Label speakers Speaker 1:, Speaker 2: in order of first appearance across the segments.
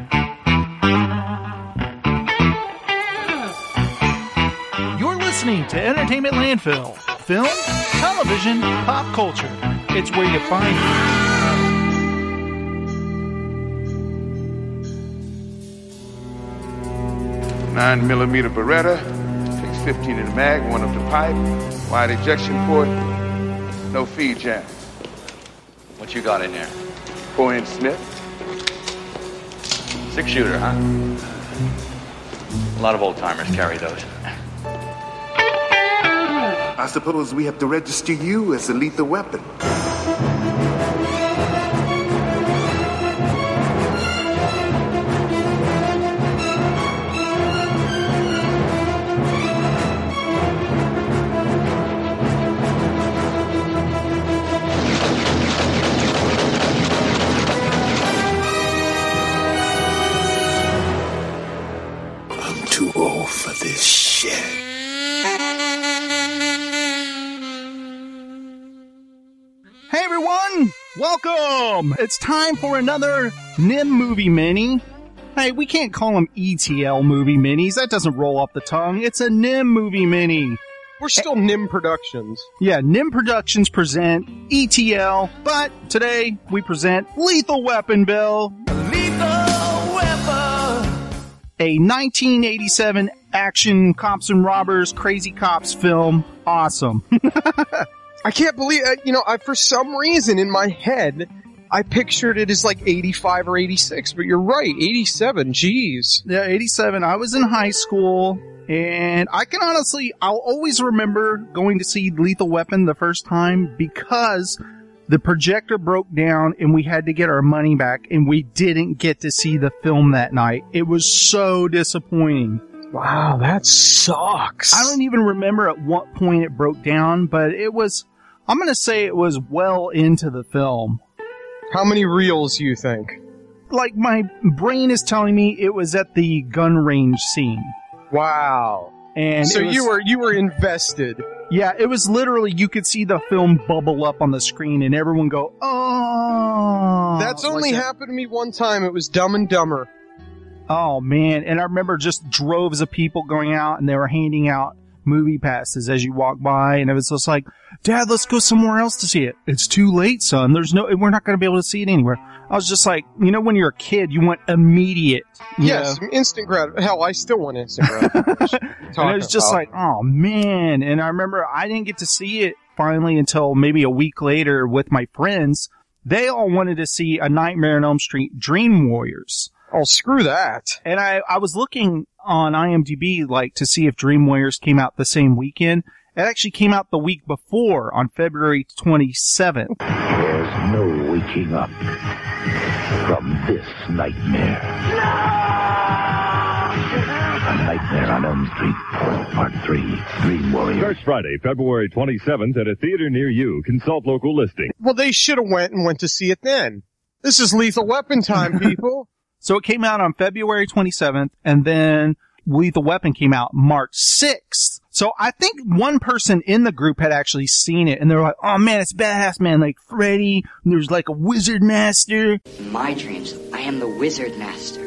Speaker 1: Mm-hmm. the Entertainment Landfill. Film, television, pop culture. It's where you find it.
Speaker 2: nine millimeter Beretta, six fifteen in the mag, one up the pipe, wide ejection port, no feed jam.
Speaker 3: What you got in there?
Speaker 2: Four inch Smith,
Speaker 3: Six shooter, huh? A lot of old timers carry those.
Speaker 4: I suppose we have to register you as a lethal weapon. I'm too old for this shit.
Speaker 1: Hey everyone, welcome! It's time for another NIM Movie Mini. Hey, we can't call them ETL Movie Minis. That doesn't roll off the tongue. It's a NIM Movie Mini.
Speaker 5: We're still Nim Productions.
Speaker 1: Yeah, NIM Productions present ETL, but today we present Lethal Weapon Bill. A 1987 action cops and robbers, crazy cops film. Awesome.
Speaker 5: I can't believe, uh, you know, I for some reason in my head, I pictured it as like 85 or 86, but you're right, 87. Jeez.
Speaker 1: yeah, 87. I was in high school and I can honestly, I'll always remember going to see Lethal Weapon the first time because the projector broke down and we had to get our money back and we didn't get to see the film that night. It was so disappointing.
Speaker 5: Wow, that sucks.
Speaker 1: I don't even remember at what point it broke down, but it was, I'm going to say it was well into the film.
Speaker 5: How many reels you think?
Speaker 1: Like my brain is telling me it was at the gun range scene.
Speaker 5: Wow.
Speaker 1: And
Speaker 5: so
Speaker 1: it was-
Speaker 5: you were you were invested.
Speaker 1: yeah, it was literally you could see the film bubble up on the screen and everyone go, oh,
Speaker 5: That's
Speaker 1: like
Speaker 5: only
Speaker 1: that.
Speaker 5: happened to me one time. It was Dumb and Dumber.
Speaker 1: Oh man! And I remember just droves of people going out and they were handing out movie passes as you walk by, and it was just like, "Dad, let's go somewhere else to see it." It's too late, son. There's no, we're not going to be able to see it anywhere. I was just like, you know, when you're a kid, you want immediate. you
Speaker 5: Yes,
Speaker 1: know?
Speaker 5: instant grat. Hell, I still want instant gratification.
Speaker 1: And it was just like, oh man. And I remember I didn't get to see it finally until maybe a week later with my friends. They all wanted to see A Nightmare on Elm Street Dream Warriors.
Speaker 5: oh, screw that.
Speaker 1: And I, I was looking on IMDb, like, to see if Dream Warriors came out the same weekend. It actually came out the week before on February 27th.
Speaker 6: There's no waking up from this nightmare. A Nightmare on Elm Street, Part 3, Dream Warrior.
Speaker 7: Starts Friday, February 27th at a theater near you. Consult local listing.
Speaker 5: Well, they should have went and went to see it then. This is lethal weapon time, people.
Speaker 1: So it came out on February 27th, and then Lethal Weapon came out March 6th. So I think one person in the group had actually seen it, and they were like, oh man, it's badass, man. Like, Freddy, and there's like a wizard master.
Speaker 8: In my dreams, I am the wizard master.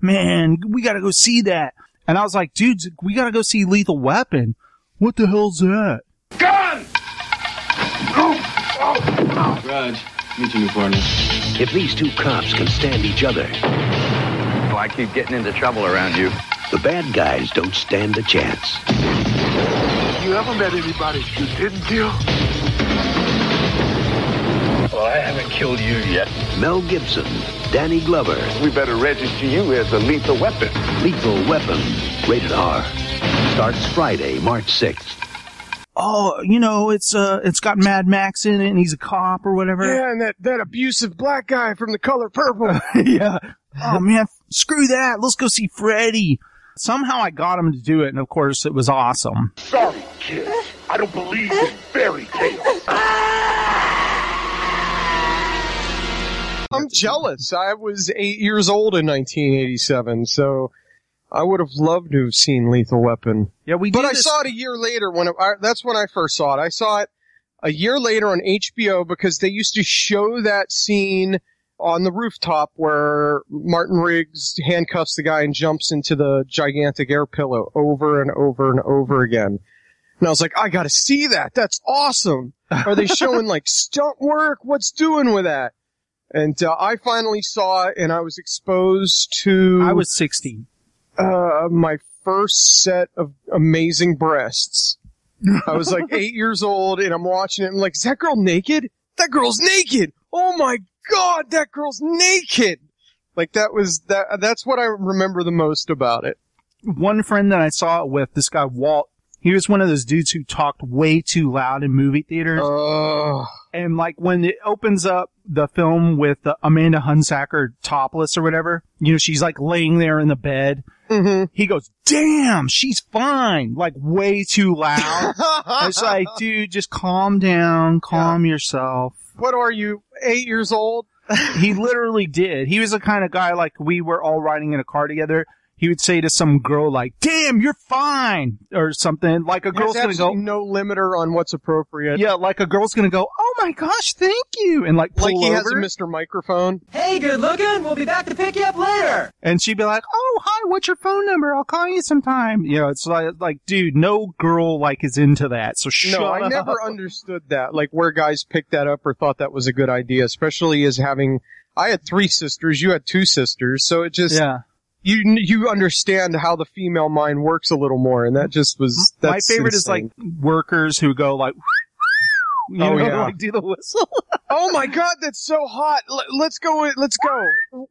Speaker 1: man, we gotta go see that. And I was like, dude, we gotta go see Lethal Weapon. What the hell's that?
Speaker 3: Raj, meet your new partner.
Speaker 6: If these two cops can stand each other,
Speaker 3: Oh, I keep getting into trouble around you.
Speaker 6: the bad guys don't stand a chance.
Speaker 4: You ever met anybody you didn't kill?
Speaker 3: Well, I haven't killed you yet.
Speaker 6: Mel Gibson, Danny Glover,
Speaker 2: we better register you as a lethal weapon.
Speaker 6: Lethal Weapon, rated R. Starts Friday, March 6th.
Speaker 1: Oh, you know, it's uh, it's got Mad Max in it, and he's a cop or whatever.
Speaker 5: Yeah, and that, that abusive black guy from the color purple.
Speaker 1: yeah. Oh man, screw that. Let's go see Freddy. Somehow I got him to do it, and of course it was awesome.
Speaker 4: Sorry, kid. I don't believe in fairy tales.
Speaker 5: I'm jealous. I was eight years old in 1987, so I would have loved to have seen Lethal Weapon.
Speaker 1: Yeah, we.
Speaker 5: But
Speaker 1: did
Speaker 5: I
Speaker 1: this-
Speaker 5: saw it a year later when I, that's when I first saw it. I saw it a year later on HBO because they used to show that scene on the rooftop where Martin Riggs handcuffs the guy and jumps into the gigantic air pillow over and over and over again. And I was like, I gotta see that. That's awesome. Are they showing like stunt work? What's doing with that? And uh, I finally saw it and I was exposed to
Speaker 1: I was 16.
Speaker 5: uh, my first set of amazing breasts. I was like eight years old and I'm watching it. I'm like, is that girl naked? That girl's naked. Oh my God. That girl's naked. Like that was that, that's what I remember the most about it.
Speaker 1: one friend that I saw it with, this guy Walt, he was one of those dudes who talked way too loud in movie theaters.
Speaker 5: Oh,
Speaker 1: and like when it opens up the film with uh, Amanda Hunsaker topless or whatever, you know, she's like laying there in the bed.
Speaker 5: Mhm.
Speaker 1: He goes, damn, she's fine. Like way too loud. it's like, dude, just calm down, calm yourself.
Speaker 5: what are you? Eight years old?
Speaker 1: He literally did. He was the kind of guy like we were all riding in a car together. He would say to some girl like, "Damn, you're fine," or something. Like a girl's gonna
Speaker 5: There's
Speaker 1: go,
Speaker 5: absolutely no limiter on what's appropriate.
Speaker 1: yeah, like a girl's gonna go, "Oh my gosh, thank you," and like pull
Speaker 5: Like
Speaker 1: over,
Speaker 5: he has a Mr. Microphone.
Speaker 9: Hey, good looking. We'll be back to pick you up later.
Speaker 1: and she'd be like, "Oh hi, what's your phone number? I'll call you sometime." You know, it's like, like, dude, no girl like is into that. So shut
Speaker 5: No, I
Speaker 1: up.
Speaker 5: never understood that. Like where guys picked that up or thought that was a good idea, especially as having. I had three sisters. You had two sisters, so it just
Speaker 1: Yeah,
Speaker 5: you you understand how the female mind works a little more, and that just was
Speaker 1: my
Speaker 5: that's
Speaker 1: favorite is
Speaker 5: insane.
Speaker 1: like workers who go like, you
Speaker 5: Oh,
Speaker 1: know,
Speaker 5: yeah.
Speaker 1: like do the whistle.
Speaker 5: oh my god, that's so hot. L- let's go, in- let's go.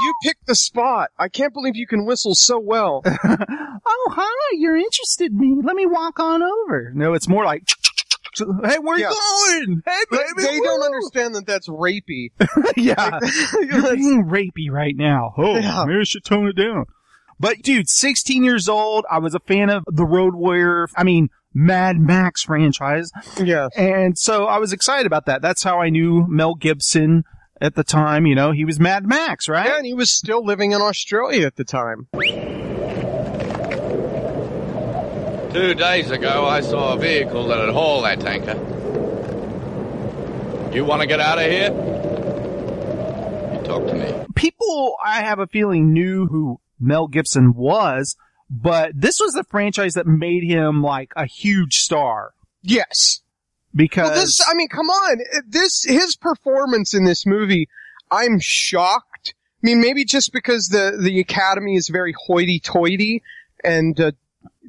Speaker 5: You picked the spot. I can't believe you can whistle so well.
Speaker 1: oh hi, you're interested in me. Let me walk on over. No, it's more like, hey, where
Speaker 5: Yeah.
Speaker 1: you going? Hey,
Speaker 5: But
Speaker 1: baby,
Speaker 5: they don't
Speaker 1: woo!"
Speaker 5: understand that that's rapey.
Speaker 1: yeah, you're
Speaker 5: Like,
Speaker 1: being rapey right now. Oh,
Speaker 5: Yeah.
Speaker 1: maybe I should tone it down. But dude, 16 years old, I was a fan of the Road Warrior. I mean. Mad Max franchise.
Speaker 5: yeah,
Speaker 1: And so I was excited about that. That's how I knew Mel Gibson at the time. You know, he was Mad Max, right?
Speaker 5: and he was still living in Australia at the time.
Speaker 10: Two days ago, I saw a vehicle that had hauled that tanker. You want to get out of here? You talk to me.
Speaker 1: people I have a feeling knew who Mel Gibson was, but this was the franchise that made him like a huge star
Speaker 5: Yes.
Speaker 1: because
Speaker 5: Well, this, I mean, come on. This, his performance in this movie, I'm shocked. I mean, maybe just because the, the Academy is very hoity-toity and uh,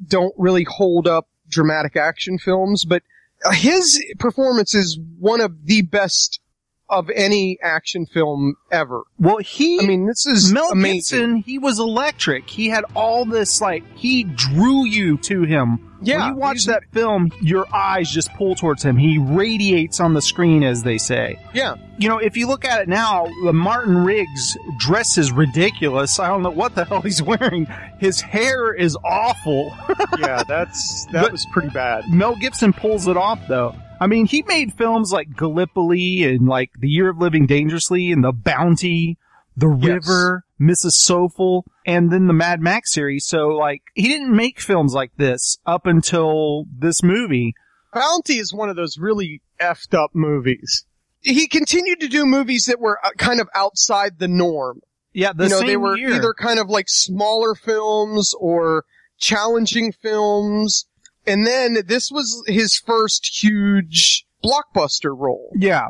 Speaker 5: don't really hold up dramatic action films, but uh, his performance is one of the best of any action film ever.
Speaker 1: well he
Speaker 5: I mean, this is
Speaker 1: Mel
Speaker 5: amazing.
Speaker 1: Gibson he was electric. He had all this like he drew you to him.
Speaker 5: Yeah,
Speaker 1: when you watch
Speaker 5: he's-
Speaker 1: that film, your eyes just pull towards him. He radiates on the screen, as they say.
Speaker 5: Yeah.
Speaker 1: You know, if you look at it now, the Martin Riggs dress is ridiculous. I don't know what the hell he's wearing. His hair is awful.
Speaker 5: yeah, that's,
Speaker 1: that
Speaker 5: was pretty bad.
Speaker 1: Mel Gibson pulls it off though. I mean, he made films like Gallipoli and like The Year of Living Dangerously and The Bounty, The
Speaker 5: Yes.
Speaker 1: River, Mrs. Soulful, and then the Mad Max series. So like, he didn't make films like this up until this movie.
Speaker 5: Bounty is one of those really effed up movies. He continued to do movies that were uh, kind of outside the norm.
Speaker 1: Yeah, the
Speaker 5: you know,
Speaker 1: same
Speaker 5: they were
Speaker 1: year.
Speaker 5: either kind of like smaller films or challenging films. And then this was his first huge blockbuster role.
Speaker 1: Yeah.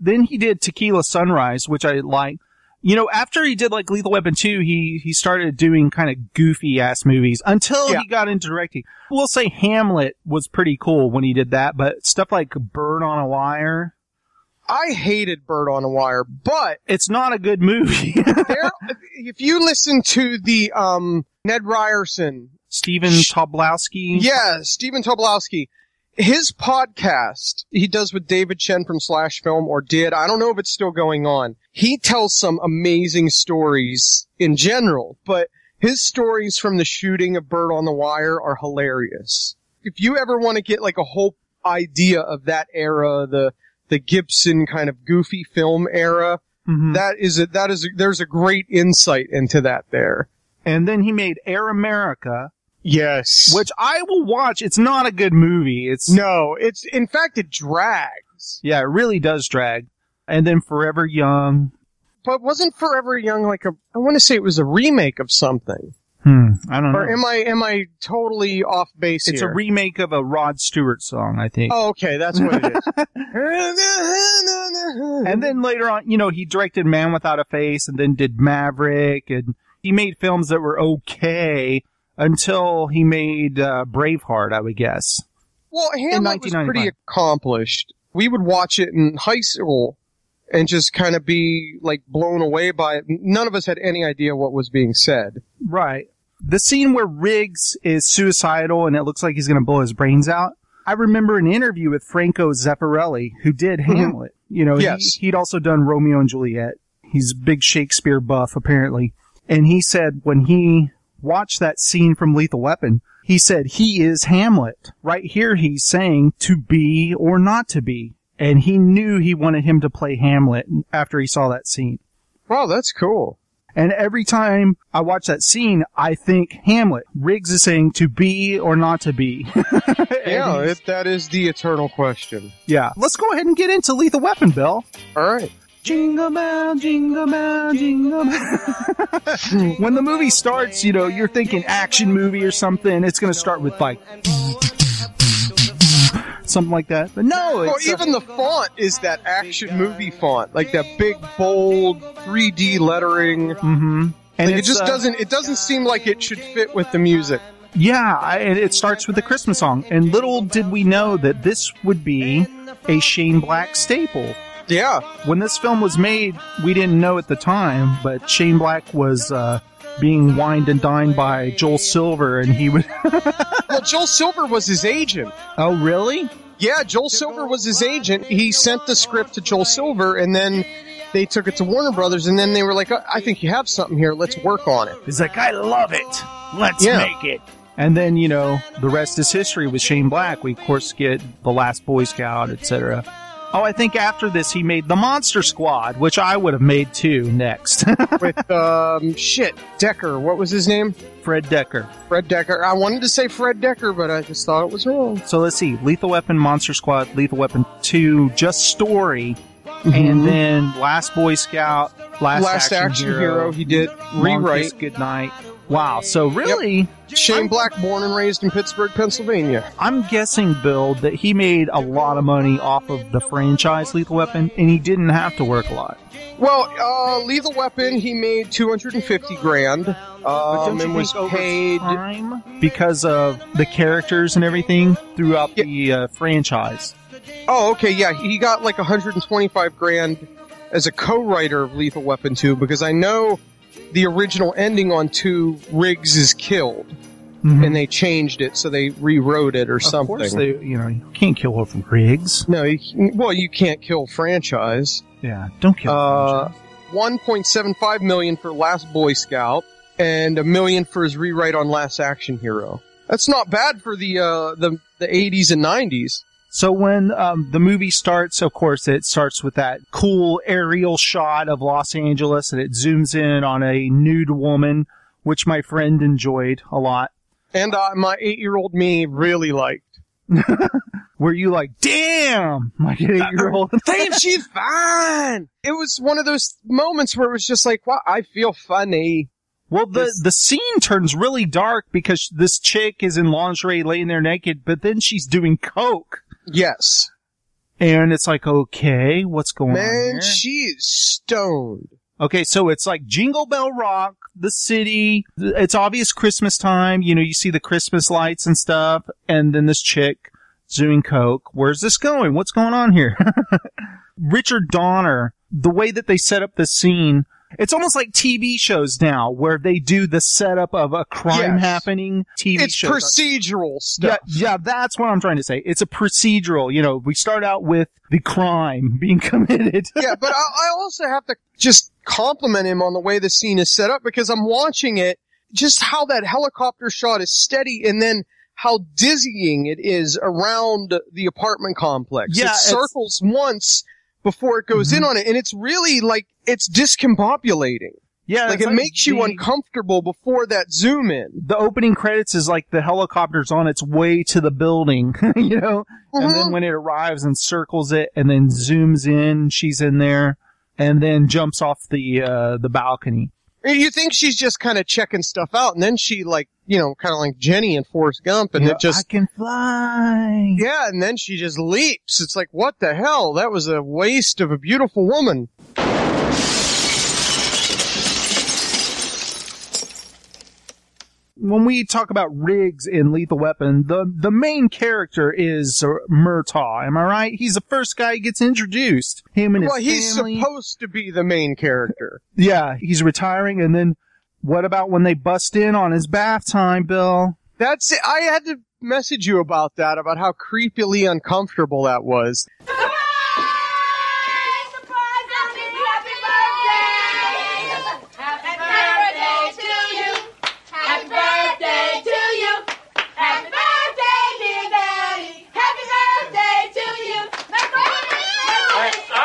Speaker 1: Then he did Tequila Sunrise, which I like. You know, after he did like Lethal Weapon 2, he, he started doing kind of goofy ass movies until
Speaker 5: Yeah.
Speaker 1: he got into directing. We'll say Hamlet was pretty cool when he did that, but stuff like Bird on a Wire,
Speaker 5: I hated Bird on a Wire, but
Speaker 1: it's not a good movie.
Speaker 5: there, if you listen to the, um, Ned Ryerson
Speaker 1: Steven Toblowski.
Speaker 5: Yeah, Stephen Tobolowsky. His podcast he does with David Chen from Slash Film or did. I don't know if it's still going on. He tells some amazing stories in general, but his stories from the shooting of Bird on the Wire are hilarious. If you ever want to get like a whole idea of that era, the the Gibson kind of goofy film era,
Speaker 1: Mhm.
Speaker 5: that is a, that is a, there's a great insight into that there.
Speaker 1: And then he made Air America,
Speaker 5: Yes.
Speaker 1: which I will watch. It's not a good movie. It's
Speaker 5: No, it's in fact it drags.
Speaker 1: Yeah, it really does drag. And then Forever Young.
Speaker 5: but wasn't Forever Young like a? I want to say it was a remake of something.
Speaker 1: Hmm. I don't know.
Speaker 5: Or am I am I totally off base
Speaker 1: it's
Speaker 5: here?
Speaker 1: a remake of a Rod Stewart song, I think.
Speaker 5: oh, okay, that's what it is.
Speaker 1: And then later on, you know, he directed Man Without a Face and then did Maverick and he made films that were okay until he made uh, Braveheart, I would guess.
Speaker 5: well, Hamlet was
Speaker 1: 1995.
Speaker 5: pretty accomplished. We would watch it in high school and just kind of be like blown away by it. None of us had any idea what was being said.
Speaker 1: Right. The scene where Riggs is suicidal and it looks like he's going to blow his brains out. I remember an interview with Franco Zeffirelli, who did Hamlet. You know,
Speaker 5: Mm-hmm. Yes.
Speaker 1: he, he'd also done Romeo and Juliet. He's a big Shakespeare buff, apparently. And he said when he watched that scene from Lethal Weapon, he said, he is Hamlet. Right here, he's saying to be or not to be. And he knew he wanted him to play Hamlet after he saw that scene.
Speaker 5: Wow, that's cool.
Speaker 1: And every time I watch that scene, I think Hamlet. Riggs is saying to be or not to be.
Speaker 5: Yeah, it, that is the eternal question.
Speaker 1: yeah. Let's go ahead and get into Lethal Weapon, Bill.
Speaker 5: All right.
Speaker 1: Jingle bell, jingle bell, jingle bell. when the movie starts, you know, you're thinking action movie or something. It's going to start with like something like that. But no,
Speaker 5: Well,
Speaker 1: it's uh,
Speaker 5: even the font is that action movie font, like that big bold 3D lettering.
Speaker 1: mhm.
Speaker 5: And it
Speaker 1: it's,
Speaker 5: just
Speaker 1: uh,
Speaker 5: doesn't. It doesn't seem like it should fit with the music.
Speaker 1: Yeah, I, and it starts with the Christmas song. And little did we know that this would be a Shane Black staple.
Speaker 5: Yeah,
Speaker 1: When this film was made, we didn't know at the time, but Shane Black was uh, being wined and dined by Joel Silver, and he would.
Speaker 5: Well, Joel Silver was his agent.
Speaker 1: oh, really?
Speaker 5: Yeah, Joel Silver was his agent. He sent the script to Joel Silver, and then they took it to Warner Brothers, and then they were like, "I I think you have something here. Let's work on it."
Speaker 1: He's like, I love it. Let's
Speaker 5: Yeah.
Speaker 1: make it. And then you know the rest is history with Shane Black. We of course get the Last Boy Scout, etc. Oh, I think after this he made the Monster Squad, which I would have made too. Next,
Speaker 5: With um, shit, Decker. What was his name?
Speaker 1: Fred Decker.
Speaker 5: Fred Decker. I wanted to say Fred Decker, but I just thought it was wrong.
Speaker 1: So let's see: Lethal Weapon, Monster Squad, Lethal Weapon Two, Just Story, and then Last Boy Scout, Last,
Speaker 5: Mm-hmm. Last Action, Hero. He did rewrite.
Speaker 1: Good night. Wow. So really,
Speaker 5: Shane Black, born and raised in Pittsburgh, Pennsylvania.
Speaker 1: I'm guessing, Bill, that he made a lot of money off of the franchise Lethal Weapon, and he didn't have to work a lot.
Speaker 5: Well, uh, Lethal Weapon. He made two hundred and fifty grand.
Speaker 1: Don't
Speaker 5: Um,
Speaker 1: you
Speaker 5: and was
Speaker 1: think over
Speaker 5: paid.
Speaker 1: time, because of the characters and everything throughout
Speaker 5: Yeah.
Speaker 1: the uh, franchise.
Speaker 5: Oh, okay, yeah. He got like 125 grand as a co-writer of Lethal Weapon 2 because I know the original ending on 2 Riggs is killed
Speaker 1: Mm-hmm.
Speaker 5: and they changed it so they rewrote it or
Speaker 1: Of
Speaker 5: something.
Speaker 1: course, they you know you can't kill her from Riggs.
Speaker 5: no, you, well, you can't kill franchise.
Speaker 1: Yeah, don't kill.
Speaker 5: Uh,
Speaker 1: her.
Speaker 5: 1.75 million for Last Boy Scout and a million for his rewrite on Last Action Hero. That's not bad for the uh, the the 80s and 90s.
Speaker 1: So when um, the movie starts, of course, it starts with that cool aerial shot of Los Angeles, and it zooms in on a nude woman, which my friend enjoyed a lot.
Speaker 5: And uh, my 8-year-old me really liked
Speaker 1: Where you like, damn, my eight year old.
Speaker 5: Uh, Damn, she's fine. It was one of those moments where it was just like, wow, I feel funny.
Speaker 1: Well, the the scene turns really dark because this chick is in lingerie laying there naked, but then she's doing coke,
Speaker 5: Yes.
Speaker 1: and it's like, okay, what's going on?
Speaker 5: Man,
Speaker 1: here?
Speaker 5: she is stoned.
Speaker 1: Okay, so it's like Jingle Bell Rock, the city. th- It's obvious Christmas time. You know, you see the Christmas lights and stuff, and then this chick doing coke. Where's this going? What's going on here? Richard Donner, the way that they set up the scene, it's almost like TV shows now where they do the setup of a crime
Speaker 5: Yes.
Speaker 1: happening. TV
Speaker 5: It's
Speaker 1: shows.
Speaker 5: procedural
Speaker 1: Yeah,
Speaker 5: stuff.
Speaker 1: yeah, that's what I'm trying to say. It's a procedural. You know, we start out with the crime being committed.
Speaker 5: yeah, but I, I also have to just compliment him on the way the scene is set up because I'm watching it, just how that helicopter shot is steady and then how dizzying it is around the apartment complex.
Speaker 1: Yeah,
Speaker 5: it
Speaker 1: it's-
Speaker 5: circles once before it goes
Speaker 1: Mm-hmm.
Speaker 5: in on it and it's really like, it's discombobulating.
Speaker 1: Yeah,
Speaker 5: like
Speaker 1: it's
Speaker 5: it makes you
Speaker 1: the-
Speaker 5: uncomfortable before that zoom in.
Speaker 1: the opening credits is like the helicopter's on its way to the building, you
Speaker 5: Mm-hmm.
Speaker 1: know? And then when it arrives and circles it and then zooms in, she's in there. and then jumps off the uh, the balcony.
Speaker 5: You think she's just kind of checking stuff out, and then she like, you know, kind of like Jenny and Forrest Gump, and
Speaker 1: You know,
Speaker 5: it just
Speaker 1: I can fly.
Speaker 5: yeah, and then she just leaps. It's like, what the hell? That was a waste of a beautiful woman.
Speaker 1: When we talk about Riggs in Lethal Weapon, the the main character is uh, Murtaugh. Am I right? He's the first guy who gets introduced. Him and his
Speaker 5: Well, he's
Speaker 1: family.
Speaker 5: supposed to be the main character.
Speaker 1: yeah, he's retiring, and then what about when they bust in on his bath time, Bill?
Speaker 5: That's it. I had to message you about that, about how creepily uncomfortable that was.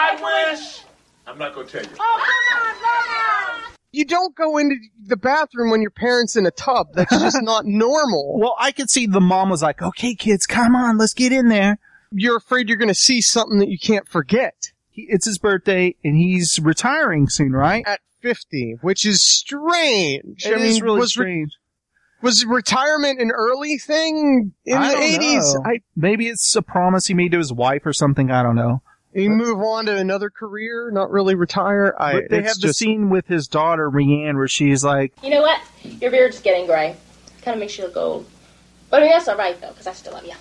Speaker 4: I'm not
Speaker 5: Oh,
Speaker 4: gonna tell you.
Speaker 5: You don't go into the bathroom when your parents in a tub. That's just not normal.
Speaker 1: Well, I could see the mom was like, "Okay, kids, come on, let's get in there."
Speaker 5: You're afraid you're going to see something that you can't forget
Speaker 1: He, it's his birthday, and he's retiring soon, right?
Speaker 5: at 50, which is strange.
Speaker 1: It is
Speaker 5: I mean,
Speaker 1: really
Speaker 5: was re-
Speaker 1: strange.
Speaker 5: was retirement an early thing in
Speaker 1: I
Speaker 5: the
Speaker 1: don't
Speaker 5: 80s?
Speaker 1: know.
Speaker 5: I
Speaker 1: Maybe it's a promise he made to his wife or something. I don't know.
Speaker 5: you move on to another career, not really retire. I
Speaker 1: But they
Speaker 5: it's
Speaker 1: have the
Speaker 5: just-
Speaker 1: scene with his daughter Rianne where she's like,
Speaker 11: You know what? Your beard's getting gray. Kind of makes you look old. But I mean, that's all right, though, because I still love you.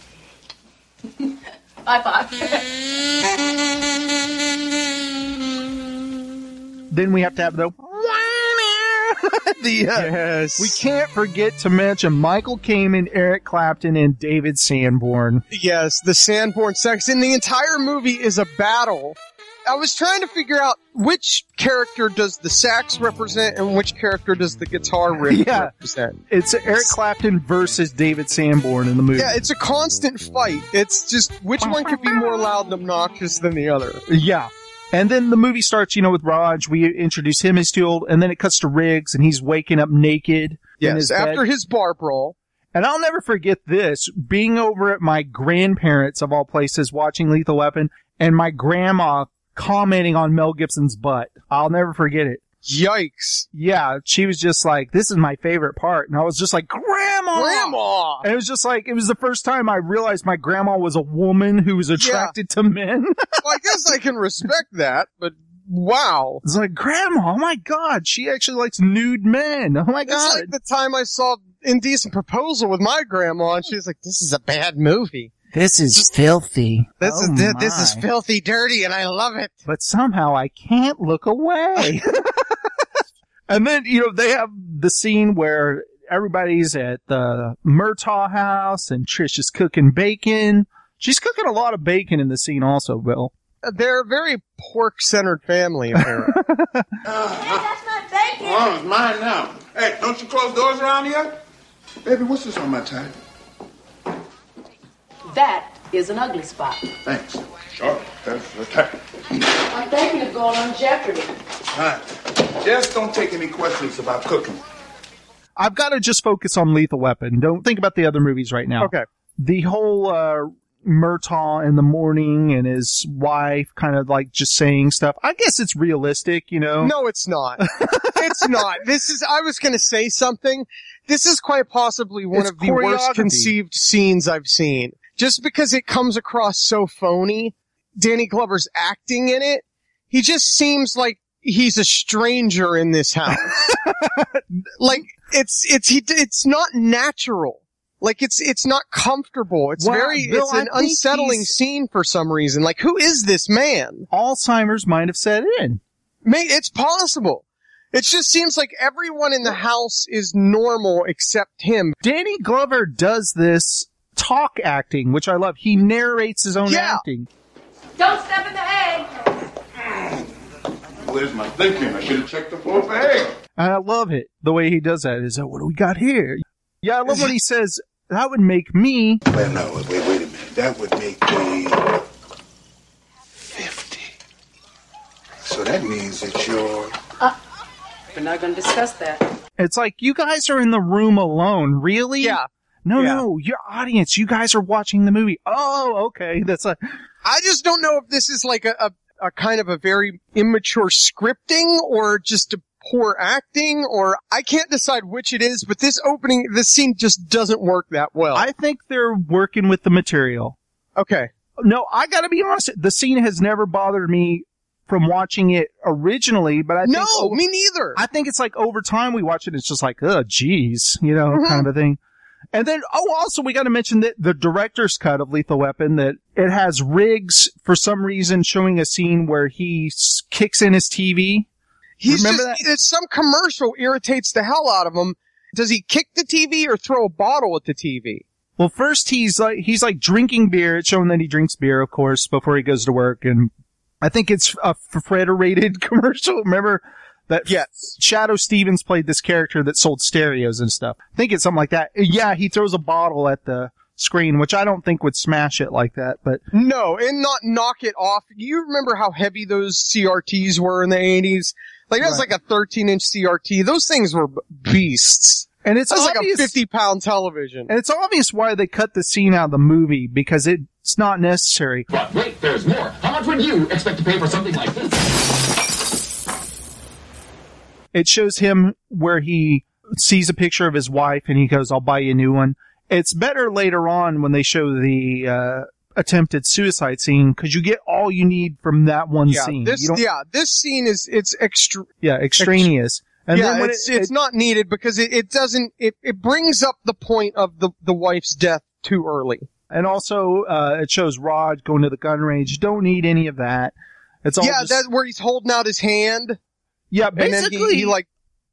Speaker 11: High five.
Speaker 1: then we have to have the. the uh,
Speaker 5: Yes.
Speaker 1: We can't forget to mention Michael Kamen, Eric Clapton, and David Sanborn.
Speaker 5: Yes, the Sanborn sex in the entire movie is a battle. I was trying to figure out which character does the sax represent and which character does the guitar riff
Speaker 1: Yeah.
Speaker 5: represent.
Speaker 1: It's Eric Clapton versus David Sanborn in the movie.
Speaker 5: Yeah, it's a constant fight. It's just which one could be more loud and obnoxious than the other.
Speaker 1: Yeah. And then the movie starts, you know, with Raj. We introduce him as Steel, and then it cuts to Riggs, and he's waking up naked. in
Speaker 5: Yes,
Speaker 1: his
Speaker 5: after
Speaker 1: bed.
Speaker 5: his bar brawl.
Speaker 1: And I'll never forget this being over at my grandparents, of all places, watching Lethal Weapon, and my grandma commenting on Mel Gibson's butt. I'll never forget it.
Speaker 5: Yikes.
Speaker 1: Yeah, she was just like, this is my favorite part. And I was just like, Grandma!
Speaker 5: Grandma!
Speaker 1: And it was just like, it was the first time I realized my grandma was a woman who was attracted to men.
Speaker 5: Well, I guess I can respect that, but wow.
Speaker 1: It's like, Grandma, oh my god, she actually likes nude men. Oh my
Speaker 5: It's
Speaker 1: god.
Speaker 5: like the time I saw Indecent Proposal with my grandma, and she's like, this is a bad movie.
Speaker 1: this is filthy.
Speaker 5: This is thi- this is filthy dirty, and I love it.
Speaker 1: Oh, but somehow I can't look away. and then, you know, they have the scene where everybody's at the Murtaugh house and Trish is cooking bacon. She's cooking a lot of bacon in the scene also, Bill.
Speaker 5: They're a very pork-centered family, apparently.
Speaker 2: Oh, it's mine now. Hey, don't you close doors around here? Baby, what's this on my tie?
Speaker 11: That is an ugly spot.
Speaker 2: Thanks. Sure. That's the tie.
Speaker 11: I'm thinking of going on Jeopardy.
Speaker 2: Huh. Just don't take any questions about cooking.
Speaker 1: I've got to just focus on Lethal Weapon. Don't think about the other movies right now.
Speaker 5: okay.
Speaker 1: the whole uh Murtaugh in the morning and his wife kind of like just saying stuff. I guess it's realistic, you know.
Speaker 5: No, it's not. it's not. This is, I was gonna say something. This is quite possibly one
Speaker 1: It's
Speaker 5: of the worst
Speaker 1: choreography.
Speaker 5: conceived scenes I've seen. Just because it comes across so phony, Danny Glover's acting in it, he just seems like he's a stranger in this house. like, it's, it's, he, it's not natural. Like it's it's not comfortable. It's
Speaker 1: Well,
Speaker 5: very
Speaker 1: Bill,
Speaker 5: it's
Speaker 1: I
Speaker 5: an
Speaker 1: think
Speaker 5: unsettling
Speaker 1: he's-
Speaker 5: scene for some reason. Like who is this man?
Speaker 1: Alzheimer's might have set in.
Speaker 5: Mate, it's possible. It just seems like everyone in the house is normal except him.
Speaker 1: Danny Glover does this talk acting, which I love. He narrates his own
Speaker 5: Yeah.
Speaker 1: acting.
Speaker 11: Don't step in the egg.
Speaker 2: Where's my thinking? I should have checked the floor for eggs.
Speaker 1: And I love it. The way he does that is, oh, what do we got here? Yeah, I love when he says, that would make me.
Speaker 2: Wait, no, wait, wait, wait a minute. That would make me 50. So that means that you're.
Speaker 11: Uh, We're not going to discuss that.
Speaker 1: It's like, you guys are in the room alone. Really?
Speaker 5: Yeah.
Speaker 1: No,
Speaker 5: Yeah.
Speaker 1: no, your audience. You guys are watching the movie. Oh, okay. That's a,
Speaker 5: I just don't know if this is like a, a, a kind of a very immature scripting or just a poor acting or I can't decide which it is, but this opening, this scene just doesn't work that well.
Speaker 1: I think they're working with the material.
Speaker 5: Okay.
Speaker 1: No, I gotta be honest. The scene has never bothered me from watching it originally, but I think,
Speaker 5: no, me neither.
Speaker 1: I think it's like over time we watch it, it's just like, oh, geez, you know,
Speaker 5: Mhm.
Speaker 1: kind of a thing. And then, oh, also we got to mention that the director's cut of Lethal Weapon that it has Riggs for some reason showing a scene where he s- kicks in his TV.
Speaker 5: He's
Speaker 1: Remember
Speaker 5: just, It's some commercial irritates the hell out of him. Does he kick the TV or throw a bottle at the TV?
Speaker 1: Well, first he's like he's like drinking beer. It's showing that he drinks beer, of course, before he goes to work. And I think it's a Frederated commercial. Remember that?
Speaker 5: Yes.
Speaker 1: Shadow Stevens played this character that sold stereos and stuff. I think it's something like that. Yeah, he throws a bottle at the screen, which I don't think would smash it like that. But
Speaker 5: No, and not knock it off. You remember how heavy those CRTs were in the 80s? Like that was
Speaker 1: Right.
Speaker 5: like a 13 inch CRT. Those things were b- beasts.
Speaker 1: and it's
Speaker 5: That was like a
Speaker 1: obvious-
Speaker 5: 50 pound television.
Speaker 1: and it's obvious why they cut the scene out of the movie because it's not necessary.
Speaker 12: But wait, there's more. How much would you expect to pay for something like this?
Speaker 1: It shows him where he sees a picture of his wife and he goes, I'll buy you a new one. It's better later on when they show the uh, attempted suicide scene because you get all you need from that one
Speaker 5: yeah,
Speaker 1: scene.
Speaker 5: this,
Speaker 1: You don't-
Speaker 5: yeah, this scene is, it's extra,
Speaker 1: yeah, extraneous. And
Speaker 5: yeah,
Speaker 1: then when
Speaker 5: it's,
Speaker 1: it-
Speaker 5: it's not needed because it, it doesn't, it, it brings up the point of the, the wife's death too early.
Speaker 1: and also uh, it shows Rod going to the gun range. Don't need any of that. It's all
Speaker 5: yeah,
Speaker 1: just-
Speaker 5: that where he's holding out his hand.
Speaker 1: yeah.
Speaker 5: and then he, he like,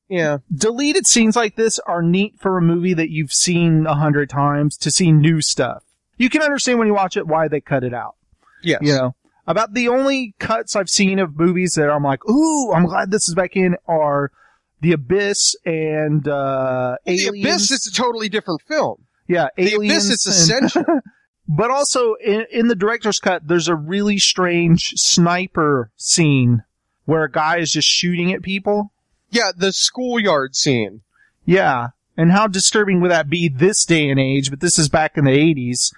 Speaker 5: yeah.
Speaker 1: deleted scenes like this are neat for a movie that you've seen a hundred times to see new stuff. You can understand when you watch it why they cut it out.
Speaker 5: Yes.
Speaker 1: You know, about the only cuts I've seen of movies that I'm like, ooh, I'm glad this is back in are The Abyss and uh,
Speaker 5: The
Speaker 1: Aliens.
Speaker 5: Abyss is a totally different film.
Speaker 1: yeah,
Speaker 5: The
Speaker 1: Aliens.
Speaker 5: Abyss is
Speaker 1: and-
Speaker 5: essential.
Speaker 1: but also in, in the director's cut, there's a really strange sniper scene where a guy is just shooting at people.
Speaker 5: yeah, the schoolyard scene.
Speaker 1: Yeah. And how disturbing would that be this day and age? But this is back in the 80s.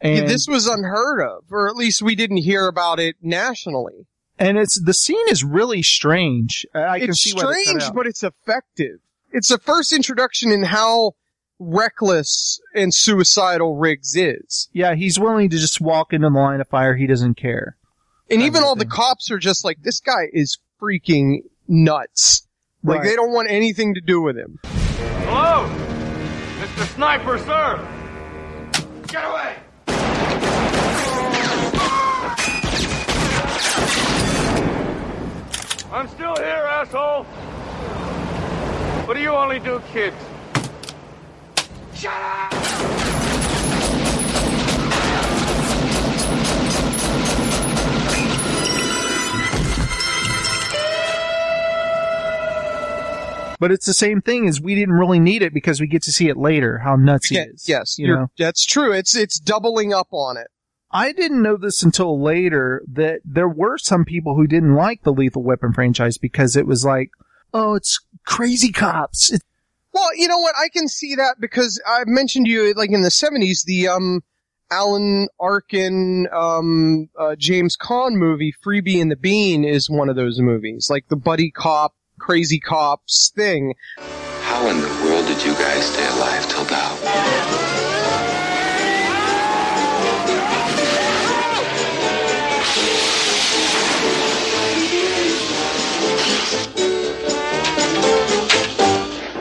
Speaker 1: And,
Speaker 5: Yeah, this was unheard of, or at least we didn't hear about it nationally.
Speaker 1: and it's, the scene is really strange. I I can
Speaker 5: it's
Speaker 1: see why they cut
Speaker 5: strange,
Speaker 1: it out.
Speaker 5: but it's effective. It's the first introduction in how reckless and suicidal Riggs is.
Speaker 1: yeah, he's willing to just walk into the line of fire. He doesn't care.
Speaker 5: And even all the cops are just like, this guy is freaking nuts. Like
Speaker 1: Right.
Speaker 5: they don't want anything to do with him.
Speaker 13: Hello? Mr. Sniper, sir! Get away! I'm still here, asshole! What do you only do, kids?
Speaker 1: But it's the same thing as we didn't really need it because we get to see it later, how nuts he
Speaker 5: Yeah,
Speaker 1: is.
Speaker 5: yes,
Speaker 1: you
Speaker 5: you're-
Speaker 1: know?
Speaker 5: that's true. It's it's doubling up on it.
Speaker 1: I didn't know this until later that there were some people who didn't like the Lethal Weapon franchise because it was like, oh, it's crazy cops. It,
Speaker 5: Well, you know what? I can see that because I mentioned to you like in the seventies the um Alan Arkin um uh, James Caan movie Freebie and the Bean is one of those movies like the buddy cop crazy cops thing.
Speaker 14: How in the world did you guys stay alive till now?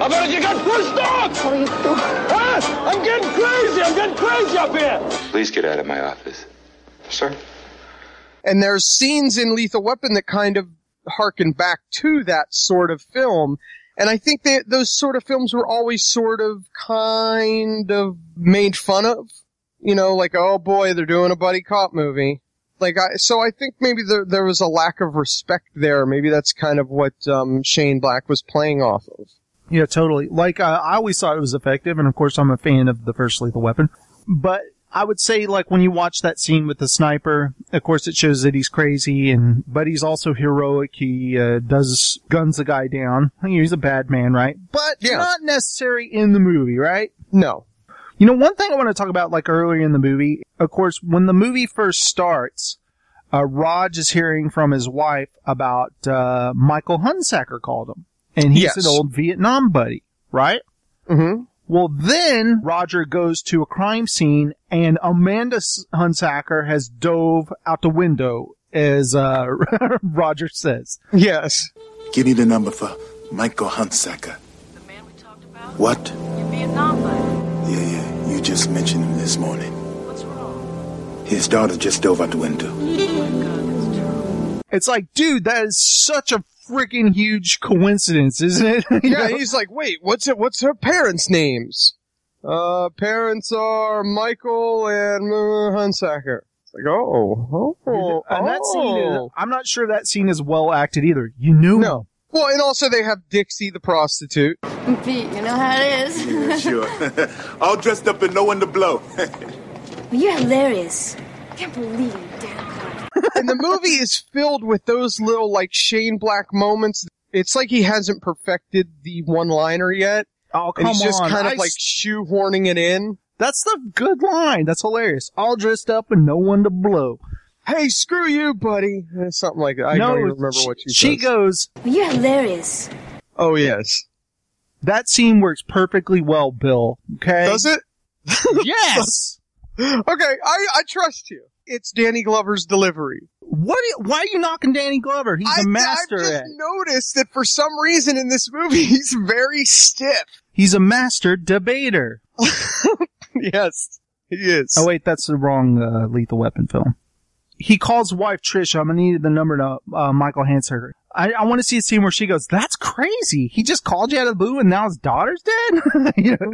Speaker 13: I better you got pushed off! What are you doing? Ah, I'm getting crazy! I'm getting crazy up here!
Speaker 14: Please get out of my office. Sir?
Speaker 5: And there's scenes in Lethal Weapon that kind of harken back to that sort of film. And I think that those sort of films were always sort of kind of made fun of. You know, like, oh boy, they're doing a buddy cop movie. Like, I, so I think maybe there, there was a lack of respect there. Maybe that's kind of what, um, Shane Black was playing off of.
Speaker 1: yeah, totally. Like, uh, I always thought it was effective. And of course, I'm a fan of the first Lethal Weapon. But I would say, like, when you watch that scene with the sniper, of course, it shows that he's crazy and, but he's also heroic. He, uh, does guns the guy down. He's a bad man, right? But not necessary in the movie, right?
Speaker 5: No.
Speaker 1: You know, one thing I want to talk about, like earlier in the movie, of course, when the movie first starts, uh, Raj is hearing from his wife about uh, Michael Hunsacker called him, and "Oh, he's
Speaker 5: Yes.
Speaker 1: an old Vietnam buddy, right?
Speaker 5: Mm-hmm.
Speaker 1: Well, then Roger goes to a crime scene, and Amanda S- Hunsacker has dove out the window, as uh, Roger says.
Speaker 5: Yes.
Speaker 15: Give me the number for Michael Huntsacker. The man we talked about? What?
Speaker 16: Vietnam
Speaker 15: Yeah, yeah. You just mentioned him this morning. What's wrong? His daughter just dove out the window.
Speaker 1: It's like, dude, that is such a freaking huge coincidence, isn't it? You
Speaker 5: yeah,
Speaker 1: know?
Speaker 5: he's like, wait, what's it? What's her parents' names? Uh, parents are Michael and uh, Hunsacker. It's like, oh, oh,
Speaker 1: and that scene is,
Speaker 5: oh.
Speaker 1: I'm not sure that scene is well acted either. You knew
Speaker 5: No. Well, and also they have Dixie the prostitute.
Speaker 16: Pete, you know how it is.
Speaker 15: Yeah, sure. All dressed up and no one to blow.
Speaker 16: You're hilarious. I can't believe you, Dan.
Speaker 5: and the movie is filled with those little like Shane Black moments. It's like he hasn't perfected the one-liner yet.
Speaker 1: Oh,
Speaker 5: and he's
Speaker 1: come
Speaker 5: just
Speaker 1: on.
Speaker 5: kind
Speaker 1: I
Speaker 5: of like
Speaker 1: s-
Speaker 5: shoehorning it in.
Speaker 1: That's the good line. That's hilarious. All dressed up and no one to blow.
Speaker 5: Hey, screw you, buddy. Uh, Something like that. I
Speaker 1: no,
Speaker 5: don't even remember
Speaker 1: she,
Speaker 5: what she,
Speaker 1: she
Speaker 5: says.
Speaker 1: goes.
Speaker 16: You're hilarious.
Speaker 5: Oh yes.
Speaker 1: That scene works perfectly well, Bill. Okay.
Speaker 5: Does it?
Speaker 1: Yes.
Speaker 5: okay, I, I trust you. It's Danny Glover's delivery.
Speaker 1: what? Why are you knocking Danny Glover? He's a master at.
Speaker 5: I, I've
Speaker 1: it.
Speaker 5: just noticed that for some reason in this movie he's very stiff.
Speaker 1: He's a master debater.
Speaker 5: yes, he is.
Speaker 1: Oh wait, that's the wrong uh, Lethal Weapon film. He calls wife Trish. I'm gonna need the number to uh, Michael Hansaker. I, I want to see a scene where she goes, "That's crazy. He just called you out of the blue, and now his daughter's dead." you know,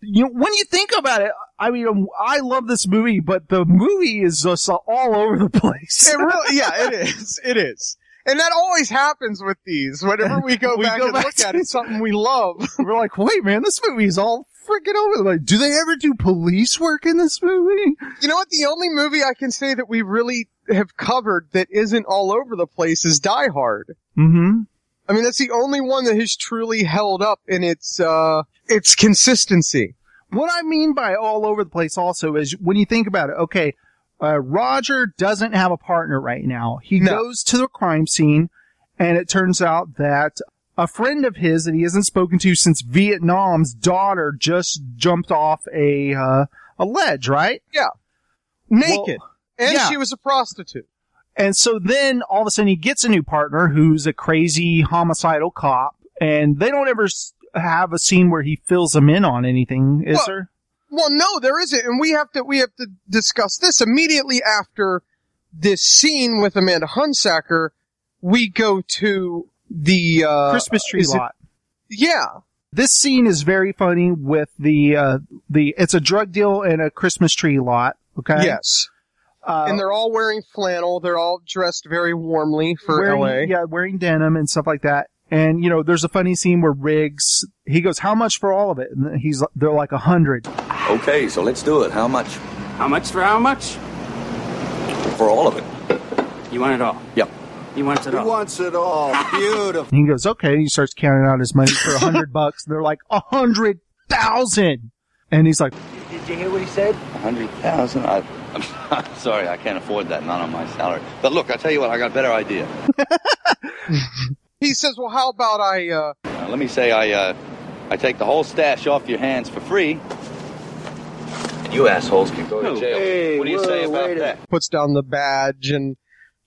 Speaker 1: you know, when you think about it, I mean, um, I love this movie, but the movie is just all over the place.
Speaker 5: It really, yeah, it is. It is. And that always happens with these. Whenever we go
Speaker 1: We
Speaker 5: back
Speaker 1: go
Speaker 5: and
Speaker 1: back
Speaker 5: look
Speaker 1: to-
Speaker 5: at it, something we love.
Speaker 1: We're like, wait, man, this movie is all freaking over the place. Do they ever do police work in this movie?
Speaker 5: You know what? The only movie I can say that we really have covered that isn't all over the place is Die Hard.
Speaker 1: Mm-hmm.
Speaker 5: I mean, that's the only one that has truly held up in its, uh, its consistency.
Speaker 1: What I mean by all over the place also is when you think about it, okay, uh, Roger doesn't have a partner right now. He
Speaker 5: No.
Speaker 1: goes to the crime scene and it turns out that a friend of his that he hasn't spoken to since Vietnam's daughter just jumped off a, uh, a ledge, right?
Speaker 5: Yeah. Naked.
Speaker 1: Well,
Speaker 5: and
Speaker 1: yeah.
Speaker 5: she was a prostitute.
Speaker 1: And so then all of a sudden he gets a new partner who's a crazy homicidal cop and they don't ever s- have a scene where he fills them in on anything, is
Speaker 5: Well,
Speaker 1: there?
Speaker 5: Well, no, there isn't. And we have to, we have to discuss this immediately after this scene with Amanda Hunsacker. We go to the, uh,
Speaker 1: Christmas tree
Speaker 5: is it-
Speaker 1: lot.
Speaker 5: yeah.
Speaker 1: This scene is very funny with the uh the it's a drug deal and a Christmas tree lot, okay?
Speaker 5: Yes.
Speaker 1: Uh,
Speaker 5: and they're all wearing flannel. They're all dressed very warmly for
Speaker 1: wearing,
Speaker 5: LA.
Speaker 1: Yeah, wearing denim and stuff like that. And you know, there's a funny scene where Riggs he goes, "How much for all of it?" And he's they're like a hundred.
Speaker 3: Okay, so let's do it. How much?
Speaker 17: How much for how much?
Speaker 3: For all of it.
Speaker 17: You want it all.
Speaker 3: Yep.
Speaker 17: He wants it all.
Speaker 12: wants it all. Beautiful.
Speaker 1: And he goes, "Okay." And he starts counting out his money for a hundred bucks. And they're like a hundred thousand. And he's like,
Speaker 9: Did you hear what he said?
Speaker 3: A hundred thousand. I, I'm sorry, I can't afford that. Not on my salary. But look, I tell you what, I got a better idea.
Speaker 5: He says, "Well, how about I?" Uh,
Speaker 3: Now, let me say, I, uh, I take the whole stash off your hands for free. And you assholes can go to jail. what do you say about that?
Speaker 5: puts down the badge and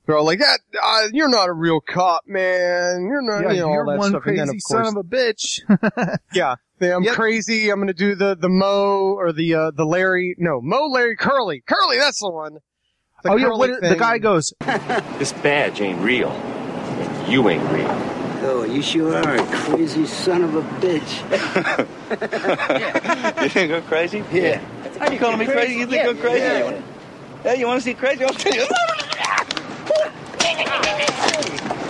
Speaker 5: they're all like, "That uh, you're not a real cop, man. You're not.
Speaker 1: yeah,
Speaker 5: you know,
Speaker 1: "You're
Speaker 5: all that
Speaker 1: one
Speaker 5: stuff."
Speaker 1: crazy
Speaker 5: and then, of
Speaker 1: son
Speaker 5: course,
Speaker 1: of a bitch."
Speaker 5: yeah, they, I'm
Speaker 1: Yep.
Speaker 5: crazy. I'm gonna do the the Mo or the uh, the Larry. No, Mo, Larry, Curly, Curly. That's the one. The
Speaker 1: oh yeah,
Speaker 5: Curly
Speaker 1: what, the
Speaker 5: thing.
Speaker 1: guy goes,
Speaker 17: This badge ain't real. You ain't real.
Speaker 12: Oh, you sure are a crazy son of a bitch.
Speaker 3: You think I'm crazy? Yeah. Are you calling me crazy? You think I'm crazy? You wanna- Hey, you want to see crazy? I'll tell you.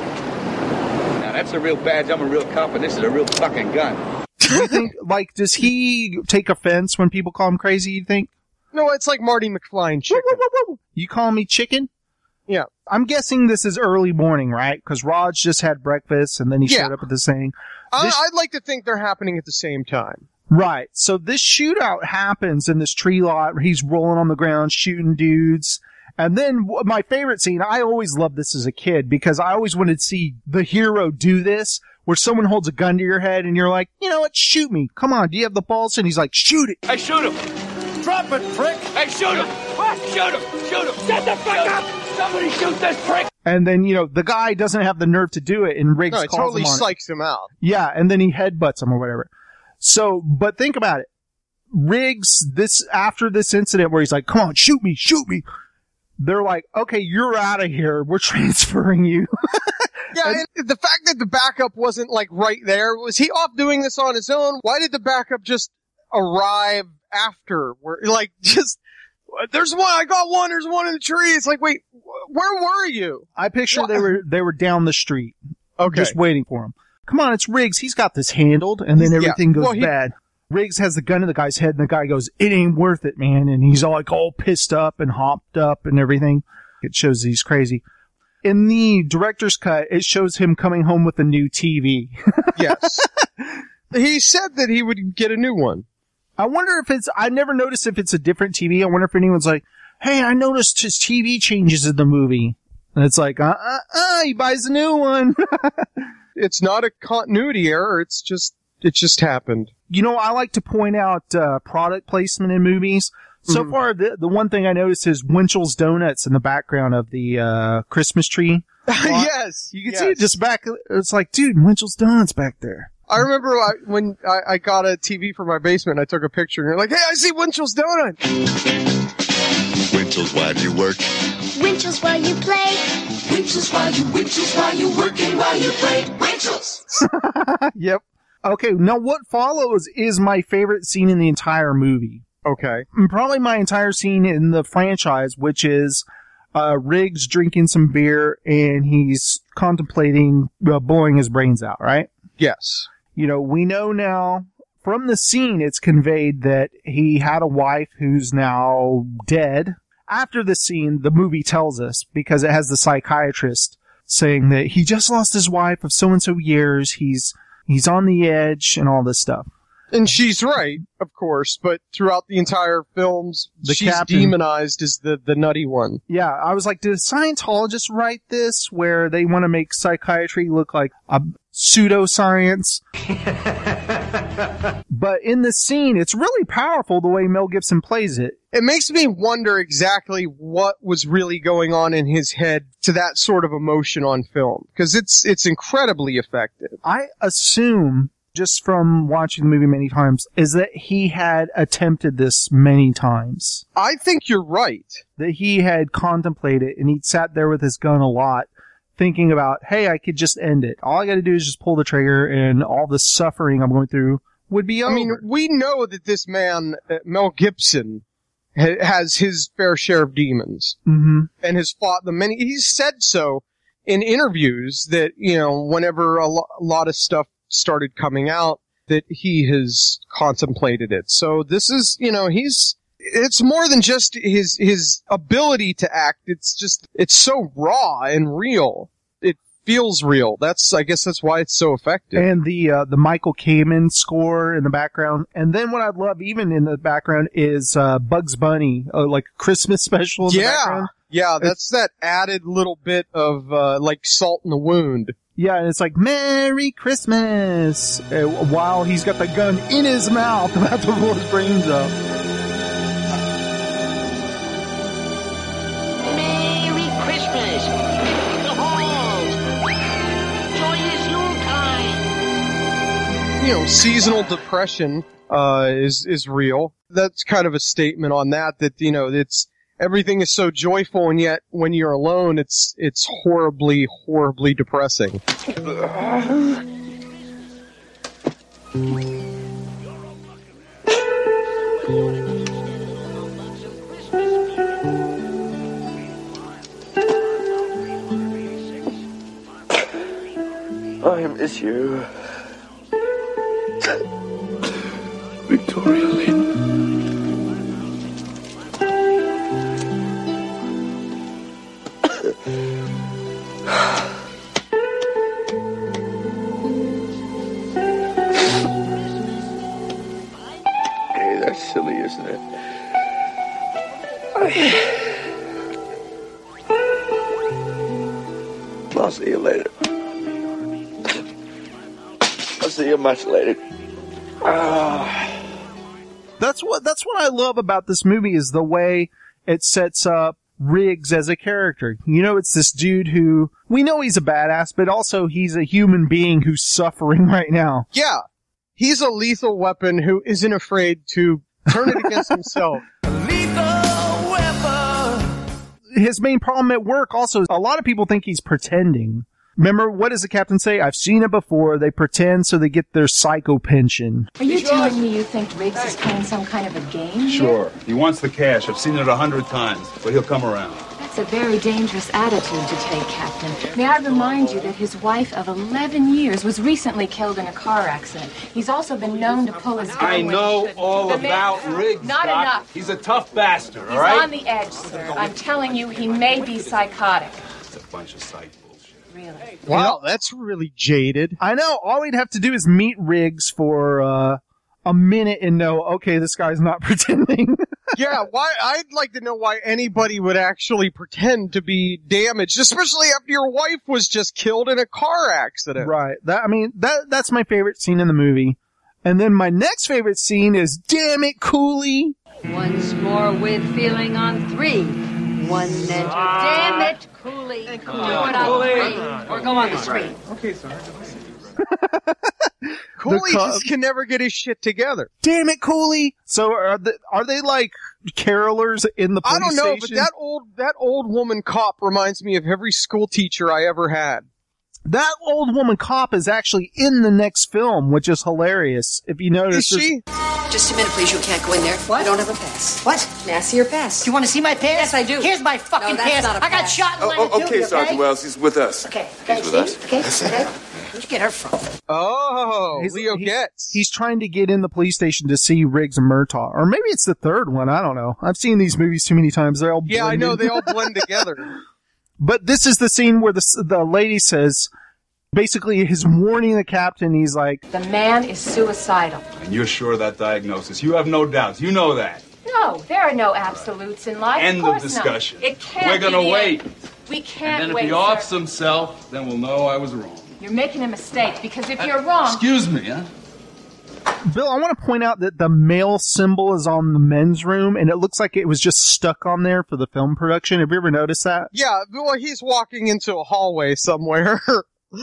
Speaker 3: Now that's a real badge. I'm a real cop, and this is a real fucking gun.
Speaker 1: "Do you think like does he take offense when people call him crazy? You think?"
Speaker 5: No, it's like Marty McFly and Chicken.
Speaker 1: You call me chicken?
Speaker 5: Yeah.
Speaker 1: I'm guessing this is early morning, right? Because Raj just had breakfast and then he
Speaker 5: Yeah.
Speaker 1: showed up at the thing.
Speaker 5: I,
Speaker 1: This-
Speaker 5: I'd like to think they're happening at the same time.
Speaker 1: Right. So this shootout happens in this tree lot. He's rolling on the ground, shooting dudes. And then w- my favorite scene, I always loved this as a kid because I always wanted to see the hero do this where someone holds a gun to your head and you're like, you know what? Shoot me. Come on. Do you have the balls? And he's like, shoot it.
Speaker 13: Hey, shoot him! Drop it, prick! Hey, shoot him! What? Shoot him! Shoot him! Shut the fuck up! Somebody shoot this prick!
Speaker 1: And then, you know, the guy doesn't have the nerve to do it and Riggs
Speaker 5: No, it
Speaker 1: calls
Speaker 5: totally
Speaker 1: him on it.
Speaker 5: psychs him out.
Speaker 1: Yeah, and then he headbutts him or whatever. So, but think about it. Riggs, this, after this incident where he's like, come on, shoot me, shoot me. They're like, okay, you're out of here. We're transferring you.
Speaker 5: Yeah, and the fact that the backup wasn't like right there, was he off doing this on his own? Why did the backup just arrive after? Where like just there's one, I got one, there's one in the tree. It's like, wait, wh- where were you?
Speaker 1: I picture they were, they were down the street. Okay. Just waiting for him. Come on, it's Riggs. He's got this handled. And then
Speaker 5: Yeah.
Speaker 1: everything goes
Speaker 5: Well, he-
Speaker 1: bad. Riggs has the gun to the guy's head and the guy goes, it ain't worth it, man. And he's all like all pissed up and hopped up and everything. It shows he's crazy. In the director's cut, it shows him coming home with a new TV.
Speaker 5: yes. He said that he would get a new one.
Speaker 1: I wonder if it's, I never noticed if it's a different TV. I wonder if anyone's like, hey, I noticed his TV changes in the movie. And it's like, uh, uh, uh, he buys a new one.
Speaker 5: it's not a continuity error. It's just it just happened.
Speaker 1: you know, I like to point out uh, product placement in movies. So
Speaker 5: Mm-hmm.
Speaker 1: far, the, the one thing I noticed is Winchell's Donuts in the background of the uh, Christmas tree.
Speaker 5: yes,
Speaker 1: You can see it just back. It's like, dude, Winchell's Donuts back there.
Speaker 5: I remember I, when I, I got a TV for my basement. I took a picture, and you're like, "Hey, I see Winchell's donut."
Speaker 18: Winchell's, why do you work?
Speaker 16: Winchell's while you play.
Speaker 13: Winchell's while you, Winchell's while you work and while you play. Winchell's!
Speaker 1: yep. Okay, now what follows is my favorite scene in the entire movie.
Speaker 5: Okay.
Speaker 1: And probably my entire scene in the franchise, which is uh, Riggs drinking some beer and he's contemplating uh, blowing his brains out, right?
Speaker 5: Yes.
Speaker 1: You know, we know now from the scene it's conveyed that he had a wife who's now dead. After the scene, the movie tells us because it has the psychiatrist saying that he just lost his wife of so and so years. He's he's on the edge and all this stuff.
Speaker 5: And she's right, of course, but throughout the entire films,
Speaker 1: The
Speaker 5: she's
Speaker 1: captain-
Speaker 5: demonized as the, the nutty one.
Speaker 1: Yeah, I was like, did Scientologists write this where they want to make psychiatry look like a pseudoscience? but in this scene, it's really powerful the way Mel Gibson plays it.
Speaker 5: It makes me wonder exactly what was really going on in his head to that sort of emotion on film, because it's it's incredibly effective.
Speaker 1: I assume, just from watching the movie many times, is that he had attempted this many times.
Speaker 5: I think you're right.
Speaker 1: That he had contemplated and he sat there with his gun a lot, thinking about, hey, I could just end it. All I gotta do is just pull the trigger and all the suffering I'm going through would be over.
Speaker 5: I mean, we know that this man uh, Mel Gibson ha- has his fair share of demons.
Speaker 1: mm-hmm.
Speaker 5: and has fought the many. He's said so in interviews that you know whenever a, lo- a lot of stuff started coming out that he has contemplated it. So this is you know he's it's more than just his his ability to act. It's just it's so raw and real. It feels real. That's I guess that's why it's so effective.
Speaker 1: and the uh, the Michael Kamen score in the background. And then what I love even in the background is uh, Bugs Bunny, uh, like Christmas special. In the
Speaker 5: yeah.
Speaker 1: background.
Speaker 5: Yeah, that's that added little bit of uh, like salt in the wound.
Speaker 1: yeah, and it's like Merry Christmas uh, while he's got the gun in his mouth about to blow his brains up.
Speaker 13: Merry Christmas! Lift the halls! Joyous Yuletide!
Speaker 5: you know, seasonal depression uh, is is real. That's kind of a statement on that. That you know, it's everything is so joyful, and yet when you're alone, it's it's horribly, horribly depressing.
Speaker 13: I miss you. Victoria Lynn.
Speaker 2: Hey, that's silly, isn't it?
Speaker 3: I'll see you later. I'll see you much later. Ah.
Speaker 1: That's what that's what I love about this movie is the way it sets up Riggs as a character. You know, it's this dude who we know he's a badass, but also he's a human being who's suffering right now.
Speaker 10: Yeah. He's a lethal weapon who isn't afraid to turn it against himself.
Speaker 1: His main problem at work also is a lot of people think he's pretending. Remember, what does the captain say? I've seen it before. They pretend so they get their psycho pension.
Speaker 16: Are you telling me you think Riggs is playing some kind of a game? here?
Speaker 5: Sure. He wants the cash. I've seen it a hundred times, but he'll come around.
Speaker 16: That's a very dangerous attitude to take, Captain. May I remind you that his wife of 11 years was recently killed in a car accident. He's also been known to pull his gun
Speaker 5: I
Speaker 19: Oh,
Speaker 16: when he
Speaker 5: know
Speaker 16: shouldn't.
Speaker 5: all
Speaker 16: The man-
Speaker 5: about
Speaker 19: uh,
Speaker 5: Riggs.
Speaker 16: Not
Speaker 5: Doc.
Speaker 16: enough.
Speaker 5: He's a tough bastard, all
Speaker 16: He's
Speaker 5: right?
Speaker 16: on the edge, sir. I'm telling you, he may be psychotic.
Speaker 5: It's a bunch of psych.
Speaker 16: Really.
Speaker 1: Wow,
Speaker 10: that's really jaded.
Speaker 1: I know. All we'd have to do is meet Riggs for uh, a minute and know, okay, this guy's not pretending.
Speaker 10: yeah, why? I'd like to know why anybody would actually pretend to be damaged, especially after your wife was just killed in a car accident.
Speaker 1: Right. That I mean that that's my favorite scene in the movie. And then my next favorite scene is damn it, Cooley.
Speaker 9: Once more with feeling on three. One measure. Damn it, Cooley. Do it on
Speaker 20: Cooley.
Speaker 9: three. Or go on the street.
Speaker 10: Okay, sorry. Cooley
Speaker 1: co-
Speaker 10: just can never get his shit together.
Speaker 1: Damn it, Cooley. So are the, are they like carolers in the? Police
Speaker 10: I don't know, but
Speaker 1: station?
Speaker 10: that old that old woman cop reminds me of every school teacher I ever had.
Speaker 1: That old woman cop is actually in the next film, which is hilarious. If you notice,
Speaker 10: Is she?
Speaker 19: Just a minute, please. You can't go in there. What? I don't have a pass. What? Nasty, your pass. You want to see my pass? Yes, I do. Here's my fucking that's pass. not a I got pass. shot in Oh, latitude, oh, okay, okay? Sergeant
Speaker 21: Wells, he's with us.
Speaker 19: Okay. Okay.
Speaker 21: He's with
Speaker 19: see?
Speaker 21: us.
Speaker 19: Okay.
Speaker 21: That's
Speaker 19: okay. Where'd you get her from?
Speaker 10: Oh,
Speaker 1: he's, Leo gets. He's trying to get in the police station to see Riggs and Murtaugh, or maybe it's the third one. I don't know. I've seen these movies too many times. They're all
Speaker 10: Yeah, I know
Speaker 1: blended.
Speaker 10: they all blend together.
Speaker 1: But this is the scene where the the lady says, basically, he's warning the captain. He's like,
Speaker 16: The man is suicidal.
Speaker 5: And you're sure of that diagnosis? You have no doubts. You know that.
Speaker 16: No, there are no absolutes in life.
Speaker 5: End
Speaker 16: of
Speaker 5: of
Speaker 16: course
Speaker 5: discussion.
Speaker 16: Not. It can't
Speaker 5: We're gonna
Speaker 16: be the
Speaker 5: wait.
Speaker 16: end. We can't
Speaker 5: And then if
Speaker 16: wait.
Speaker 5: he offs
Speaker 16: sir.
Speaker 5: himself, then we'll know I was wrong.
Speaker 16: You're making a mistake because if you're wrong,
Speaker 5: Excuse me, huh?
Speaker 1: Bill, I want to point out that the male symbol is on the men's room, and it looks like it was just stuck on there for the film production. Have you ever noticed that?
Speaker 10: Yeah, well, he's walking into a hallway somewhere.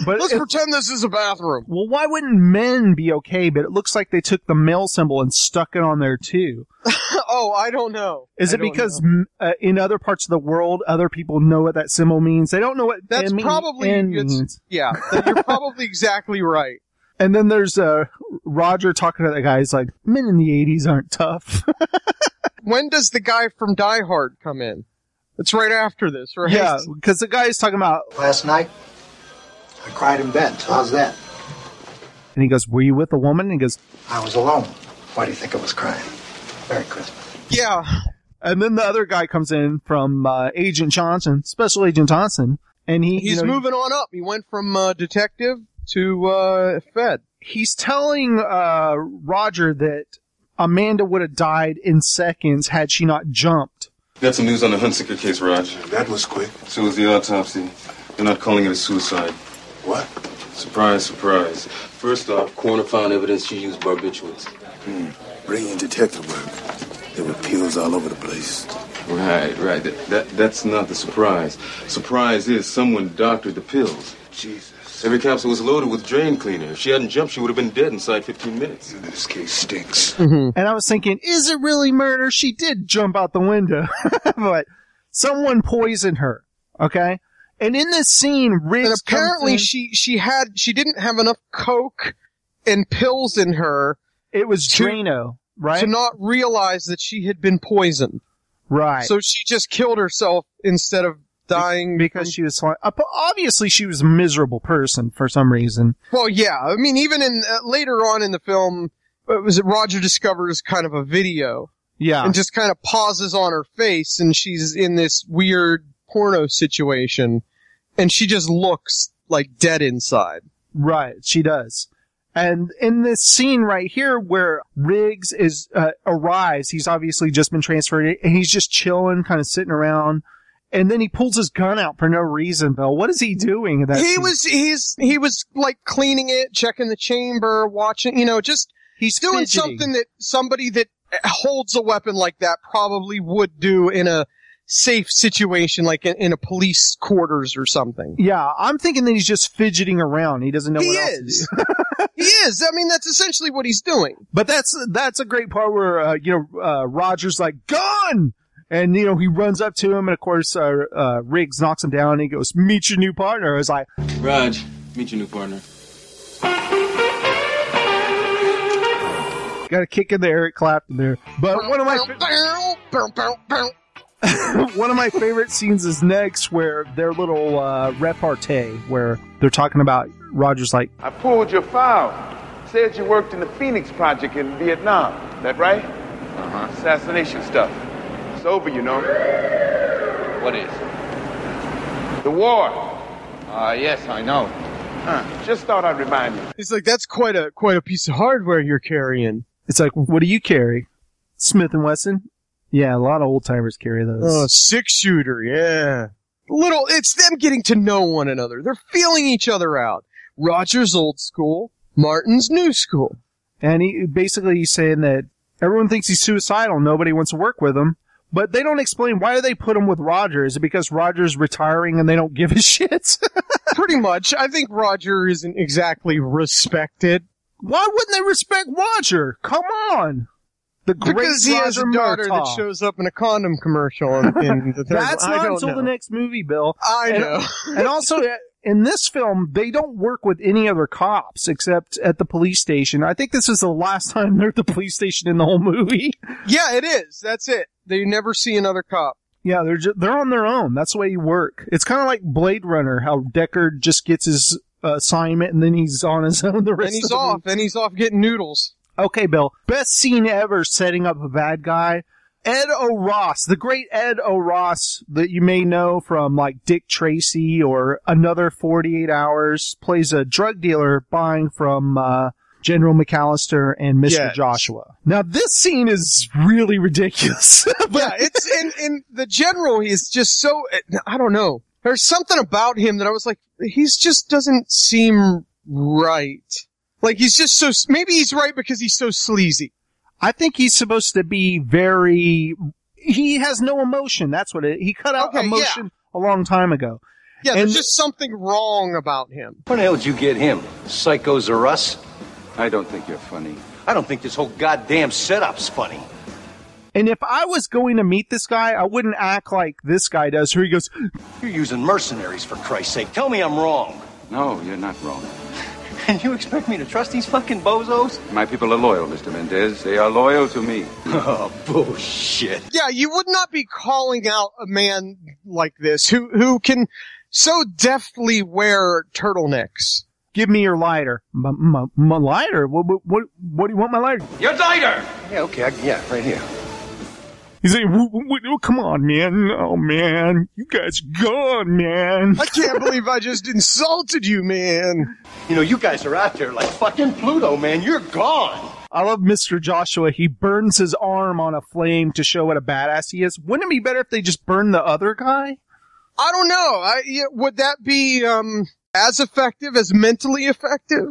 Speaker 1: But
Speaker 10: Let's
Speaker 1: if-
Speaker 10: pretend this is a bathroom.
Speaker 1: Well, why wouldn't men be okay? But it looks like they took the male symbol and stuck it on there too.
Speaker 10: oh, I don't know.
Speaker 1: Is
Speaker 10: I
Speaker 1: it
Speaker 10: don't
Speaker 1: because m uh, in other parts of the world, other people know what that symbol means? They don't know what
Speaker 10: That's
Speaker 1: M E
Speaker 10: probably-
Speaker 1: N
Speaker 10: it's-
Speaker 1: means.
Speaker 10: Yeah, you're probably exactly right.
Speaker 1: And then there's uh, Roger talking to the guy. He's like, "Men in the '80s aren't tough."
Speaker 10: When does the guy from Die Hard come in? It's right after this, right?
Speaker 1: Yeah, because the guy is talking about
Speaker 22: Last night, I cried in bed. How's that?
Speaker 1: And he goes, Were you with a woman? And he goes,
Speaker 22: I was alone. Why do you think I was crying? Merry Christmas.
Speaker 10: Yeah.
Speaker 1: And then the other guy comes in from uh, Agent Johnson, Special Agent Johnson, and he
Speaker 10: He's
Speaker 1: you know,
Speaker 10: moving on up. He went from uh, detective to uh, Fed.
Speaker 1: He's telling uh, Roger that Amanda would have died in seconds had she not jumped.
Speaker 2: Got some news on the Hunsicker case, Raj.
Speaker 15: That was quick.
Speaker 2: So was the autopsy. They're not calling it a suicide.
Speaker 15: What?
Speaker 2: Surprise, surprise. First off, coroner found evidence she used barbiturates.
Speaker 15: Brilliant detective work. There were pills all over the place.
Speaker 2: Right, right. That, that that's not the surprise. Surprise is someone doctored the pills. Jesus. Every capsule was loaded with drain cleaner. If she hadn't jumped, she would have been dead inside 15 minutes. This case stinks.
Speaker 10: Mm-hmm.
Speaker 1: And I was thinking, is it really murder? She did jump out the window, but someone poisoned her. Okay. And in this scene, Riggs
Speaker 10: And
Speaker 1: comes
Speaker 10: apparently
Speaker 1: in-
Speaker 10: she she had she didn't have enough coke and pills in her.
Speaker 1: It was
Speaker 10: to,
Speaker 1: Drano, right?
Speaker 10: To not realize that she had been poisoned.
Speaker 1: right.
Speaker 10: So she just killed herself instead of dying
Speaker 1: because she was fine. Obviously, she was a miserable person for some reason.
Speaker 10: Well, yeah. I mean, even in uh, later on in the film, uh, was it Roger discovers kind of a video
Speaker 1: Yeah.
Speaker 10: and just kind of pauses on her face, and she's in this weird porno situation, and she just looks like dead inside.
Speaker 1: Right, she does. And in this scene right here where Riggs is, uh, arrives, he's obviously just been transferred and he's just chilling, kind of sitting around. And then he pulls his gun out for no reason, Bill. What is he doing? In that
Speaker 5: he
Speaker 1: scene?
Speaker 5: was he's he was like cleaning it, checking the chamber, watching, you know, just he's doing
Speaker 1: fidgeting.
Speaker 5: something that somebody that holds a weapon like that probably would do in a safe situation, like in, in a police quarters or something.
Speaker 1: Yeah, I'm thinking that he's just fidgeting around. He doesn't know
Speaker 5: He
Speaker 1: what else to do.
Speaker 5: is. he is. I mean, that's essentially what he's doing.
Speaker 1: But that's that's a great part where uh, you know uh, Rogers like gun, and you know he runs up to him, and of course uh, uh, Riggs knocks him down, and he goes, "Meet your new partner." I was like,
Speaker 18: Raj, meet your new partner.
Speaker 1: got a kick in the Eric Clapton there. But one of my one of my favorite scenes is next, where their little uh, repartee, where they're talking about Rogers like,
Speaker 2: I pulled your file. Said you worked in the Phoenix Project in Vietnam. That right? Uh-huh. Assassination stuff. It's over, you know.
Speaker 3: What is?
Speaker 2: The war.
Speaker 3: Uh, yes, I know.
Speaker 2: Huh. Just thought I'd remind you.
Speaker 5: He's like, that's quite a quite a piece of hardware you're carrying.
Speaker 1: "It's like, what do you carry? Smith and Wesson? Yeah, a lot of old timers carry those.
Speaker 5: Oh, six shooter, yeah. Little, it's them getting to know one another. They're feeling each other out. Rogers old school, Martin's new school.
Speaker 1: And he basically he's saying that everyone thinks he's suicidal. Nobody wants to work with him. But they don't explain why they put him with Roger. Is it because Roger's retiring and they don't give a shit?
Speaker 5: Pretty much. I think Roger isn't exactly respected.
Speaker 1: Why wouldn't they respect Roger? Come on. The great
Speaker 5: Because he has
Speaker 1: Roger
Speaker 5: a daughter that
Speaker 1: Murtaugh.
Speaker 5: shows up in a condom commercial in, in the third
Speaker 1: That's
Speaker 5: one. I
Speaker 1: not
Speaker 5: don't
Speaker 1: until
Speaker 5: know.
Speaker 1: the next movie, Bill.
Speaker 5: I
Speaker 1: And-
Speaker 5: know.
Speaker 1: and also, uh, in this film, they don't work with any other cops except at the police station. I think this is the last time they're at the police station in the whole movie.
Speaker 5: Yeah, it is. That's it. They never see another cop.
Speaker 1: Yeah, they're ju- they're on their own. That's the way you work. It's kind of like Blade Runner, how Deckard just gets his uh, assignment and then he's on his own the rest
Speaker 5: And he's
Speaker 1: of the
Speaker 5: off,
Speaker 1: week.
Speaker 5: and he's off getting noodles.
Speaker 1: Okay, Bill. Best scene ever setting up a bad guy. Ed O'Ross, the great Ed O'Ross that you may know from like Dick Tracy or Another 48 Hours, plays a drug dealer buying from uh, General McAllister and Mr.
Speaker 5: Yes.
Speaker 1: Joshua. Now this scene is really ridiculous.
Speaker 5: yeah, it's in in the general. He's just so I don't know. There's something about him that I was like, he's just doesn't seem right. Like he's just so maybe he's right because he's so sleazy.
Speaker 1: I think he's supposed to be very. He has no emotion. That's what it. He cut out
Speaker 5: Okay, yeah.
Speaker 1: emotion a long time ago.
Speaker 5: Yeah,
Speaker 1: and
Speaker 5: there's just something wrong about him.
Speaker 3: Where the hell did you get him? Psychos or us? I don't think you're funny. I don't think this whole goddamn setup's funny.
Speaker 1: and if I was going to meet this guy, I wouldn't act like this guy does. Who he goes,
Speaker 3: You're using mercenaries for Christ's sake. Tell me I'm wrong.
Speaker 18: No, you're not wrong.
Speaker 3: And you expect me to trust these fucking bozos?
Speaker 18: My people are loyal, Mr. Mendez. They are loyal to me.
Speaker 3: Oh, bullshit.
Speaker 5: Yeah, you would not be calling out a man like this who who can so deftly wear turtlenecks.
Speaker 1: "Give me your lighter, my, my, my lighter. What, what what what do you want my lighter?"
Speaker 3: Your diner! Yeah, okay, I, yeah, right here.
Speaker 1: He's like, "W- w- w- "Come on, man. Oh man, you guys gone, man."
Speaker 5: I can't believe I just insulted you, man.
Speaker 3: You know, you guys are out there like fucking Pluto, man. You're gone.
Speaker 1: I love Mr. Joshua. He burns his arm on a flame to show what a badass he is. Wouldn't it be better if they just burned the other guy?
Speaker 5: I don't know. I, yeah, would that be um, as effective as mentally effective?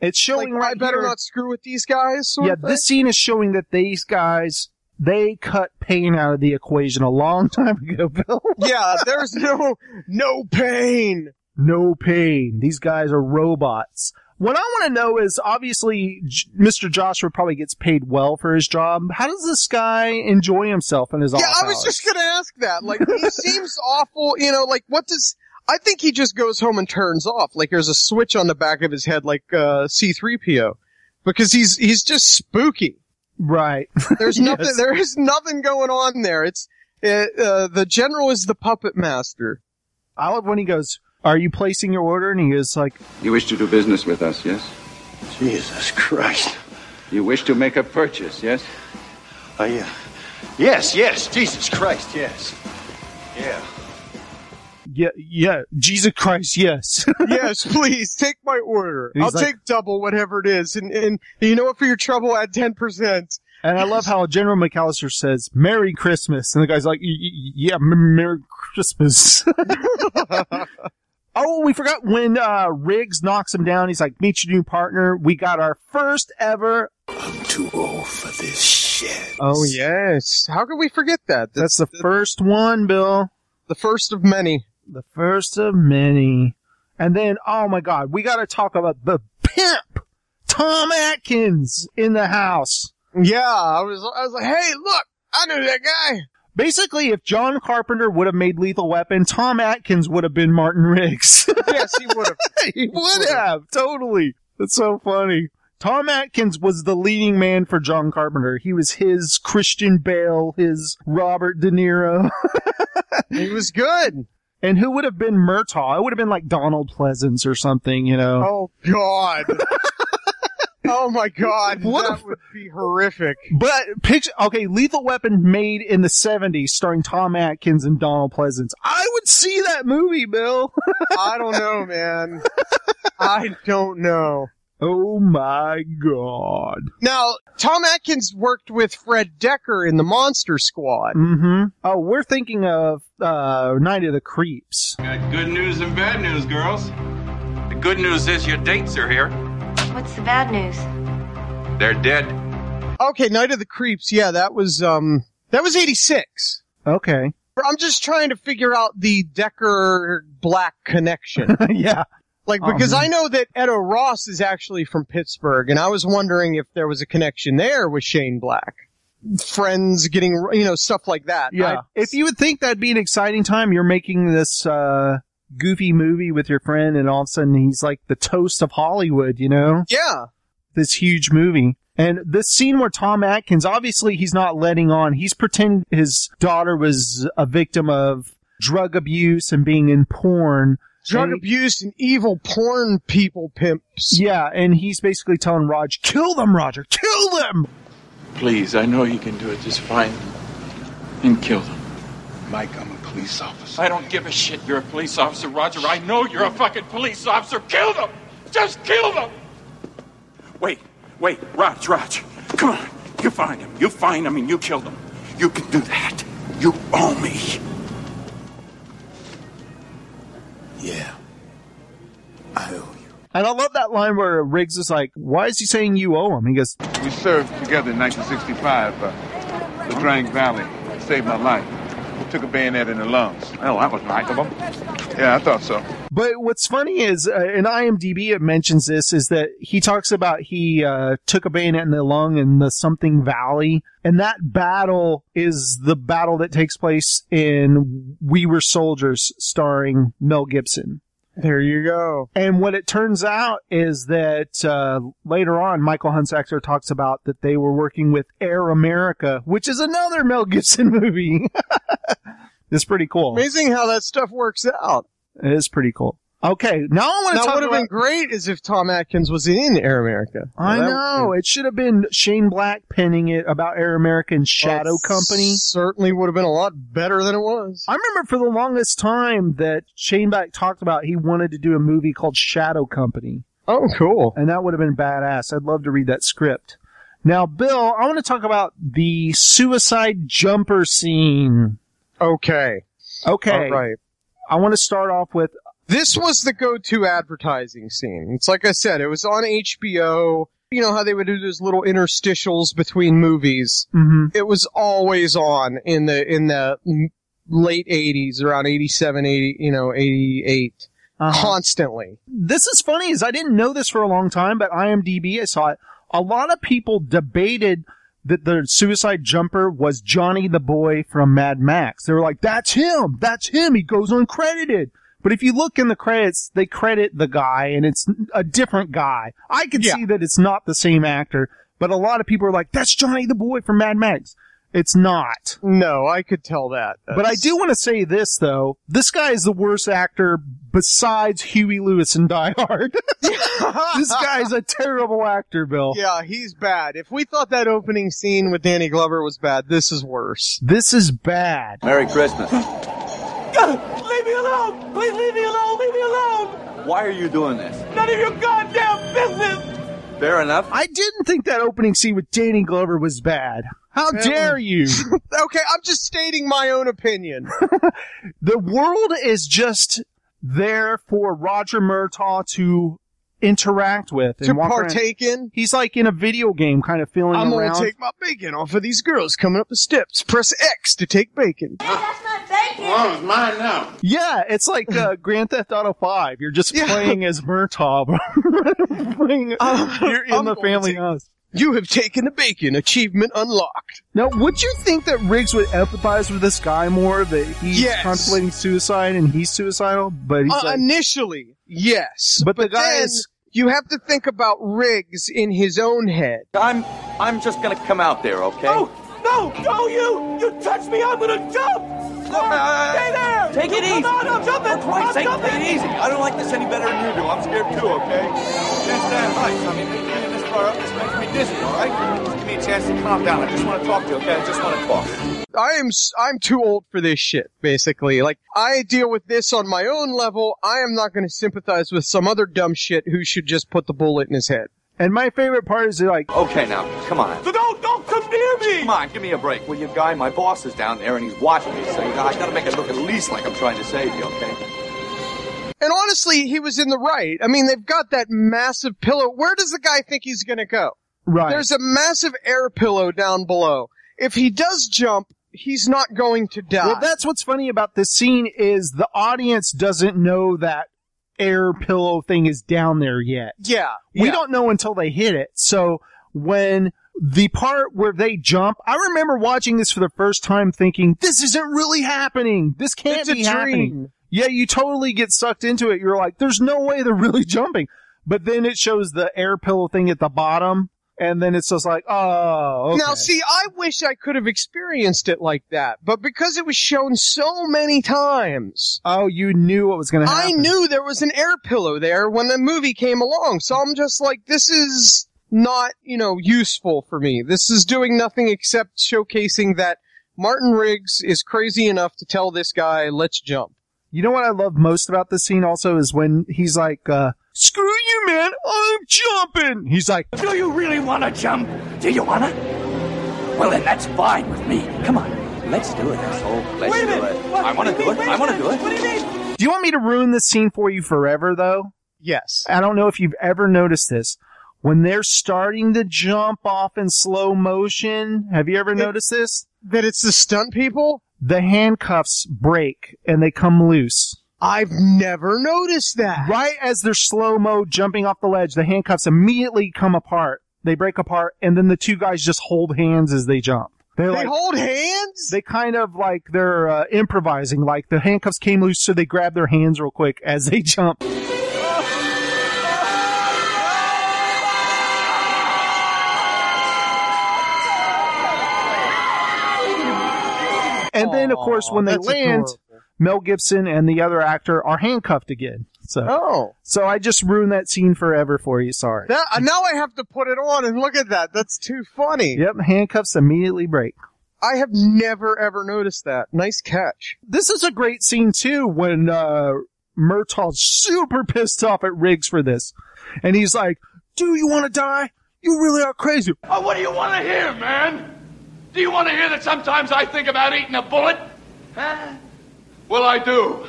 Speaker 1: It's
Speaker 5: Like,
Speaker 1: showing right
Speaker 5: I better
Speaker 1: here-
Speaker 5: not screw with these guys. Sort
Speaker 1: yeah,
Speaker 5: of thing?
Speaker 1: this scene is showing that these guys they cut pain out of the equation a long time ago, Bill.
Speaker 5: yeah, there's no no pain.
Speaker 1: no pain. These guys are robots. What I want to know is obviously J- Mr. Joshua probably gets paid well for his job. How does this guy enjoy himself in his
Speaker 5: Yeah,
Speaker 1: office?
Speaker 5: I was just gonna ask that. Like, he seems awful. You know, like what does? I think he just goes home and turns off. Like there's a switch on the back of his head, like uh, C-3PO, because he's he's just spooky.
Speaker 1: right.
Speaker 5: There's
Speaker 1: Yes.
Speaker 5: nothing. There is nothing going on there. It's uh uh, the general is the puppet master.
Speaker 1: I love when he goes, "Are you placing your order?" And he is like,
Speaker 18: You wish to do business with us, yes?
Speaker 23: Jesus Christ.
Speaker 18: You wish to make a purchase, yes?
Speaker 23: Oh, yeah. Yes, yes. Jesus Christ, yes. Yeah.
Speaker 1: "Yeah, yeah, Jesus Christ, yes."
Speaker 5: yes, please take my order.
Speaker 1: He's
Speaker 5: I'll
Speaker 1: like-
Speaker 5: take double, whatever it is, and and you know what? For your trouble, add ten percent.
Speaker 1: And I love how General McAllister says, Merry Christmas. And the guy's like, "Y- y- yeah, m- Merry Christmas. oh, we forgot when uh, Riggs knocks him down. He's like, "Meet your new partner. We got our first ever."
Speaker 15: I'm too old for this shit.
Speaker 5: Oh yes. How could we forget that?
Speaker 1: That's the first one, Bill.
Speaker 5: The first of many.
Speaker 1: The first of many. And then, oh my God, we got to talk about the pimp, Tom Atkins, in the house.
Speaker 5: Yeah, I was, I was like, hey, look, I knew that guy.
Speaker 1: Basically, if John Carpenter would have made Lethal Weapon, Tom Atkins would have been Martin Riggs.
Speaker 5: yes, he would have.
Speaker 1: he would have, totally. That's so funny. Tom Atkins was the leading man for John Carpenter. He was his Christian Bale, his Robert De Niro.
Speaker 5: he was good.
Speaker 1: And who would have been Murtaugh? It would have been like Donald Pleasance or something, you know.
Speaker 5: Oh God. oh my God.
Speaker 1: What
Speaker 5: that
Speaker 1: a-
Speaker 5: would be horrific.
Speaker 1: But picture, okay, Lethal Weapon made in the 70s starring Tom Atkins and Donald Pleasance. I would see that movie, Bill.
Speaker 5: I don't know, man. I don't know.
Speaker 1: oh my God.
Speaker 5: Now, Tom Atkins worked with Fred Decker in the Monster Squad.
Speaker 1: Mm-hmm. Oh, we're thinking of, uh, Night of the Creeps.
Speaker 6: Got good news and bad news, girls. The good news is your dates are here.
Speaker 16: What's the bad news?
Speaker 6: They're dead.
Speaker 5: Okay, Night of the Creeps. Yeah, that was um that was 86.
Speaker 1: Okay.
Speaker 5: I'm just trying to figure out the Decker Black connection.
Speaker 1: yeah.
Speaker 5: Like
Speaker 1: Oh,
Speaker 5: because
Speaker 1: man.
Speaker 5: I know that Edo Ross is actually from Pittsburgh and I was wondering if there was a connection there with Shane Black. Friends getting, you know, stuff like that.
Speaker 1: Yeah. if you would think that'd be an exciting time, you're making this, uh, goofy movie with your friend and all of a sudden he's like the toast of Hollywood, you know?
Speaker 5: Yeah.
Speaker 1: this huge movie. And this scene where Tom Atkins, obviously he's not letting on. He's pretending his daughter was a victim of drug abuse and being in porn.
Speaker 5: Drug
Speaker 1: And-
Speaker 5: abuse and evil porn people pimps.
Speaker 1: Yeah, and he's basically telling Raj, kill them, Roger, kill them!
Speaker 7: Please, I know you can do it. Just find them and kill them. Mike, I'm a police officer. I don't give a shit. You're a police officer, Roger. I know you're a fucking police officer. Kill them! Just kill them! Wait, wait, Raj, Raj. Come on. You find him. You find him and you kill them. You can do that. You owe me.
Speaker 15: Yeah.
Speaker 1: And I love that line where Riggs is like, why is he saying you owe him? He goes,
Speaker 2: We served together in 1965, uh, Ladrang Valley. It saved my life. Took a bayonet in the lungs. Oh, that was nice of him. Yeah, I thought so.
Speaker 1: But what's funny is uh, in IMDb it mentions this is that he talks about he uh, took a bayonet in the lung in the something valley, and that battle is the battle that takes place in We Were Soldiers, starring Mel Gibson.
Speaker 5: There you go.
Speaker 1: And what it turns out is that uh, later on, Michael Hunsaker talks about that they were working with Air America, which is another Mel Gibson movie. it's pretty cool.
Speaker 5: Amazing how that stuff works out.
Speaker 1: It is pretty cool. Okay, now I want to
Speaker 5: That
Speaker 1: talk
Speaker 5: would have
Speaker 1: about
Speaker 5: been great is if Tom Atkins was in Air America.
Speaker 1: I
Speaker 5: That-
Speaker 1: know. It should have been Shane Black pinning it about Air American Shadow Company.
Speaker 5: Certainly would have been a lot better than it was.
Speaker 1: I remember for the longest time that Shane Black talked about he wanted to do a movie called Shadow Company.
Speaker 5: Oh, cool.
Speaker 1: And that would have been badass. I'd love to read that script. Now, Bill, I want to talk about the suicide jumper scene.
Speaker 5: Okay.
Speaker 1: Okay.
Speaker 5: All right.
Speaker 1: I want to start off with
Speaker 5: This was the go-to advertising scene. It's like I said, it was on HBO. You know how they would do those little interstitials between movies.
Speaker 1: Mhm.
Speaker 5: It was always on in the in the m- late 80s, around 87, 80, you know, 88. Constantly.
Speaker 1: Uh-huh. this is funny is I didn't know this for a long time, but IMDb, I saw it. A lot of people debated that the suicide jumper was Johnny the boy from Mad Max. They were like, that's him. That's him. He goes uncredited. But if you look in the credits, they credit the guy and it's a different guy. I can see that it's not the same actor, but a lot of people are like, that's Johnny the boy from Mad Max. It's not.
Speaker 5: No, I could tell that.
Speaker 1: But I do want to say this though. This guy is the worst actor besides Huey Lewis in Die Hard. this guy's a terrible actor, Bill.
Speaker 5: Yeah, he's bad. If we thought that opening scene with Danny Glover was bad, this is worse.
Speaker 1: This is bad.
Speaker 3: Merry Christmas.
Speaker 13: Leave me alone! Please leave me alone! Leave me alone!
Speaker 3: Why are you doing this?
Speaker 13: None of your goddamn business!
Speaker 3: Fair enough.
Speaker 1: I didn't think that opening scene with Danny Glover was bad. How dare you?
Speaker 5: okay, I'm just stating my own opinion.
Speaker 1: the world is just there for Roger Murtaugh to interact with
Speaker 5: To
Speaker 1: and walk around.
Speaker 5: partake in?
Speaker 1: He's like in a video game kind of feeling
Speaker 5: I'm
Speaker 1: around.
Speaker 5: gonna take my bacon off of these girls coming up the steps. Press X to take bacon.
Speaker 2: Well, it's mine now.
Speaker 1: yeah, it's like uh, Grand Theft Auto Five. You're just playing as Murtaugh. Playing- you're in the family house.
Speaker 5: Uh, You have taken the bacon. Achievement unlocked.
Speaker 1: Now, would you think that Riggs would empathize with this guy more? That he's
Speaker 5: Yes.
Speaker 1: contemplating suicide and he's suicidal, but he's
Speaker 5: Uh,
Speaker 1: like,
Speaker 5: initially, yes,
Speaker 1: But the guy
Speaker 5: then
Speaker 1: is-
Speaker 5: you have to think about Riggs in his own head.
Speaker 3: I'm I'm just Oh, gonna come out there, okay?
Speaker 13: No, no, you! You touch me, I'm gonna jump! uh, Stay there!
Speaker 3: Take it easy.
Speaker 13: Come on, I'm jumping!
Speaker 3: For Christ's
Speaker 13: I'm
Speaker 3: sake,
Speaker 13: jumping!
Speaker 3: take it easy. I don't like this any better than you do. I'm scared too, okay?
Speaker 13: Just that height. I mean, being this far up, this makes me dizzy, all right? Just give me a chance to calm down. I just want to talk to you, okay? I just want to talk.
Speaker 5: I am s- I'm too old for this shit. Basically, like I deal with this on my own level. I am not going to sympathize with some other dumb shit who should just put the bullet in his head.
Speaker 1: And my favorite part is they're like,
Speaker 3: Okay, now come on.
Speaker 13: Don't, don't come near me!
Speaker 3: Come on, give me a break, will you, guy? My boss is down there and he's watching me, so you know, I gotta make it look at least like I'm trying to save you, okay?
Speaker 5: And honestly, he was in the right. I mean, they've got that massive pillow. Where does the guy think he's going to go?
Speaker 1: Right.
Speaker 5: There's a massive air pillow down below. If he does jump, he's not going to die.
Speaker 1: Well, that's what's funny about this scene is the audience doesn't know that air pillow thing is down there yet.
Speaker 5: Yeah.
Speaker 1: We don't know until they hit it. So when the part where they jump, I remember watching this for the first time thinking, this isn't really happening. This can't
Speaker 5: It's a
Speaker 1: be
Speaker 5: dream.
Speaker 1: happening. Yeah, you totally get sucked into it. You're like, there's no way they're really jumping. But then it shows the air pillow thing at the bottom. And then it's just like, oh, okay.
Speaker 5: Now, see, I wish I could have experienced it like that, but because it was shown so many times,
Speaker 1: oh, you knew what was going to happen.
Speaker 5: I knew there was an air pillow there when the movie came along. So I'm just like, this is not, you know, useful for me. This is doing nothing except showcasing that Martin Riggs is crazy enough to tell this guy, let's jump.
Speaker 1: You know what I love most about this scene also is when he's like, uh, screw you, man, I'm jumping. He's like,
Speaker 13: Do you really want to jump? Do you want to? Well, then that's fine with me. Come on, let's do it, asshole.
Speaker 3: Let's
Speaker 13: Wait a
Speaker 3: do
Speaker 13: minute.
Speaker 3: it.
Speaker 13: What?
Speaker 3: I wanna
Speaker 13: Wait,
Speaker 3: do
Speaker 13: wait,
Speaker 3: it. I
Speaker 13: wait,
Speaker 3: wanna do it.
Speaker 13: What do you mean?
Speaker 1: do you want me to ruin this scene for you forever though?
Speaker 5: Yes.
Speaker 1: I don't know if you've ever noticed this. When they're starting to jump off in slow motion, have you ever noticed this?
Speaker 5: That it's the stunt people?
Speaker 1: The handcuffs break and they come loose.
Speaker 5: I've never noticed that.
Speaker 1: Right as they're slow mo jumping off the ledge, the handcuffs immediately come apart. They break apart and then the two guys just hold hands as they jump. They're
Speaker 5: They
Speaker 1: like,
Speaker 5: hold hands?
Speaker 1: They kind of like they're uh, improvising. Like the handcuffs came loose, so they grab their hands real quick as they jump. And then, of course, when they
Speaker 5: that's
Speaker 1: land,
Speaker 5: adorable.
Speaker 1: Mel Gibson and the other actor are handcuffed again. So,
Speaker 5: Oh.
Speaker 1: so I just ruined that scene forever for you. Sorry.
Speaker 5: That, uh, now I have to put it on and look at that. That's too funny.
Speaker 1: Yep, handcuffs immediately break.
Speaker 5: I have never ever noticed that. Nice catch.
Speaker 1: This is a great scene too when uh Murtaugh's super pissed off at Riggs for this. And he's like, Do you wanna die? You really are crazy.
Speaker 6: Oh, what do you want to hear, man? Do you want to hear that sometimes I think about eating a bullet? Huh? Well, I do.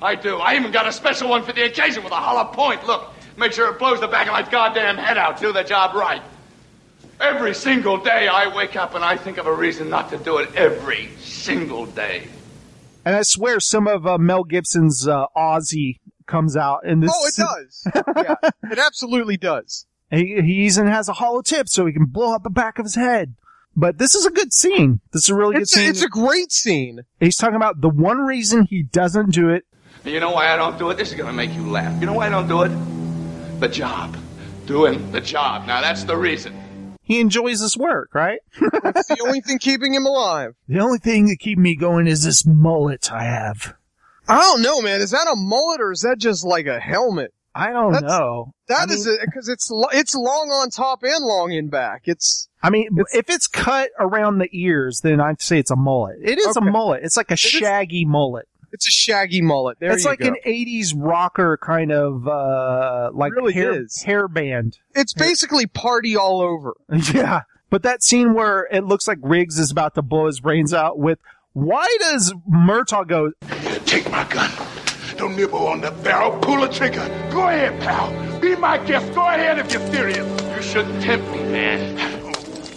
Speaker 6: I do. I even got a special one for the occasion with a hollow point. Look, make sure it blows the back of my goddamn head out. Do the job right. Every single day I wake up and I think of a reason not to do it. Every single day.
Speaker 1: And I swear some of uh, Mel Gibson's uh, Aussie comes out in this.
Speaker 5: Oh, it does. yeah, it absolutely does.
Speaker 1: He, he even has a hollow tip so he can blow out the back of his head. But this is a good scene. This is a really
Speaker 5: It's a-
Speaker 1: good scene.
Speaker 5: it's a great scene.
Speaker 1: He's talking about the one reason he doesn't do it
Speaker 6: And you know why I don't do it? This is going to make you laugh. You know why I don't do it? The job. Doing the job. Now, that's the reason.
Speaker 1: he enjoys his work, right?
Speaker 5: It's the only thing keeping him alive.
Speaker 1: The only thing that keep me going is this mullet I have.
Speaker 5: I don't know, man. Is that a mullet or is that just like a helmet?
Speaker 1: I don't
Speaker 5: That's-
Speaker 1: know.
Speaker 5: That is because it's lo- it's long on top and long in back. It's
Speaker 1: I mean, if it's cut around the ears, then I'd say it's a mullet. It is
Speaker 5: Okay.
Speaker 1: a mullet. It's like a shaggy mullet.
Speaker 5: it's a shaggy mullet. There
Speaker 1: it's
Speaker 5: you
Speaker 1: like
Speaker 5: go.
Speaker 1: an '80s rocker kind of uh, like
Speaker 5: Really
Speaker 1: hair,
Speaker 5: is.
Speaker 1: hair band.
Speaker 5: it's basically party all over.
Speaker 1: yeah, But that scene where it looks like Riggs is about to blow his brains out with, why does Murtaugh go,
Speaker 2: Take my gun. Don't nibble on the barrel. Pull the trigger. Go ahead, pal. Be my guest. Go ahead if you're serious. You shouldn't tempt me, man.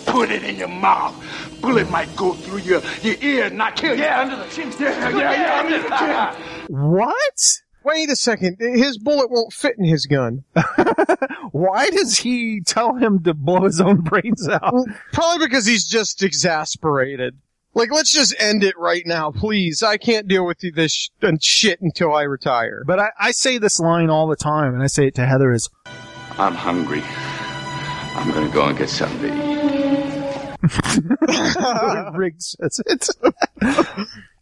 Speaker 2: Put it in your mouth. Bullet might go through your, your ear and not kill you. Yeah, under the chin. Yeah, yeah, yeah, under the chin.
Speaker 1: What?
Speaker 5: Wait a second. His bullet won't fit in his gun.
Speaker 1: Why does he tell him to blow his own brains out?
Speaker 5: Probably because he's just exasperated. Like, let's just end it right now, please. I can't deal with you this sh- and shit until I retire.
Speaker 1: But I, I say this line all the time, and I say it to Heather is,
Speaker 3: I'm hungry. I'm gonna go and get something to eat.
Speaker 1: Riggs says it.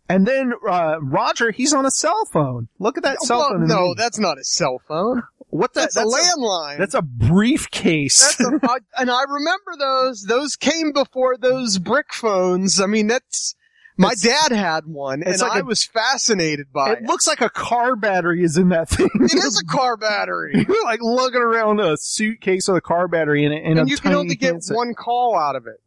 Speaker 1: and then uh, Roger, he's on a cell phone. Look at that cell
Speaker 5: Well,
Speaker 1: phone. in the
Speaker 5: no,
Speaker 1: movie.
Speaker 5: that's not a cell phone.
Speaker 1: What the-
Speaker 5: That's, a
Speaker 1: that's a-
Speaker 5: landline.
Speaker 1: that's a briefcase.
Speaker 5: That's a, I, and I remember those. Those came before those brick phones. I mean, that's my dad had one, and
Speaker 1: it's like
Speaker 5: I
Speaker 1: a-
Speaker 5: was fascinated by it.
Speaker 1: it looks like a car battery is in that thing.
Speaker 5: It is a car battery,
Speaker 1: You're like lugging around a suitcase with a car battery in it, and,
Speaker 5: and,
Speaker 1: a
Speaker 5: you can
Speaker 1: tiny
Speaker 5: only get
Speaker 1: handset.
Speaker 5: one call out of it.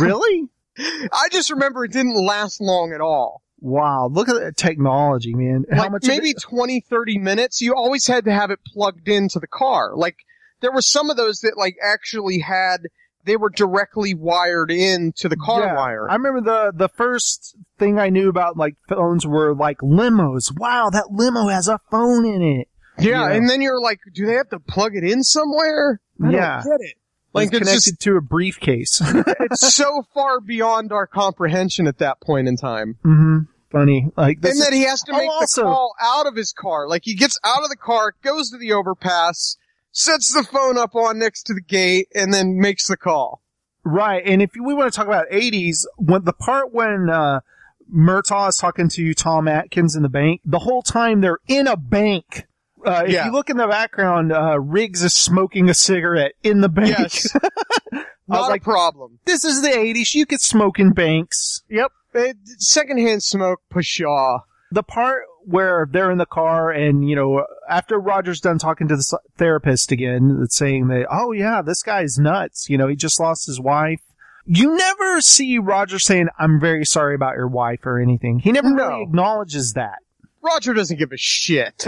Speaker 1: Really?
Speaker 5: I just remember it didn't last long at all.
Speaker 1: Wow! Look at that technology, man. How
Speaker 5: like
Speaker 1: much? of
Speaker 5: maybe
Speaker 1: it-
Speaker 5: twenty, thirty 20 30 minutes you always had to have it plugged into the car like there were some of those that like actually had they were directly wired into the car
Speaker 1: Yeah.
Speaker 5: wire
Speaker 1: I remember the the first thing I knew about like phones were like limos. Wow, that limo has a phone in it.
Speaker 5: yeah, and then you're like do they have to plug it in somewhere I
Speaker 1: Yeah.
Speaker 5: don't get it
Speaker 1: like it's
Speaker 5: like it's
Speaker 1: connected
Speaker 5: just
Speaker 1: to a briefcase.
Speaker 5: it's so far beyond our comprehension at that point in time
Speaker 1: hmm Funny, like this
Speaker 5: and then
Speaker 1: is-
Speaker 5: he has to
Speaker 1: Oh,
Speaker 5: make
Speaker 1: also,
Speaker 5: the call out of his car. Like he gets out of the car, goes to the overpass, sets the phone up on next to the gate, and then makes the call.
Speaker 1: Right, and if we want to talk about '80s, when the part when uh, Murtaugh is talking to Tom Atkins in the bank, the whole time they're in a bank. Uh, if
Speaker 5: Yeah.
Speaker 1: you look in the background, uh, Riggs is smoking a cigarette in the bank.
Speaker 5: Yes.
Speaker 1: I was
Speaker 5: Not
Speaker 1: like,
Speaker 5: a problem.
Speaker 1: this is the '80s. You could smoke in banks.
Speaker 5: Yep. It, secondhand smoke, pshaw.
Speaker 1: the part where they're in the car and you know after roger's done talking to the s- therapist again that's saying that oh yeah this guy's nuts you know he just lost his wife you never see roger saying i'm very sorry about your wife or anything he never really acknowledges that
Speaker 5: Roger doesn't give a shit.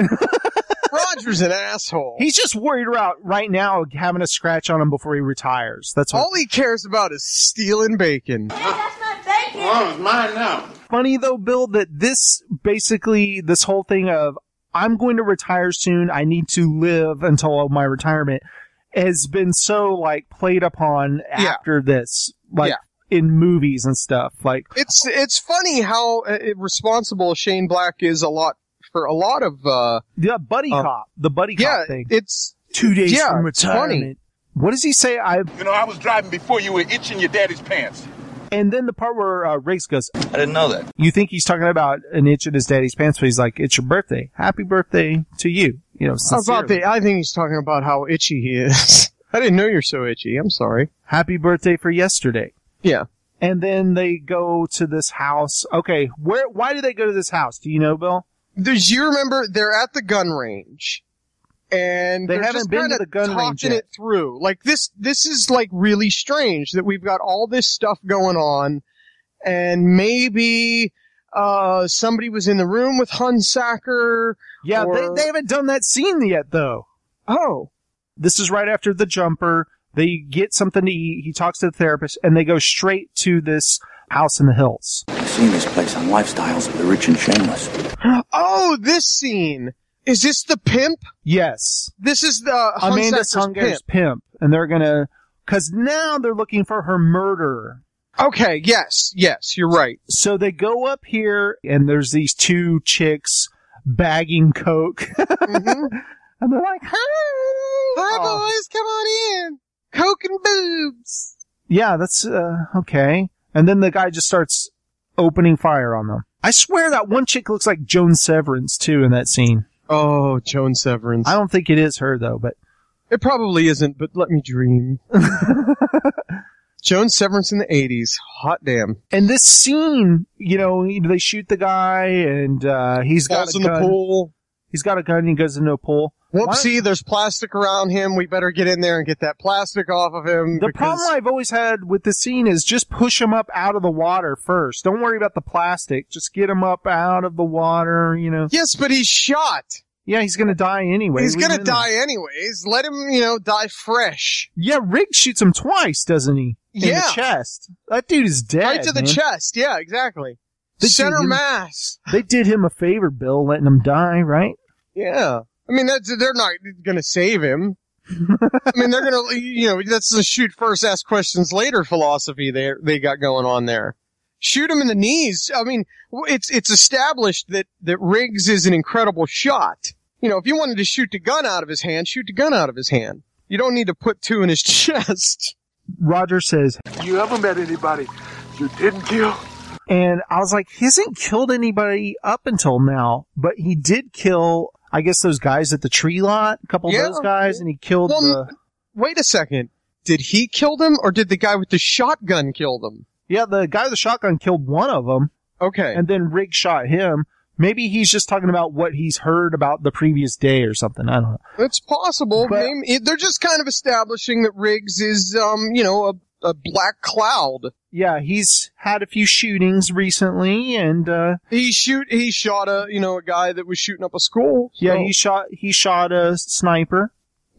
Speaker 5: Roger's an asshole.
Speaker 1: he's just worried about right now having a scratch on him before he retires that's all
Speaker 5: all he cares about is stealing bacon.
Speaker 2: Well, it's mine now.
Speaker 1: funny though bill that this basically this whole thing of i'm going to retire soon i need to live until my retirement has been so like played upon after this like in movies and stuff like
Speaker 5: It's it's funny how uh, responsible Shane Black is a lot for a lot of uh
Speaker 1: the buddy
Speaker 5: Uh,
Speaker 1: cop the buddy
Speaker 5: yeah
Speaker 1: cop thing
Speaker 5: it's
Speaker 1: two days
Speaker 5: yeah,
Speaker 1: from
Speaker 5: it's funny.
Speaker 1: retirement what does he say i
Speaker 2: You know, I was driving before you were itching your daddy's pants.
Speaker 1: and then the part where uh, riggs goes
Speaker 3: I didn't know that.
Speaker 1: you think he's talking about an itch in his daddy's pants but he's like it's your birthday happy birthday to you you know
Speaker 5: about
Speaker 1: sincerely.
Speaker 5: the, I think he's talking about how itchy he is. I didn't know you're so itchy. I'm sorry.
Speaker 1: happy birthday for yesterday
Speaker 5: Yeah.
Speaker 1: and then they go to this house. Okay, where? Why do they go to this house? Do you know, Bill?
Speaker 5: There's, you remember they're at the gun range, and
Speaker 1: They
Speaker 5: they're
Speaker 1: haven't
Speaker 5: just
Speaker 1: been to
Speaker 5: kinda
Speaker 1: the gun
Speaker 5: talking
Speaker 1: range yet.
Speaker 5: it through. Like this, this is like really strange that we've got all this stuff going on, and maybe uh somebody was in the room with Hunsacker.
Speaker 1: Yeah,
Speaker 5: or-
Speaker 1: they, they haven't done that scene yet, though.
Speaker 5: oh
Speaker 1: This is right after the jumper. They get something to eat. He talks to the therapist, and they go straight to this house in the hills.
Speaker 3: I've seen this place on lifestyles of the rich and shameless.
Speaker 5: oh this scene is this the pimp?
Speaker 1: Yes,
Speaker 5: This is the
Speaker 1: Amanda
Speaker 5: Hunsacker's
Speaker 1: Sanger's pimp. and they're gonna because now they're looking for her murderer.
Speaker 5: pimp. Okay, yes, yes, you're right.
Speaker 1: So they go up here, and there's these two chicks bagging coke,
Speaker 5: Mm-hmm.
Speaker 1: and they're like, "Hey,
Speaker 5: Bye,
Speaker 1: Oh.
Speaker 5: boys. Come on in. Coke and boobs.
Speaker 1: Yeah, that's uh, okay. And then the guy just starts opening fire on them. I swear that one chick looks like Joan Severance too in that scene.
Speaker 5: Oh, Joan Severance.
Speaker 1: I don't think it is her though, but
Speaker 5: It probably isn't, but let me dream. Joan Severance in the 80s. Hot damn.
Speaker 1: and this scene, you know, you know, they shoot the guy and uh, he's got
Speaker 5: Falls
Speaker 1: a
Speaker 5: in the
Speaker 1: gun.
Speaker 5: pool.
Speaker 1: He's got a gun. He goes into a pool.
Speaker 5: Whoopsie, there's plastic around him. We better get in there and get that plastic off of him.
Speaker 1: The problem I've always had with this scene is just push him up out of the water first. Don't worry about the plastic. Just get him up out of the water, you know.
Speaker 5: Yes, but he's shot.
Speaker 1: Yeah, he's gonna die anyway.
Speaker 5: He's
Speaker 1: Leave
Speaker 5: gonna
Speaker 1: him in there.
Speaker 5: die anyways. Let him, you know, die fresh.
Speaker 1: Yeah, Rig shoots him twice, doesn't he? In
Speaker 5: Yeah.
Speaker 1: the chest. That dude is dead.
Speaker 5: Right to the
Speaker 1: man.
Speaker 5: chest. Yeah, exactly.
Speaker 1: They did
Speaker 5: Center
Speaker 1: him-
Speaker 5: mass.
Speaker 1: They did him a favor, Bill, letting him die, right?
Speaker 5: Yeah. I mean, that's, they're not going to save him. I mean, they're going to, you know, that's the shoot first, ask questions later philosophy they they got going on there. Shoot him in the knees. I mean, w- it's it's established that that Riggs is an incredible shot. You know, if you wanted to shoot the gun out of his hand, shoot the gun out of his hand. You don't need to put two in his chest.
Speaker 1: Roger says,
Speaker 2: You ever met anybody you didn't kill?
Speaker 1: and I was like, he hasn't killed anybody up until now, but he did kill, I guess, those guys at the tree lot, a couple
Speaker 5: Yeah.
Speaker 1: of those guys, and he killed
Speaker 5: Well,
Speaker 1: the.
Speaker 5: Wait a second. Did he kill them, or did the guy with the shotgun kill them?
Speaker 1: Yeah, the guy with the shotgun killed one of them.
Speaker 5: Okay.
Speaker 1: And then Rig shot him. Maybe he's just talking about what he's heard about the previous day or something. I don't know.
Speaker 5: It's possible. Name- it- they're just kind of establishing that Riggs is, um, you know, a, a black cloud.
Speaker 1: Yeah, he's had a few shootings recently, and uh,
Speaker 5: He shoot. He shot a, you know, a guy that was shooting up a school.
Speaker 1: yeah,
Speaker 5: so-
Speaker 1: he shot he shot a sniper.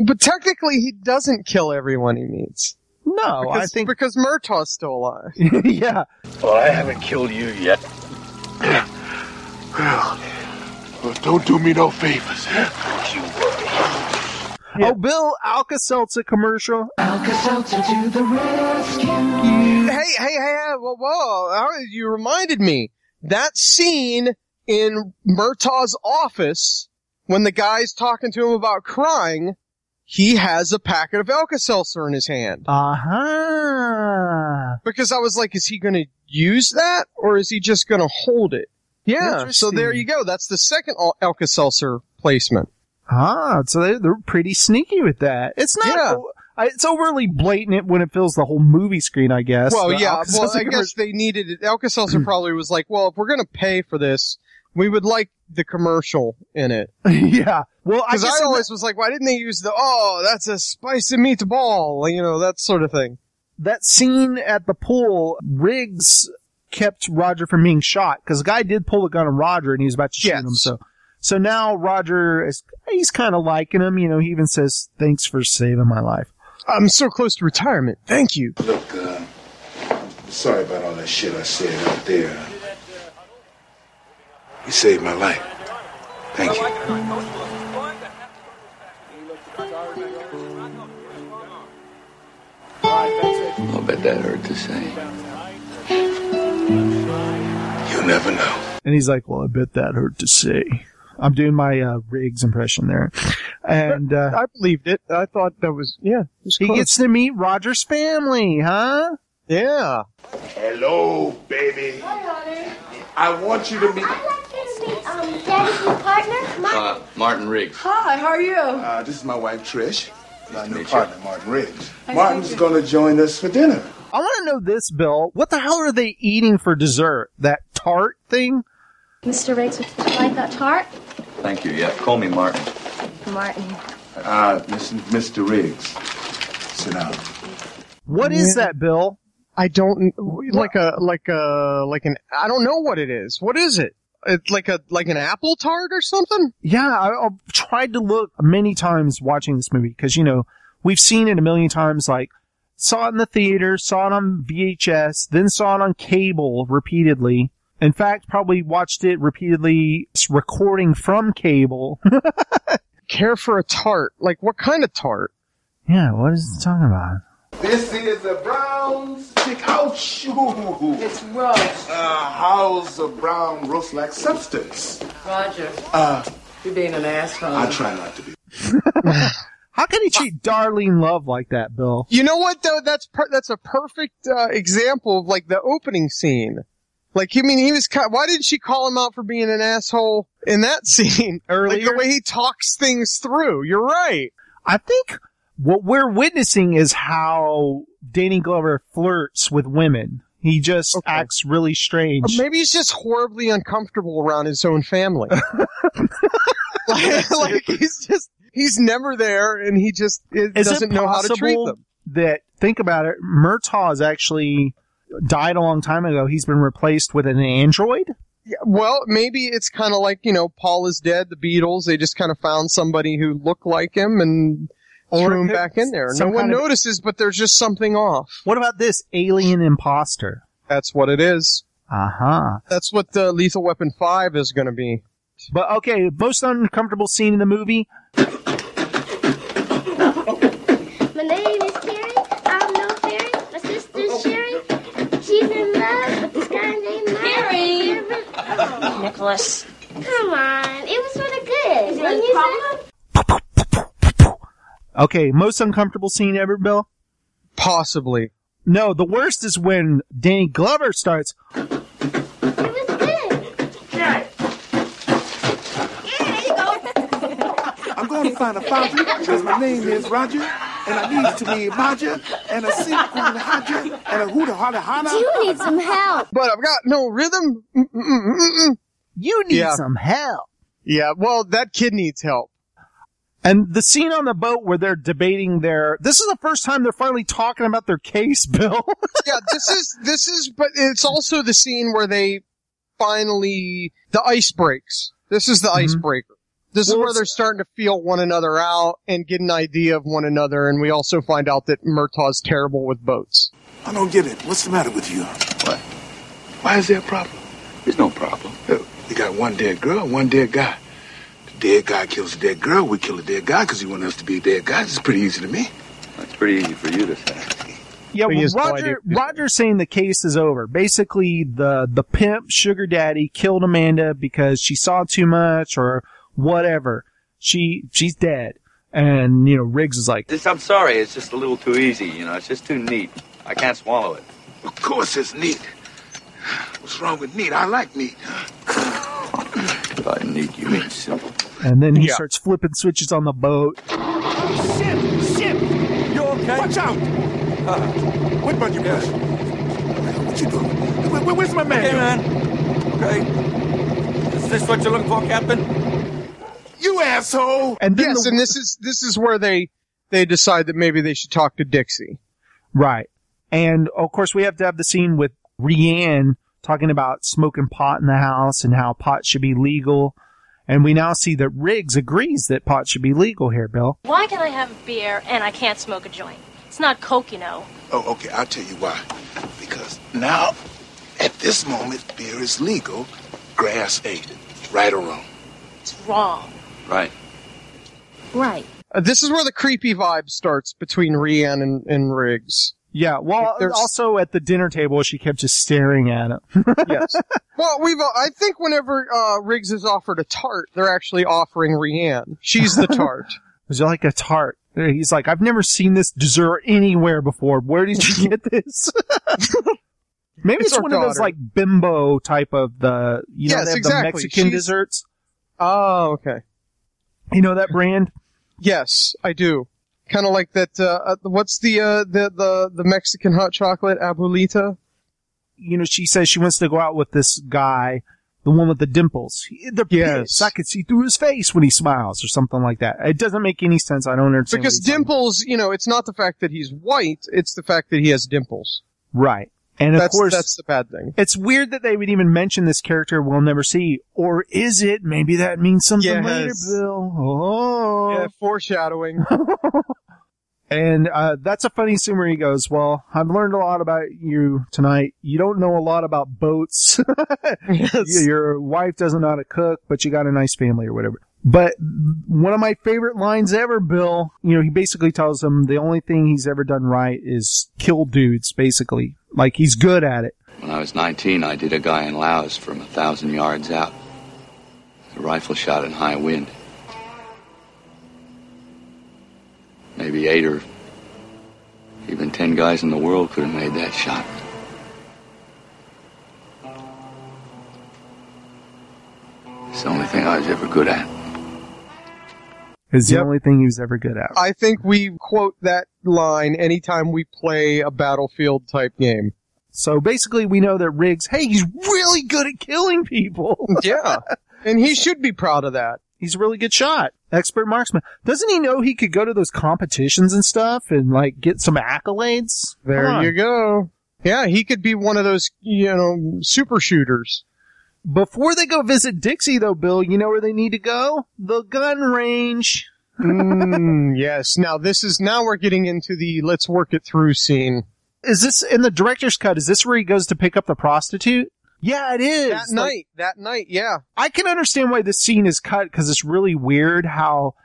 Speaker 5: But technically, he doesn't kill everyone he meets.
Speaker 1: No,
Speaker 5: because,
Speaker 1: I think
Speaker 5: because Murtaugh's still alive.
Speaker 1: yeah.
Speaker 2: Well, I haven't killed you yet. Well, well, don't do me no favors. Don't you worry.
Speaker 1: Oh, Bill Alka Seltzer commercial. Alka Seltzer to the
Speaker 5: Hey,
Speaker 1: rescue.
Speaker 5: hey, hey, hey, whoa, whoa. How- You reminded me. That scene in Murtaugh's office when the guy's talking to him about crying, he has a packet of Alka-Seltzer in his hand.
Speaker 1: Uh-huh.
Speaker 5: Because I was like, is he going to use that or is he just going to hold it? Yeah. So there you go. That's the second Al- Alka-Seltzer placement.
Speaker 1: Ah, so they, they're pretty sneaky with that. It's not.
Speaker 5: Yeah.
Speaker 1: o- I- It's overly blatant when it fills the whole movie screen, I guess.
Speaker 5: well,
Speaker 1: The
Speaker 5: yeah.
Speaker 1: Alka-Seltzer
Speaker 5: Well, I
Speaker 1: commercial-
Speaker 5: guess they needed it. Alka-Seltzer probably was like, well, if we're going to pay for this, we would like the commercial in it.
Speaker 1: yeah. Well, I
Speaker 5: Because
Speaker 1: guess
Speaker 5: I,
Speaker 1: in
Speaker 5: always was like, why didn't they use the, oh, that's a spicy meatball, you know, that sort of thing.
Speaker 1: that scene at the pool, Riggs kept Roger from being shot because the guy did pull the gun on Roger and he was about to shoot him. So, so now Roger is he's kind of liking him. You know, he even says thanks for saving my life.
Speaker 5: I'm so close to retirement. Thank you.
Speaker 15: Look, uh, sorry about all that shit I said out there. You saved my life. Thank you.
Speaker 3: I'll bet that hurt to say.
Speaker 15: You'll never know.
Speaker 1: And he's like, well, I bet that hurt to say. I'm doing my uh, Riggs impression there, and uh,
Speaker 5: I believed it. I thought that was, yeah.
Speaker 1: he gets to meet Roger's family, huh?
Speaker 5: Yeah.
Speaker 2: Hello, baby. I want you to meet.
Speaker 4: Daddy's new partner?
Speaker 3: Uh, Martin Riggs.
Speaker 4: Hi, how are you?
Speaker 15: Uh, this is my wife, Trish. My new
Speaker 3: meet you.
Speaker 15: partner, Martin Riggs.
Speaker 4: Nice to meet
Speaker 15: Martin's
Speaker 4: you.
Speaker 15: going to join us for dinner.
Speaker 1: I want to know this, Bill. What the hell are they eating for dessert? That tart thing?
Speaker 4: Mr. Riggs, would you like that tart?
Speaker 3: Thank you. Yeah, call me Martin.
Speaker 4: Martin.
Speaker 15: Uh, Mr. Mr. Riggs, sit down.
Speaker 1: What is that, Bill?
Speaker 5: I don't, like a, like a, like an, I don't know what it is. What is it? It's like a, like an apple tart or something?
Speaker 1: Yeah, I, I've tried to look many times watching this movie because you know we've seen it a million times. Like saw it in the theater, saw it on VHS, then saw it on cable repeatedly. In fact, probably watched it repeatedly s- recording from cable.
Speaker 5: Care for a tart? Like what kind of tart?
Speaker 1: yeah, what is it talking about?
Speaker 2: This is a brown stick house. It's
Speaker 4: roast.
Speaker 2: Uh, how's a brown roast like substance?
Speaker 4: Roger,
Speaker 2: Uh,
Speaker 4: you're being an asshole.
Speaker 2: I try not to be.
Speaker 1: How can he treat Darlene Love like that, Bill?
Speaker 5: You know what though? That's per- that's a perfect uh, example of like the opening scene. Like, you mean, he was. Kind why didn't she call him out for being an asshole in that scene earlier? Like the way he talks things through. You're right.
Speaker 1: I think what we're witnessing is how Danny Glover flirts with women. He just acts really
Speaker 5: Or
Speaker 1: strange.
Speaker 5: maybe he's just horribly uncomfortable around his own family. like, like, he's just he's never there, and he just it
Speaker 1: Is it
Speaker 5: doesn't know how to treat
Speaker 1: possible
Speaker 5: them.
Speaker 1: That think about it. Murtaugh's actually died a long time ago. He's been replaced with an android.
Speaker 5: Yeah, well, maybe it's kind of like you know, Paul is dead. The Beatles they just kind of found somebody who looked like him and threw him back in there. No
Speaker 1: some
Speaker 5: one
Speaker 1: kind of-
Speaker 5: notices, but there's just something off.
Speaker 1: What about this alien imposter?
Speaker 5: That's what it is.
Speaker 1: Uh huh.
Speaker 5: That's what the Lethal Weapon Five is going to be.
Speaker 1: But okay, most uncomfortable scene in the movie.
Speaker 8: My name is Carrie. I'm no fairy. My sister's Sherry. She's in love with this guy named Mike. Carrie!
Speaker 24: Nicholas.
Speaker 8: Come on. It was for the good. Is there any problem?
Speaker 1: Okay, most uncomfortable scene ever, Bill.
Speaker 5: Possibly.
Speaker 1: No, the worst is when Danny Glover starts.
Speaker 12: I'm going to find a fountain because my name is Roger, and I need to be Roger, and a sink with a Hodger, and a hooter hotter hotter.
Speaker 8: You need some help.
Speaker 5: But I've got no rhythm. Mm, Mm-mm-mm-mm.
Speaker 1: You need some help.
Speaker 5: Yeah, well, that kid needs help.
Speaker 1: And the scene on the boat where they're debating their this is the first time they're finally talking about their case, Bill.
Speaker 5: yeah, this is this is, but it's also the scene where they finally the ice breaks. This is the icebreaker. This is
Speaker 1: Mm-hmm. Well,
Speaker 5: where
Speaker 1: it's-
Speaker 5: they're starting to feel one another out and get an idea of one another. And we also find out that Murtaugh's terrible with boats.
Speaker 12: I don't get it. What's the matter with you? What? Why is there a problem? There's no problem. You got one dead girl, one dead guy. The dead guy kills the dead girl. We kill the dead guy because he wants us to be a dead guy. It's pretty easy to me.
Speaker 3: That's pretty easy for you to say.
Speaker 1: Yeah,
Speaker 5: But he
Speaker 1: well,
Speaker 5: has no idea.
Speaker 1: Roger Roger's saying the case is over. Basically, the the pimp sugar daddy killed Amanda because she saw too much or whatever. She she's dead. And you know, Riggs is like,
Speaker 3: This, I'm sorry, it's just a little too easy, you know, it's just too neat. I can't swallow it.
Speaker 2: Of course it's neat. What's wrong with neat? I like neat.
Speaker 3: By neat, you mean
Speaker 12: Oh,
Speaker 3: simple.
Speaker 1: and then he
Speaker 3: Yeah.
Speaker 1: starts flipping switches on the boat.
Speaker 12: Shit! Shit! You okay? Uh-huh. Watch out! what about you, guys? What you doing? Where- where- where's my man? Hey, man. Okay. Is this what you're looking for, Captain? You asshole!
Speaker 1: And
Speaker 5: yes, and this is this is where they they decide that maybe they should talk to Dixie.
Speaker 1: Right. And of course, we have to have the scene with Rianne talking about smoking pot in the house and how pot should be legal. And we now see that Riggs agrees that pot should be legal here, Bill.
Speaker 10: Why can I have a beer and I can't smoke a joint? It's not coke, you know.
Speaker 2: Oh, okay, I'll tell you why. Because now, at this moment, beer is legal, grass ain't. Right or wrong?
Speaker 10: It's wrong.
Speaker 2: Right.
Speaker 10: Right.
Speaker 5: Uh, this is where the creepy vibe starts between Rianne and, and Riggs.
Speaker 1: Yeah. Well,
Speaker 5: There's-
Speaker 1: also at the dinner table, she kept just staring at him.
Speaker 5: yes. Well, we've. Uh, I think whenever uh, Riggs is offered a tart, they're actually offering Rianne. She's the tart.
Speaker 1: Was it like a tart? He's like, I've never seen this dessert anywhere before. Where did you get this? Maybe
Speaker 5: It's
Speaker 1: it's,
Speaker 5: our
Speaker 1: one of those
Speaker 5: daughter.
Speaker 1: like bimbo type of the, you know,
Speaker 5: Yes,
Speaker 1: they have
Speaker 5: exactly.
Speaker 1: the Mexican
Speaker 5: She's-
Speaker 1: desserts.
Speaker 5: oh, okay.
Speaker 1: You know that brand?
Speaker 5: Yes, I do. Kind of like that. Uh, uh, what's the uh, the the the Mexican hot chocolate Abuelita?
Speaker 1: you know, she says she wants to go out with this guy, the one with the dimples. He- The
Speaker 5: Yes.
Speaker 1: pits, I could see through his face when he smiles or something like that. It doesn't make any sense. I don't understand. what
Speaker 5: Because
Speaker 1: he's-
Speaker 5: dimples, you know, it's not the fact that he's white; it's the fact that he has dimples.
Speaker 1: right. And of
Speaker 5: that's,
Speaker 1: course,
Speaker 5: that's the bad thing.
Speaker 1: it's weird that they would even mention this character we'll never see. Or is it? Maybe that means something later,
Speaker 5: Yes.
Speaker 1: Bill. Oh.
Speaker 5: Yeah, foreshadowing.
Speaker 1: And uh, that's a funny scene where he goes, "Well, I've learned a lot about you tonight. You don't know a lot about boats. Y- Your wife doesn't know how to cook, but you got a nice family or whatever." But one of my favorite lines ever, Bill. You know, he basically tells him the only thing he's ever done right is kill dudes. Basically, like he's good at it.
Speaker 3: When I was 19, I did a guy in Laos from a thousand yards out. A rifle shot in high wind. Maybe eight or even ten guys in the world could have made that shot. It's the only thing I was ever good at.
Speaker 1: Is the only thing he was ever good
Speaker 10: Uh,
Speaker 1: at.
Speaker 5: I think we quote that line anytime we play a battlefield type game.
Speaker 1: So basically, we know that Riggs, hey, he's really good at killing people.
Speaker 5: Yeah. And he should be proud of that.
Speaker 1: He's a really good shot. Expert marksman. Doesn't he know he could go to those competitions and stuff and like get some accolades?
Speaker 5: There
Speaker 1: Come on.
Speaker 5: you go. Yeah, he could be one of those, you know, super shooters.
Speaker 1: Before they go visit Dixie, though, Bill, you know where they need to go? The gun range.
Speaker 5: mm, yes. Now this is now we're getting into the let's work it through scene.
Speaker 1: Is this in the director's cut? Is this where he goes to pick up the prostitute? Yeah, it is.
Speaker 5: That
Speaker 1: Like,
Speaker 5: night, that night, yeah.
Speaker 1: I can understand why this scene is cut because it's really weird how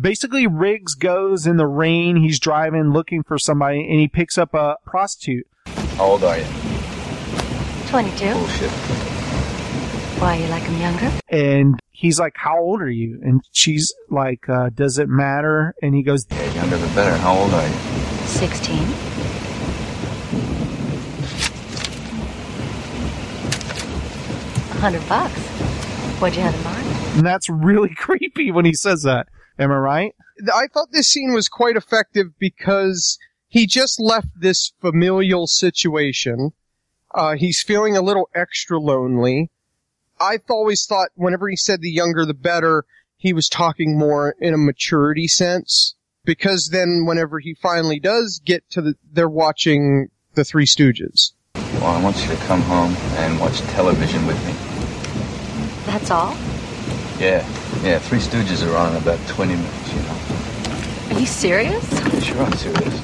Speaker 1: basically Riggs goes in the rain. He's driving looking for somebody and he picks up a prostitute.
Speaker 3: How old are you?
Speaker 10: 22.
Speaker 3: Bullshit.
Speaker 10: Why, you like him younger?
Speaker 1: And he's like, How old are you? And she's like, uh, Does it matter? And he goes,
Speaker 3: Younger the better. How old are you?
Speaker 10: 16. Hundred bucks. What'd you have in mind?
Speaker 1: And that's really creepy when he says that. Am I right?
Speaker 5: Th- I thought this scene was quite effective because he just left this familial situation. Uh, he's feeling a little extra lonely. I've always thought whenever he said the younger the better, he was talking more in a maturity sense. Because then whenever he finally does get to the, they're watching the Three Stooges.
Speaker 3: Well, I want you to come home and watch television with me.
Speaker 10: That's all?
Speaker 3: Yeah, yeah. Three Stooges are on in about 20 minutes, you know.
Speaker 10: Are you serious?
Speaker 3: Sure, I'm serious.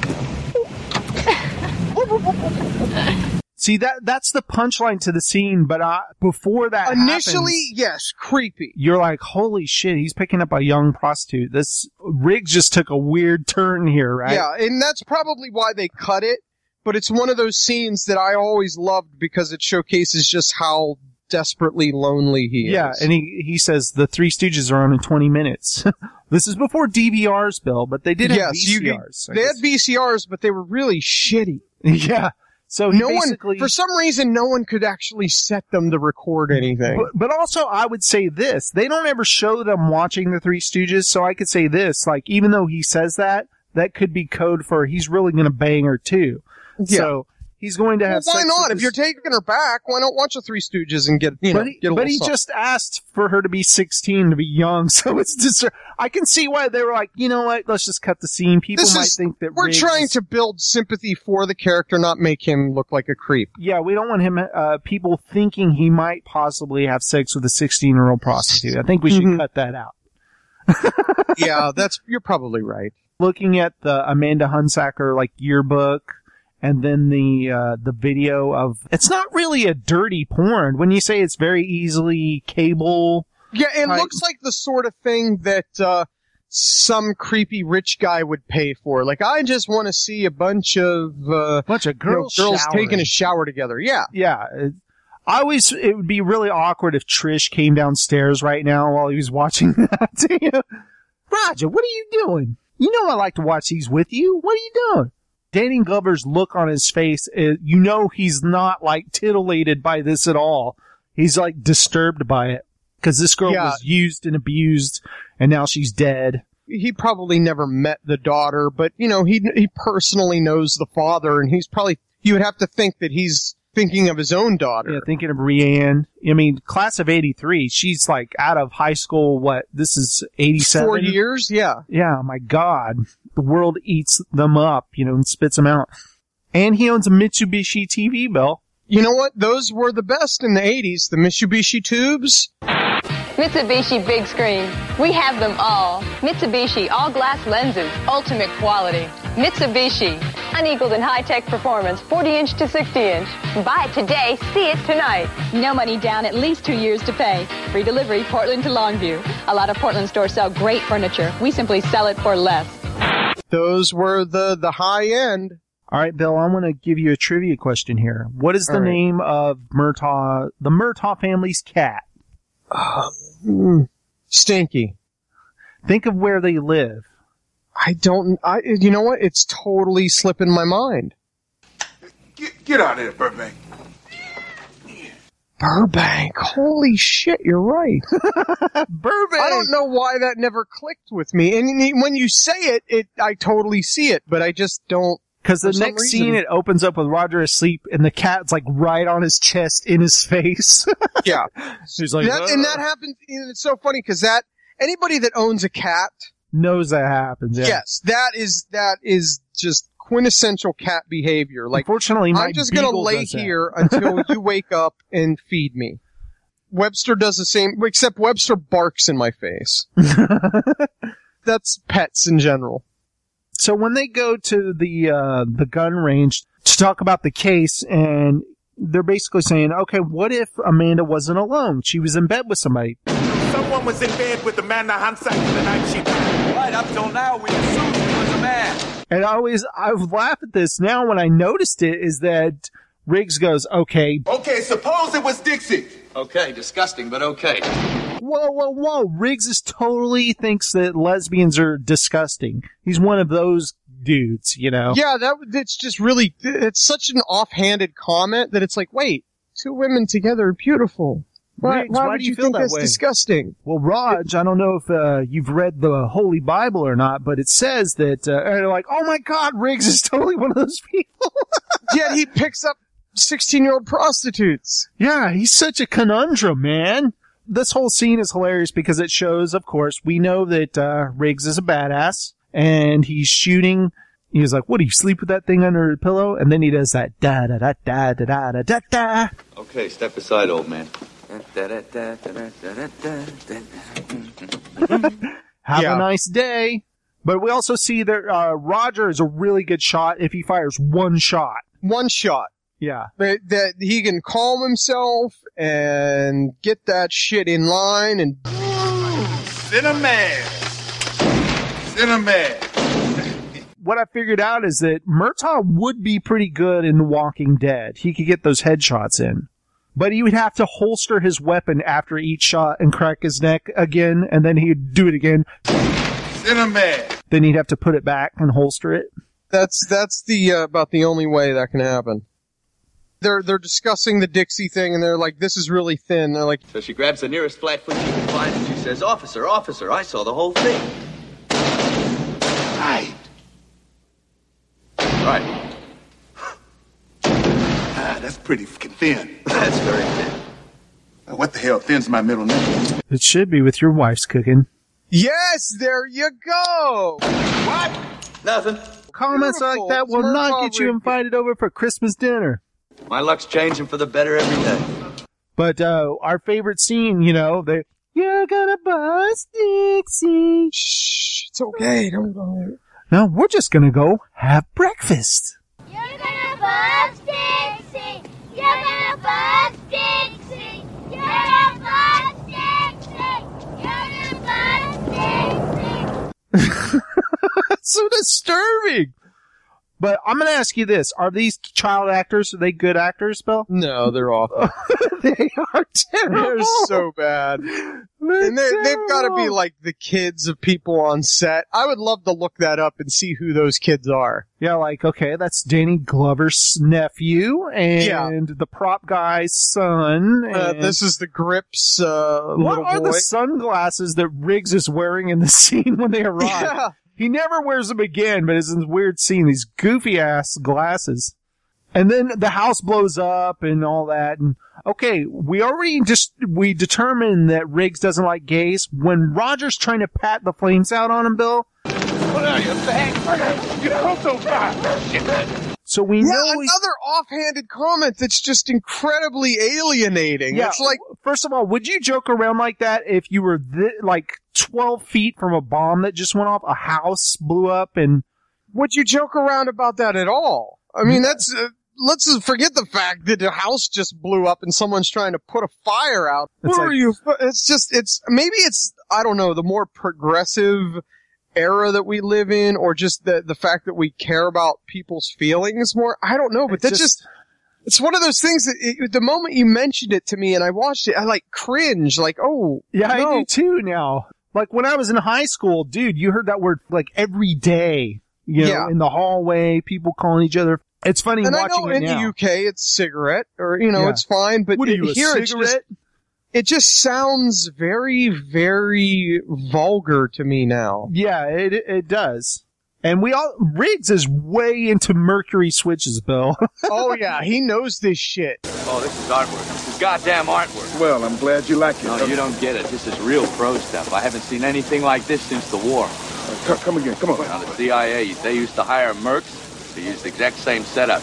Speaker 1: See that that's the punchline to the scene, but uh, before that
Speaker 5: Initially,
Speaker 1: happens-
Speaker 5: yes, creepy.
Speaker 1: you're like, holy shit, he's picking up a young prostitute. This Riggs just took a weird turn here, right?
Speaker 5: Yeah, and that's probably why they cut it, but it's one of those scenes that I always loved because it showcases just how desperately lonely he is.
Speaker 1: Yeah, and he, he says the Three Stooges are on in 20 minutes. this is before DVRs, Bill, but they did have
Speaker 5: Yes, you could-
Speaker 1: VCRs. I
Speaker 5: they had
Speaker 1: guess.
Speaker 5: VCRs, but they were really shitty.
Speaker 1: Yeah. So he
Speaker 5: no one,
Speaker 1: basically-
Speaker 5: for some reason, no one could actually set them to record anything.
Speaker 1: But, but also, I would say this: they don't ever show them watching the Three Stooges, so I could say this: like, even though he says that, that could be code for he's really going to bang her too.
Speaker 5: Yeah.
Speaker 1: So he's going to
Speaker 5: Well,
Speaker 1: have.
Speaker 5: why
Speaker 1: sex
Speaker 5: not?
Speaker 1: with
Speaker 5: If
Speaker 1: this-
Speaker 5: you're taking her back, why not watch the Three Stooges and get you know?
Speaker 1: but he,
Speaker 5: get a
Speaker 1: but
Speaker 5: little
Speaker 1: he
Speaker 5: something?
Speaker 1: just asked for her to be 16 to be young, so it's just. I can see why they were like, you know what? Let's just cut the scene. People
Speaker 5: This
Speaker 1: might
Speaker 5: is-
Speaker 1: think that
Speaker 5: we're
Speaker 1: Riggs-
Speaker 5: trying to build sympathy for the character, not make him look like a creep.
Speaker 1: Yeah, we don't want him. Uh, people thinking he might possibly have sex with a 16 year old prostitute. I think we should cut that out.
Speaker 5: Mm-hmm. yeah, that's you're probably right.
Speaker 1: Looking at the Amanda Hunsaker like yearbook, and then the uh, the video of it's not really a dirty porn when you say it's very easily cable.
Speaker 5: Yeah, it
Speaker 1: Right.
Speaker 5: looks like the sort of thing that uh, some creepy rich guy would pay for. Like, I just want to see a bunch of uh,
Speaker 1: bunch of girls
Speaker 5: girls
Speaker 1: showering.
Speaker 5: taking a shower together. Yeah,
Speaker 1: Yeah. it- I always, it would be really awkward if Trish came downstairs right now while he was watching that. You know, Roger, what are you doing? You know I like to watch these with you. What are you doing? Danny Glover's look on his face, is, you know he's not like titillated by this at all. He's like disturbed by it because this girl
Speaker 5: Yeah.
Speaker 1: was used and abused and now she's dead.
Speaker 5: he probably never met the daughter, but you know, he he personally knows the father, and he's probably you would have to think that he's thinking of his own daughter.
Speaker 1: Yeah, thinking of Rianne. I mean, class of 83, she's like out of high school, what, this is 87?
Speaker 5: Four years, yeah.
Speaker 1: Yeah, my God. The world eats them up, you know, and spits them out. And he owns a Mitsubishi TV, Bill.
Speaker 5: You know what? Those were the best in the '80s. The Mitsubishi tubes.
Speaker 9: Mitsubishi Big Screen. We have them all. Mitsubishi All Glass Lenses. Ultimate quality. Mitsubishi. Unequaled in high-tech performance. 40-inch to 60-inch. Buy it today. See it tonight. No money down. At least two years to pay. Free delivery Portland to Longview. A lot of Portland stores sell great furniture. We simply sell it for less.
Speaker 5: Those were the the high end.
Speaker 1: All right, Bill, I'm going to give you a trivia question here. What is the
Speaker 5: All right.
Speaker 1: name of Murtaugh, the Murtaugh family's cat?
Speaker 5: Mm, stinky.
Speaker 1: Think of where they live.
Speaker 5: I don't. I. You know what? It's totally slipping my mind.
Speaker 2: Get, get out of here, Burbank.
Speaker 5: Burbank. Holy shit! You're right. Burbank. I don't know why that never clicked with me. And you- when you say it, it I totally see it, but I just don't.
Speaker 1: Because the
Speaker 5: for some
Speaker 1: next
Speaker 5: reason-
Speaker 1: scene, it opens up with Roger asleep, and the cat's like right on his chest, in his face.
Speaker 5: yeah,
Speaker 1: she's like,
Speaker 5: that, and that
Speaker 1: "Ugh."
Speaker 5: happens. And it's so funny because that anybody that owns a cat
Speaker 1: knows that happens. Yeah.
Speaker 5: Yes, that is that is just quintessential cat behavior. Like,
Speaker 1: Unfortunately, my
Speaker 5: I'm just gonna
Speaker 1: beagle
Speaker 5: lay
Speaker 1: does that.
Speaker 5: here until you wake up and feed me. Webster does the same, except Webster barks in my face. That's pets in general.
Speaker 1: So when they go to the uh, the gun range to talk about the case, and they're basically saying, "Okay, what if Amanda wasn't alone? She was in bed with somebody."
Speaker 12: Someone was in bed with Amanda Hansack the night she died. Right up till now, we assumed he was a man.
Speaker 1: And I always I've laughed at this now when I noticed it is that Riggs goes, "Okay,
Speaker 13: Okay, suppose it was Dixie. Okay, disgusting, but okay.
Speaker 1: whoa, whoa, whoa!" Riggs is totally thinks that lesbians are disgusting. He's one of those dudes, you know.
Speaker 5: Yeah, that it's just really it's such an offhanded comment that it's like, wait, two women together are beautiful. Why,
Speaker 1: Riggs,
Speaker 5: why, would
Speaker 1: do
Speaker 5: you,
Speaker 1: feel
Speaker 5: think
Speaker 1: that
Speaker 5: that's
Speaker 1: way?
Speaker 5: disgusting?
Speaker 1: Well, Raj, I don't know if uh, you've read the Holy Bible or not, but it says that uh, and they're like, "Oh my God, Riggs is totally one of those people."
Speaker 5: Yet he picks up sixteen-year-old prostitutes.
Speaker 1: Yeah, he's such a conundrum, man. This whole scene is hilarious because it shows, of course, we know that uh, Riggs is a badass and he's shooting. He's like, "What do you sleep with that thing under the pillow?" And then he does that da da da da da da da da da.
Speaker 3: Okay, step aside, old man.
Speaker 1: Have a nice day. But we also see that uh, Roger is a really good shot if he fires one shot.
Speaker 5: One shot.
Speaker 1: Yeah.
Speaker 5: That, that he can calm himself and get that shit in line and
Speaker 12: Cinnamon. Cinnamon.
Speaker 1: What I figured out is that Murtaugh would be pretty good in The Walking Dead. He could get those headshots in. But he would have to holster his weapon after each shot and crack his neck again, and then he'd do it again.
Speaker 12: Cinnamon.
Speaker 1: Then he'd have to put it back and holster it.
Speaker 5: That's that's the uh, about the only way that can happen. They're they're discussing the Dixie thing and they're like, this is really thin. They're like,
Speaker 3: So she grabs the nearest flat foot she can find and she says, Officer, officer, I saw the whole thing.
Speaker 13: Right.
Speaker 3: Right.
Speaker 13: Ah, that's pretty fucking thin. That's very thin. Uh, What the hell? Thin's my middle name.
Speaker 1: It should be with your wife's cooking.
Speaker 5: yes, there you go. What?
Speaker 3: Nothing.
Speaker 1: Comments like that will not get you invited over for Christmas dinner.
Speaker 3: My luck's changing for the better every day.
Speaker 1: But uh, our favorite scene, you know, they You're gonna bust Dixie.
Speaker 5: Shh, it's okay. Don't go.
Speaker 1: now we're just gonna go have breakfast.
Speaker 8: You're gonna buzz Dixie. You're gonna buzz Dixie. You're gonna buzz Dixie. You're gonna buzz Dixie.
Speaker 1: That's so disturbing. But I'm gonna ask you this: Are these child actors? Are they good actors, Bill?
Speaker 5: No, they're awful.
Speaker 1: they are terrible.
Speaker 5: They're so bad. and they're, they've got to be like the kids of people on set. I would love to look that up and see who those kids are.
Speaker 1: Yeah, like okay, that's Danny Glover's nephew and the prop guy's son. And
Speaker 5: Uh, this is the Grips uh,
Speaker 1: what
Speaker 5: little
Speaker 1: are
Speaker 5: boy.
Speaker 1: the sunglasses that Riggs is wearing in the scene when they arrive?
Speaker 5: Yeah.
Speaker 1: He never wears them again, but it's in this weird scene. These goofy ass glasses, and then the house blows up and all that. And okay, we already just we determined that Riggs doesn't like gays. When Roger's trying to pat the flames out on him, Bill.
Speaker 12: What are you, saying? You are so fast.
Speaker 1: So we
Speaker 5: yeah,
Speaker 1: know
Speaker 5: another
Speaker 1: he-
Speaker 5: offhanded comment that's just incredibly alienating.
Speaker 1: Yeah,
Speaker 5: It's like,
Speaker 1: first of all, would you joke around like that if you were thi- like twelve feet from a bomb that just went off, a house blew up, and
Speaker 5: would you joke around about that at all? I mean, that's uh, let's just forget the fact that the house just blew up and someone's trying to put a fire out.
Speaker 1: It's
Speaker 5: Who
Speaker 1: like-
Speaker 5: are you? fu- It's just it's maybe it's I don't know the more progressive era that we live in, or just the the fact that we care about people's feelings more. I don't know, but
Speaker 1: It's
Speaker 5: that's
Speaker 1: just-
Speaker 5: just. it's one of those things that it, the moment you mentioned it to me and I watched it, I like cringe, like, oh,
Speaker 1: yeah,
Speaker 5: no.
Speaker 1: I do too now. Like when I was in high school, dude, you heard that word like every day, you know,
Speaker 5: Yeah.
Speaker 1: in the hallway, people calling each other. It's funny
Speaker 5: and I
Speaker 1: watching
Speaker 5: know
Speaker 1: it
Speaker 5: in
Speaker 1: now.
Speaker 5: the UK it's cigarette, or you know
Speaker 1: Yeah.
Speaker 5: it's fine, but
Speaker 1: What are
Speaker 5: it-
Speaker 1: you, a
Speaker 5: here it's just,
Speaker 1: cigarette?
Speaker 5: it just sounds very, very vulgar to me now.
Speaker 1: yeah, it it does. And we all Riggs is way into Mercury switches, Bill.
Speaker 25: oh yeah, he knows this shit.
Speaker 3: Oh, this is artwork. This is goddamn artwork.
Speaker 1: Well, I'm glad you like it.
Speaker 3: No, you don't get it. This is real pro stuff. I haven't seen anything like this since the war.
Speaker 2: Come, come again, come on.
Speaker 3: Now, the CIA, they used to hire mercs. They used the exact same setup.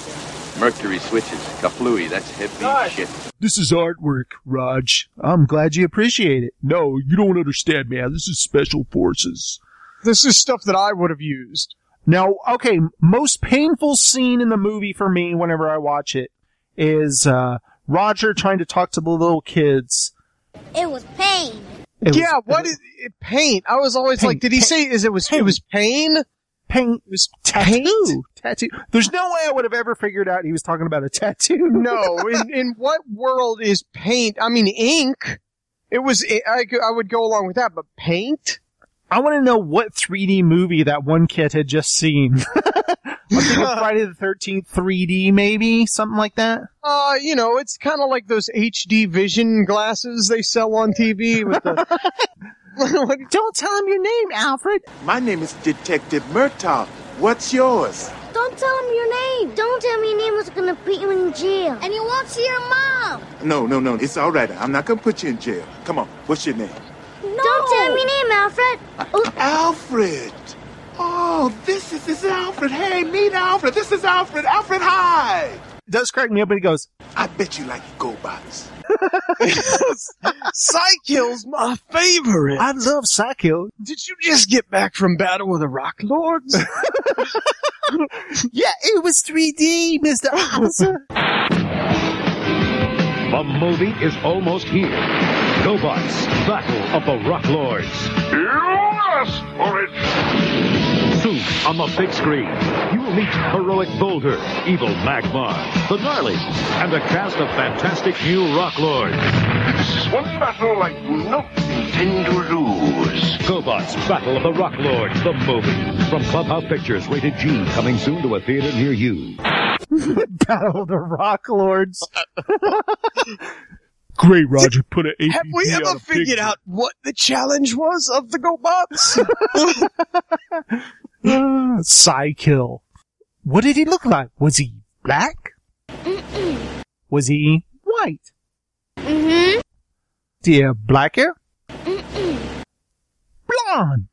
Speaker 3: Mercury switches, kaflooey, that's hippie shit.
Speaker 1: This is artwork, Raj. I'm glad you appreciate it. No, you don't understand, man. This is special forces.
Speaker 25: This is stuff that I would have used.
Speaker 1: Now, okay, most painful scene in the movie for me whenever I watch it is uh, Roger trying to talk to the little kids.
Speaker 26: It was pain.
Speaker 1: It was-
Speaker 25: yeah, what is it, paint? I was always like, did he say is it was it was pain?
Speaker 1: Paint
Speaker 25: it was
Speaker 1: tattoo.
Speaker 25: paint?
Speaker 1: Tattoo. There's no way I would have ever figured out he was talking about a tattoo.
Speaker 25: no, in, in what world is paint? I mean, ink. It was. I, I would go along with that, but paint.
Speaker 1: I want to know what 3D movie that one kid had just seen. I'm thinking Friday the 13th 3D, maybe something like that.
Speaker 25: Uh, you know, it's kind of like those HD vision glasses they sell on TV with the.
Speaker 1: Don't tell him your name, Alfred.
Speaker 2: My name is Detective Murtaugh. What's yours?
Speaker 26: Don't tell him your name. Don't tell me your name was gonna put you in jail. And you won't see your mom.
Speaker 2: No, no, no. It's all right. I'm not gonna put you in jail. Come on. What's your name?
Speaker 26: No. Don't tell me your name, Alfred.
Speaker 2: Alfred. Oh, this is this is Alfred. Hey, meet Alfred. This is Alfred. Alfred, hi.
Speaker 1: does crack me up, and he goes,
Speaker 2: I bet you like go bots.
Speaker 25: Psychill's my favorite.
Speaker 1: I love Psycho.
Speaker 25: Did you just get back from battle with the Rock Lords?
Speaker 1: Yeah, it was 3D, Mr. Officer.
Speaker 5: The movie is almost here. GoBots, Battle of the Rock Lords. Yes, for it. Soon, on the big screen, you will meet heroic Boulder, evil Magmar, the Gnarlies, and a cast of fantastic new Rock Lords. This is one battle I do not intend to lose. GoBots, Battle of the Rock Lords, the movie. From Clubhouse Pictures, rated G, coming soon to a theater near you.
Speaker 1: Battle of the Rock Lords. Great, Roger. Put an
Speaker 25: Have we ever figured out what the challenge was of the GoBots?
Speaker 1: out? Psykill. Ah, What did he look like? Was he black? Was he white?
Speaker 26: Mm-hmm.
Speaker 1: Dear black hair? Blonde.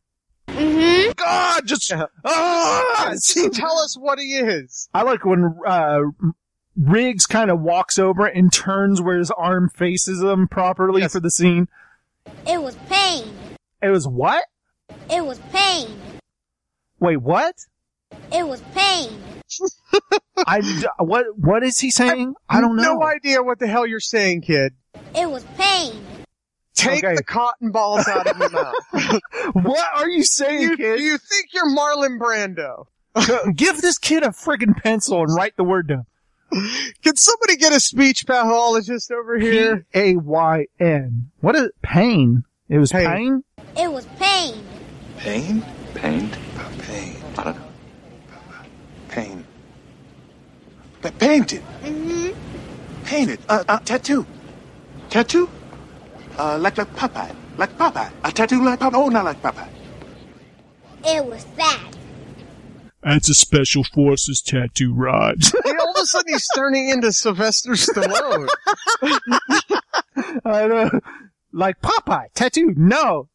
Speaker 26: Mm-hmm.
Speaker 1: God, just ah!
Speaker 25: Tell us what he is.
Speaker 1: I like when uh, Riggs kind of walks over and turns where his arm faces him properly for the scene.
Speaker 26: It was pain.
Speaker 1: It was what?
Speaker 26: It was pain.
Speaker 1: Wait, what?
Speaker 26: It was pain.
Speaker 1: I what? What is he saying? I, don't know.
Speaker 25: No idea what the hell you're saying, kid.
Speaker 26: It was pain.
Speaker 25: Take
Speaker 1: Okay.
Speaker 25: the cotton balls out of your mouth.
Speaker 1: what are you saying,
Speaker 25: you,
Speaker 1: kid?
Speaker 25: you think you're Marlon Brando?
Speaker 1: Give this kid a friggin' pencil and write the word down.
Speaker 25: Can somebody get a speech pathologist over
Speaker 1: P
Speaker 25: here?
Speaker 1: A Y N. What is pain? It was pain.
Speaker 25: Pain.
Speaker 26: It was pain.
Speaker 2: Pain?
Speaker 3: Pained?
Speaker 2: Pain.
Speaker 3: I don't know.
Speaker 2: Pain. Pa- painted.
Speaker 26: Mm-hmm.
Speaker 2: Painted. Uh, uh, tattoo. Tattoo? Uh, like, like Popeye. Like Popeye. A tattoo like Popeye. Oh, not like Popeye.
Speaker 26: It was that.
Speaker 1: That's a special forces tattoo, Raj.
Speaker 25: Yeah, all of a sudden he's turning into Sylvester Stallone.
Speaker 1: I know. Like Popeye tattoo? No,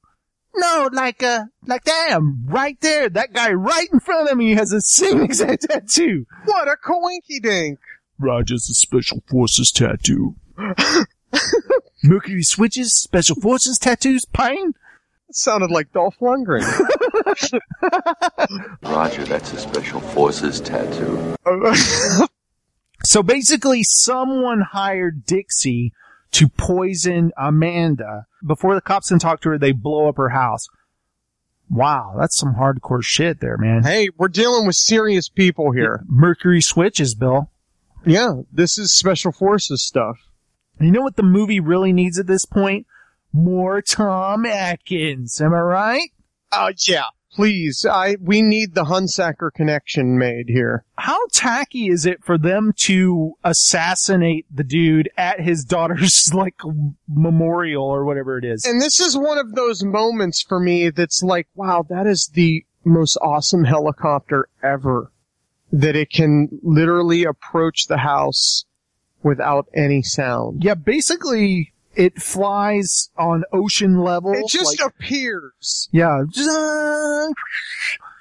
Speaker 1: no, like uh, like damn, right there, that guy right in front of me has the same exact tattoo.
Speaker 25: what a coinky dink.
Speaker 1: Roger's a special forces tattoo. Mercury switches, special forces tattoos, pain.
Speaker 25: That sounded like Dolph Lundgren.
Speaker 3: Roger, that's a special forces tattoo.
Speaker 1: So basically, someone hired Dixie to poison Amanda. Before the cops can talk to her, they blow up her house. Wow, that's some hardcore shit there, man.
Speaker 25: hey, we're dealing with serious people here.
Speaker 1: Mercury switches, Bill.
Speaker 25: Yeah, this is special forces stuff.
Speaker 1: You know what the movie really needs at this point? More Tom Atkins. Am I right?
Speaker 25: Oh yeah. Please, I we need the Hunsacker connection made here.
Speaker 1: How tacky is it for them to assassinate the dude at his daughter's like memorial or whatever it is?
Speaker 25: And this is one of those moments for me that's like, wow, that is the
Speaker 1: most awesome helicopter ever. That it can literally approach the house without any sound.
Speaker 5: Yeah, basically it flies on ocean level.
Speaker 1: It just
Speaker 5: like-
Speaker 1: appears.
Speaker 5: yeah,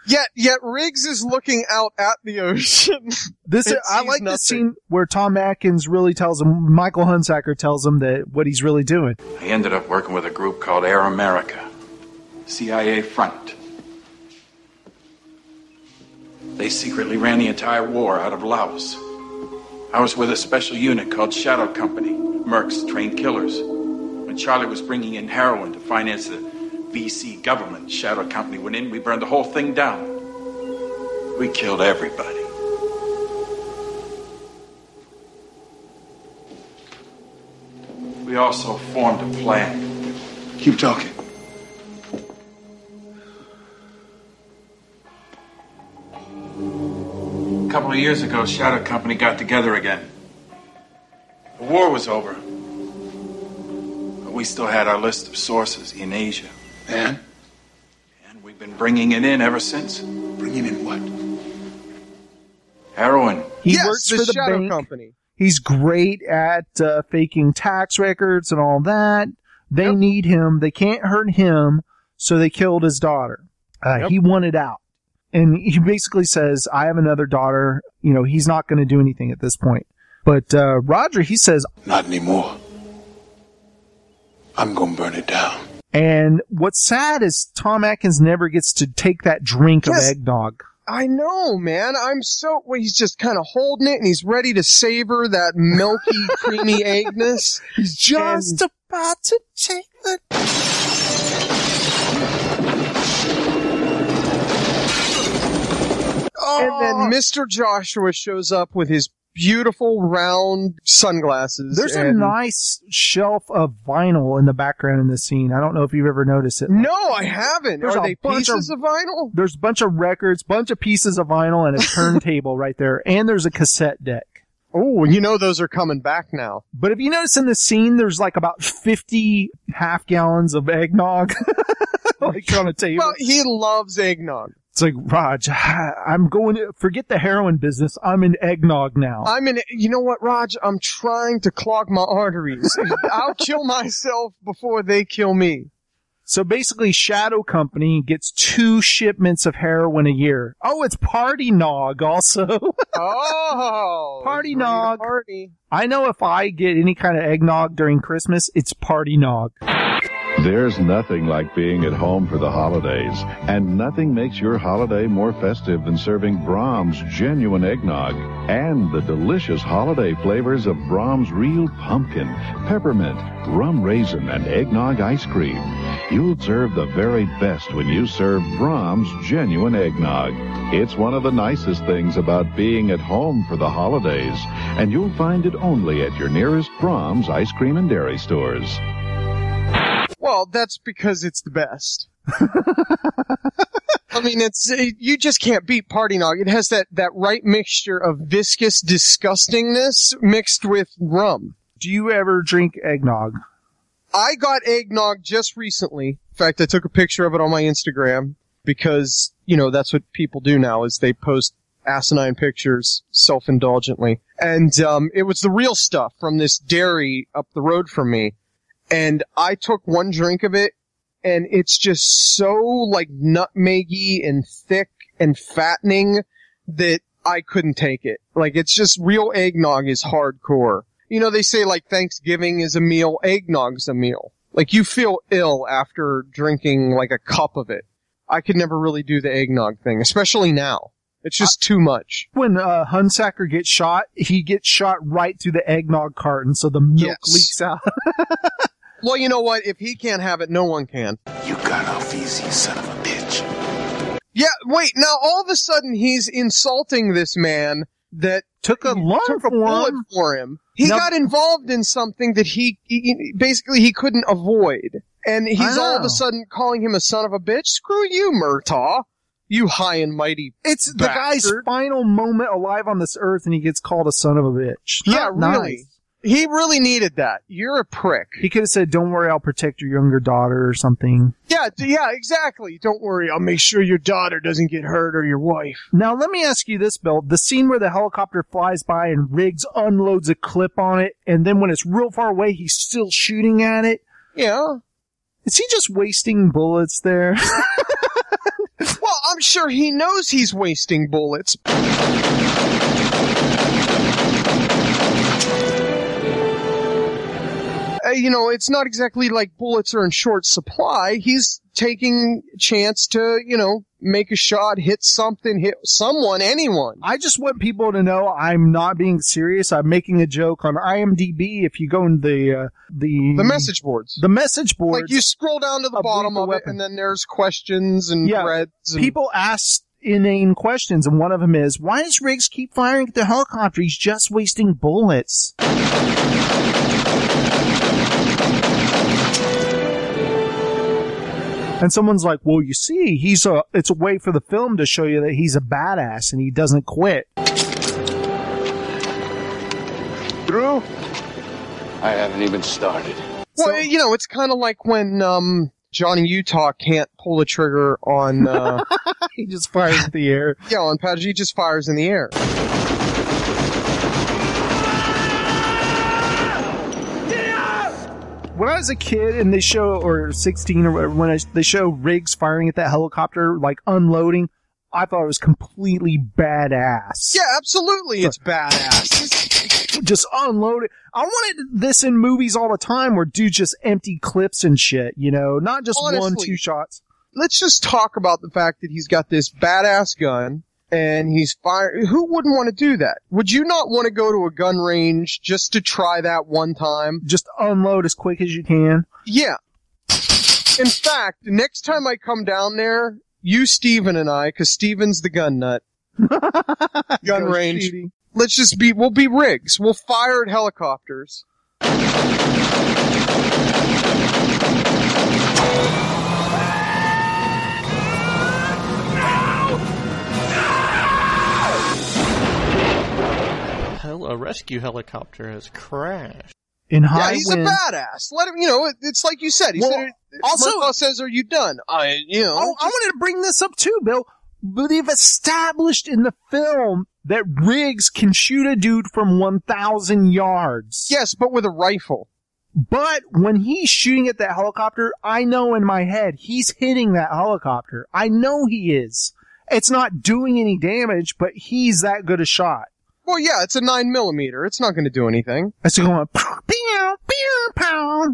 Speaker 1: Yet, yet Riggs is looking out at the ocean.
Speaker 5: This
Speaker 1: It
Speaker 5: I
Speaker 1: sees
Speaker 5: like the
Speaker 1: nothing.
Speaker 5: scene where Tom Atkins really tells him Michael Hunsaker tells him that what he's really doing.
Speaker 7: I ended up working with a group called Air America, CIA front. They secretly ran the entire war out of Laos. I was with a special unit called Shadow Company, Mercs trained killers. When Charlie was bringing in heroin to finance the VC government, Shadow Company went in, we burned the whole thing down. We killed everybody. We also formed a plan.
Speaker 2: Keep talking.
Speaker 7: A couple of years ago, Shadow Company got together again. The war was over. But we still had our list of sources in Asia. And? And we've been bringing it in ever since. Bringing in what? Heroin.
Speaker 5: He works for the bank. He's great at uh, faking tax records and all that. They need him. They can't hurt him, so they killed his daughter. Uh, He wanted out, and he basically says, "I have another daughter." You know, he's not going to do anything at this point. But uh, Roger, he says,
Speaker 27: Not anymore. I'm gonna burn it down.
Speaker 5: and what's sad is Tom Atkins never gets to take that drink
Speaker 1: Yes.
Speaker 5: of eggnog.
Speaker 1: I know, man. I'm so. Well, he's just kind of holding it, and he's ready to savor that milky, creamy eggness. He's
Speaker 5: just about to take the. Oh.
Speaker 1: And then Mr. Joshua shows up with his beautiful round sunglasses.
Speaker 5: There's a
Speaker 1: and-
Speaker 5: nice shelf of vinyl in the background in this scene. I don't know if you've ever noticed it.
Speaker 1: No, I haven't.
Speaker 5: There's
Speaker 1: Are
Speaker 5: a
Speaker 1: they
Speaker 5: bunch
Speaker 1: pieces of, vinyl?
Speaker 5: There's a bunch of records, bunch of pieces of vinyl, and a turntable right there. And there's a cassette deck.
Speaker 1: Oh, you know those are coming back now.
Speaker 5: But if you notice in this scene, there's like about 50 half gallons of eggnog, like on a table.
Speaker 1: Well, he loves eggnog.
Speaker 5: It's like, Raj, I'm going to forget the heroin business. I'm in eggnog now.
Speaker 1: I'm in. You know what, Raj? I'm trying to clog my arteries. I'll kill myself before they kill me.
Speaker 5: So basically, Shadow Company gets two shipments of heroin a year. Oh, it's Party Nog also.
Speaker 1: Oh,
Speaker 5: Party
Speaker 1: he's ready to
Speaker 5: nog.
Speaker 1: Party.
Speaker 5: I know if I get any kind of eggnog during Christmas, it's Party Nog.
Speaker 14: There's nothing like being at home for the holidays, and nothing makes your holiday more festive than serving Brahms genuine eggnog and the delicious holiday flavors of Brahms real pumpkin, peppermint, rum raisin, and eggnog ice cream. You'll serve the very best when you serve Brahms genuine eggnog. It's one of the nicest things about being at home for the holidays, and you'll find it only at your nearest Brahms ice cream and dairy stores.
Speaker 1: Well, that's because it's the best. I mean, it's it, you just can't beat Party Nog. It has that that right mixture of viscous disgustingness mixed with rum.
Speaker 5: Do you ever drink eggnog?
Speaker 1: I got eggnog just recently. In fact, I took a picture of it on my Instagram because you know that's what people do now is they post asinine pictures self-indulgently. And um, it was the real stuff from this dairy up the road from me. And I took one drink of it, and it's just so like nutmeggy and thick and fattening that I couldn't take it. Like it's just real eggnog is hardcore. You know, they say like Thanksgiving is a meal, eggnog's a meal. Like you feel ill after drinking like a cup of it. I could never really do the eggnog thing, especially now. It's just too much.
Speaker 5: When uh, Hunsacker gets shot, he gets shot right through the eggnog carton, so the milk
Speaker 1: Yes.
Speaker 5: leaks out.
Speaker 1: Well, you know what? If he can't have it, no one can.
Speaker 2: You got off easy, you son of a bitch.
Speaker 1: Yeah, wait, now all of a sudden he's insulting this man that
Speaker 5: took a lump
Speaker 1: took a
Speaker 5: for
Speaker 1: bullet
Speaker 5: him.
Speaker 1: for him. He
Speaker 5: Now-
Speaker 1: got involved in something that he, he basically he couldn't avoid. And he's all of
Speaker 5: know.
Speaker 1: a sudden calling him a son of a bitch. Screw you, Murtaugh. You high and mighty.
Speaker 5: It's the guy's final moment alive on this earth, and he gets called a son of a bitch.
Speaker 1: Yeah,
Speaker 5: Not
Speaker 1: really.
Speaker 5: nice. He really needed that. You're a prick.
Speaker 1: He could have said, "Don't worry, I'll protect your younger daughter" or something.
Speaker 5: Yeah, d- yeah, exactly. Don't worry. I'll make sure your daughter doesn't get hurt or your wife.
Speaker 1: Now, let me ask you this, Bill. The scene where the helicopter flies by and Riggs unloads a clip on it, and then when it's real far away, he's still shooting at it.
Speaker 5: Yeah.
Speaker 1: Is he just wasting bullets there?
Speaker 5: Well, I'm sure he knows he's wasting bullets. Uh, you know, it's not exactly like bullets are in short supply. He's taking chance to, you know, make a shot, hit something, hit someone, anyone.
Speaker 1: I just want people to know I'm not being serious. I'm making a joke on IMDb. If you go in the uh, the
Speaker 5: The message boards,
Speaker 1: the message boards,
Speaker 5: like you scroll down to the bottom of it, and then there's questions and
Speaker 1: Yeah.
Speaker 5: threads. And-
Speaker 1: people ask inane questions, and one of them is, "Why does Riggs keep firing at the helicopter? He's just wasting bullets." And someone's like, "Well, you see, he's a. It's a way for the film to show you that he's a badass and he doesn't quit."
Speaker 18: Drew?
Speaker 3: I haven't even started.
Speaker 5: Well, you know, it's kind of like when um, Johnny Utah can't pull the trigger on. Uh,
Speaker 1: he just fires in the air.
Speaker 5: Yeah, on Padge, he just fires in the air.
Speaker 1: when I was a kid and they show, or 16 or whatever, when I, they show rigs firing at that helicopter, like unloading, I thought it was completely badass.
Speaker 5: Yeah, absolutely, it's badass.
Speaker 1: Just unload it. I wanted this in movies all the time where dudes just empty clips and shit, you know, not just one,
Speaker 5: Honestly.
Speaker 1: two shots.
Speaker 5: Let's just talk about the fact that he's got this badass gun and he's fire. Who wouldn't want to do that? Would you not want to go to a gun range just to try that one time?
Speaker 1: Just unload as quick as you can.
Speaker 5: Yeah. In fact, next time I come down there, you, Steven, and I, because Steven's the gun nut, gun
Speaker 1: Goes
Speaker 5: range.
Speaker 1: shooting.
Speaker 5: Let's just be, we'll be rigs. We'll fire at helicopters.
Speaker 17: Hel- a rescue helicopter has crashed.
Speaker 1: In
Speaker 5: yeah, he's a badass. Let him, you know, it, it's like you said. He
Speaker 17: Well,
Speaker 5: said,
Speaker 1: also-
Speaker 5: Murtaugh says, are you done? I, you know.
Speaker 1: Oh, I wanted to bring this up too, Bill. But they've established in the film that Riggs can shoot a dude from 1,000 yards.
Speaker 5: Yes, but with a rifle.
Speaker 1: But when he's shooting at that helicopter, I know in my head he's hitting that helicopter. I know he is. It's not doing any damage, but he's that good a shot.
Speaker 5: Well, yeah, it's a nine millimeter. It's not going to do anything.
Speaker 1: It's going pow, pow, pow, pow.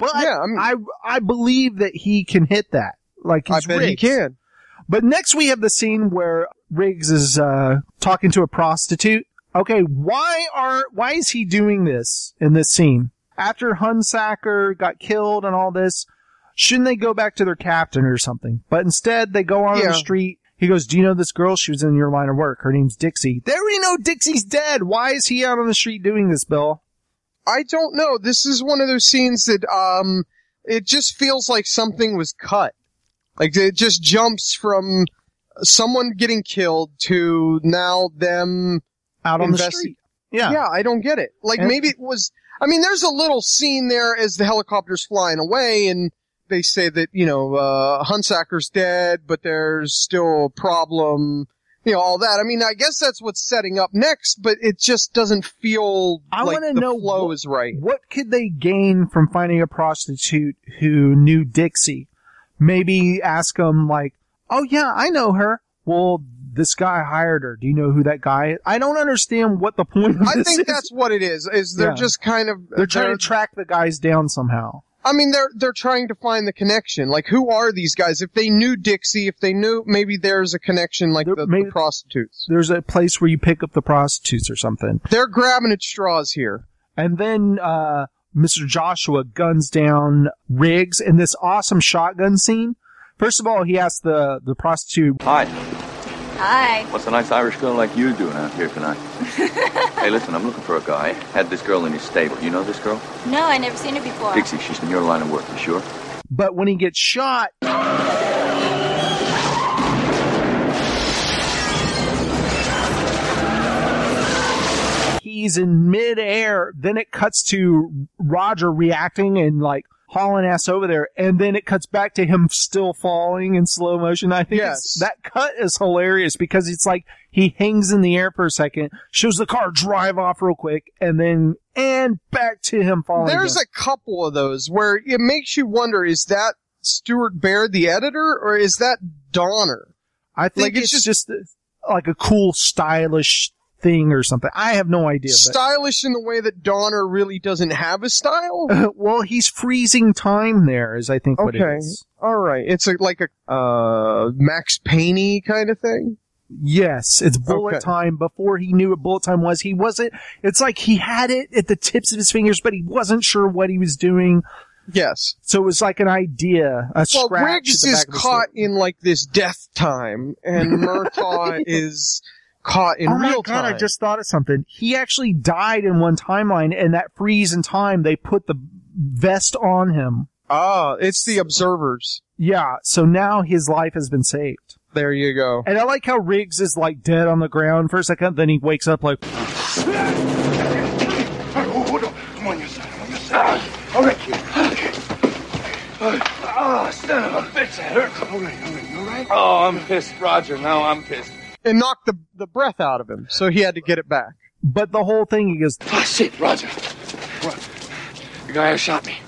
Speaker 1: Well, I, I I believe that he can hit that. Like he's
Speaker 5: I bet he
Speaker 1: Riggs.
Speaker 5: can.
Speaker 1: But next we have the scene where Riggs is uh, talking to a prostitute. Okay, why are why is he doing this in this scene? After Hunsacker got killed and all this, shouldn't they go back to their captain or something? But instead they go on
Speaker 5: Yeah.
Speaker 1: the street. He goes, "Do you know this girl? She was in your line of work. Her name's Dixie." They already know Dixie's dead. Why is he out on the street doing this, Bill?
Speaker 5: I don't know. This is one of those scenes that, um, it just feels like something was cut. Like it just jumps from someone getting killed to now them
Speaker 1: Out on the
Speaker 5: investi-
Speaker 1: street. Yeah.
Speaker 5: Yeah, I don't get it. Like
Speaker 1: And-
Speaker 5: maybe it was, I mean, there's a little scene there as the helicopter's flying away and they say that, you know, uh, Hunsacker's dead, but there's still a problem. You know, all that. I mean, I guess that's what's setting up next, but it just doesn't feel
Speaker 1: I
Speaker 5: like
Speaker 1: wanna
Speaker 5: the
Speaker 1: know
Speaker 5: flow
Speaker 1: wh-
Speaker 5: is right.
Speaker 1: What could they gain from finding a prostitute who knew Dixie? Maybe ask them like, "Oh yeah, I know her." Well, this guy hired her. Do you know who that guy is? I don't understand what the point. Of
Speaker 5: I
Speaker 1: this
Speaker 5: think
Speaker 1: is.
Speaker 5: that's what it is. Is they're
Speaker 1: Yeah.
Speaker 5: just kind of
Speaker 1: they're trying to track the guys down somehow.
Speaker 5: I mean, they're they're trying to find the connection. Like, who are these guys? If they knew Dixie, if they knew, maybe there's a connection. Like the, the prostitutes,
Speaker 1: There's a place where you pick up the prostitutes or something.
Speaker 5: they're grabbing at straws here.
Speaker 1: And then uh, Mr. Joshua guns down Riggs in this awesome shotgun scene. First of all, he asks the the prostitute,
Speaker 3: Hi.
Speaker 10: Hi.
Speaker 3: What's a nice Irish girl like you doing out here tonight? hey, listen, I'm looking for a guy. Had this girl in his stable. You know this girl?
Speaker 10: No, I never seen her before.
Speaker 3: Dixie, she's in your line of work, you sure?
Speaker 1: but when he gets shot, he's in midair. Then it cuts to Roger reacting and like hauling ass over there, and then it cuts back to him still falling in slow motion. I think it's-
Speaker 5: Yes.
Speaker 1: that cut is hilarious because it's like he hangs in the air for a second, shows the car drive off real quick, and then and back to him falling.
Speaker 5: There's
Speaker 1: again.
Speaker 5: a couple of those where it makes you wonder: is that Stuart Baird, the editor, or is that Donner?
Speaker 1: I think
Speaker 5: Like, it's
Speaker 1: it's,
Speaker 5: just-
Speaker 1: just, uh, like a cool, stylish thing or something. I have no idea.
Speaker 5: Stylish in the way that Donner really doesn't have a style.
Speaker 1: But, well, he's freezing time there, is I think what it
Speaker 5: okay,
Speaker 1: is.
Speaker 5: all right. It's a, like a uh, Max Payne kind of thing.
Speaker 1: Yes, it's bullet
Speaker 5: Okay.
Speaker 1: time. Before he knew what bullet time was, he wasn't. It's like he had it at the tips of his fingers, but he wasn't sure what he was doing.
Speaker 5: Yes.
Speaker 1: So it was like an idea, a
Speaker 5: well,
Speaker 1: scratch. at
Speaker 5: Griggs
Speaker 1: the
Speaker 5: is
Speaker 1: back of his
Speaker 5: caught in like this death time, and Murtaugh is caught in
Speaker 1: oh my
Speaker 5: real
Speaker 1: god!
Speaker 5: time.
Speaker 1: I just thought of something. He actually died in one timeline, and that freeze in time, they put the vest on him.
Speaker 5: Ah, it's the observers.
Speaker 1: Yeah, so now his life has been saved.
Speaker 5: There you go.
Speaker 1: And I like how Riggs is like dead on the ground for a second, then he wakes up like,
Speaker 2: Oh, hold on. I'm on your side. I'm on your side. All right, kid. Okay.
Speaker 7: Ah,
Speaker 2: Oh, son of a bitch, that hurts. All right, all right. You all right?
Speaker 7: Oh, I'm pissed, Roger. Now I'm pissed.
Speaker 5: and knocked the the breath out of him, so he had to get it back.
Speaker 1: but the whole thing, he goes,
Speaker 2: Ah, shit, Roger. What? The guy who shot me.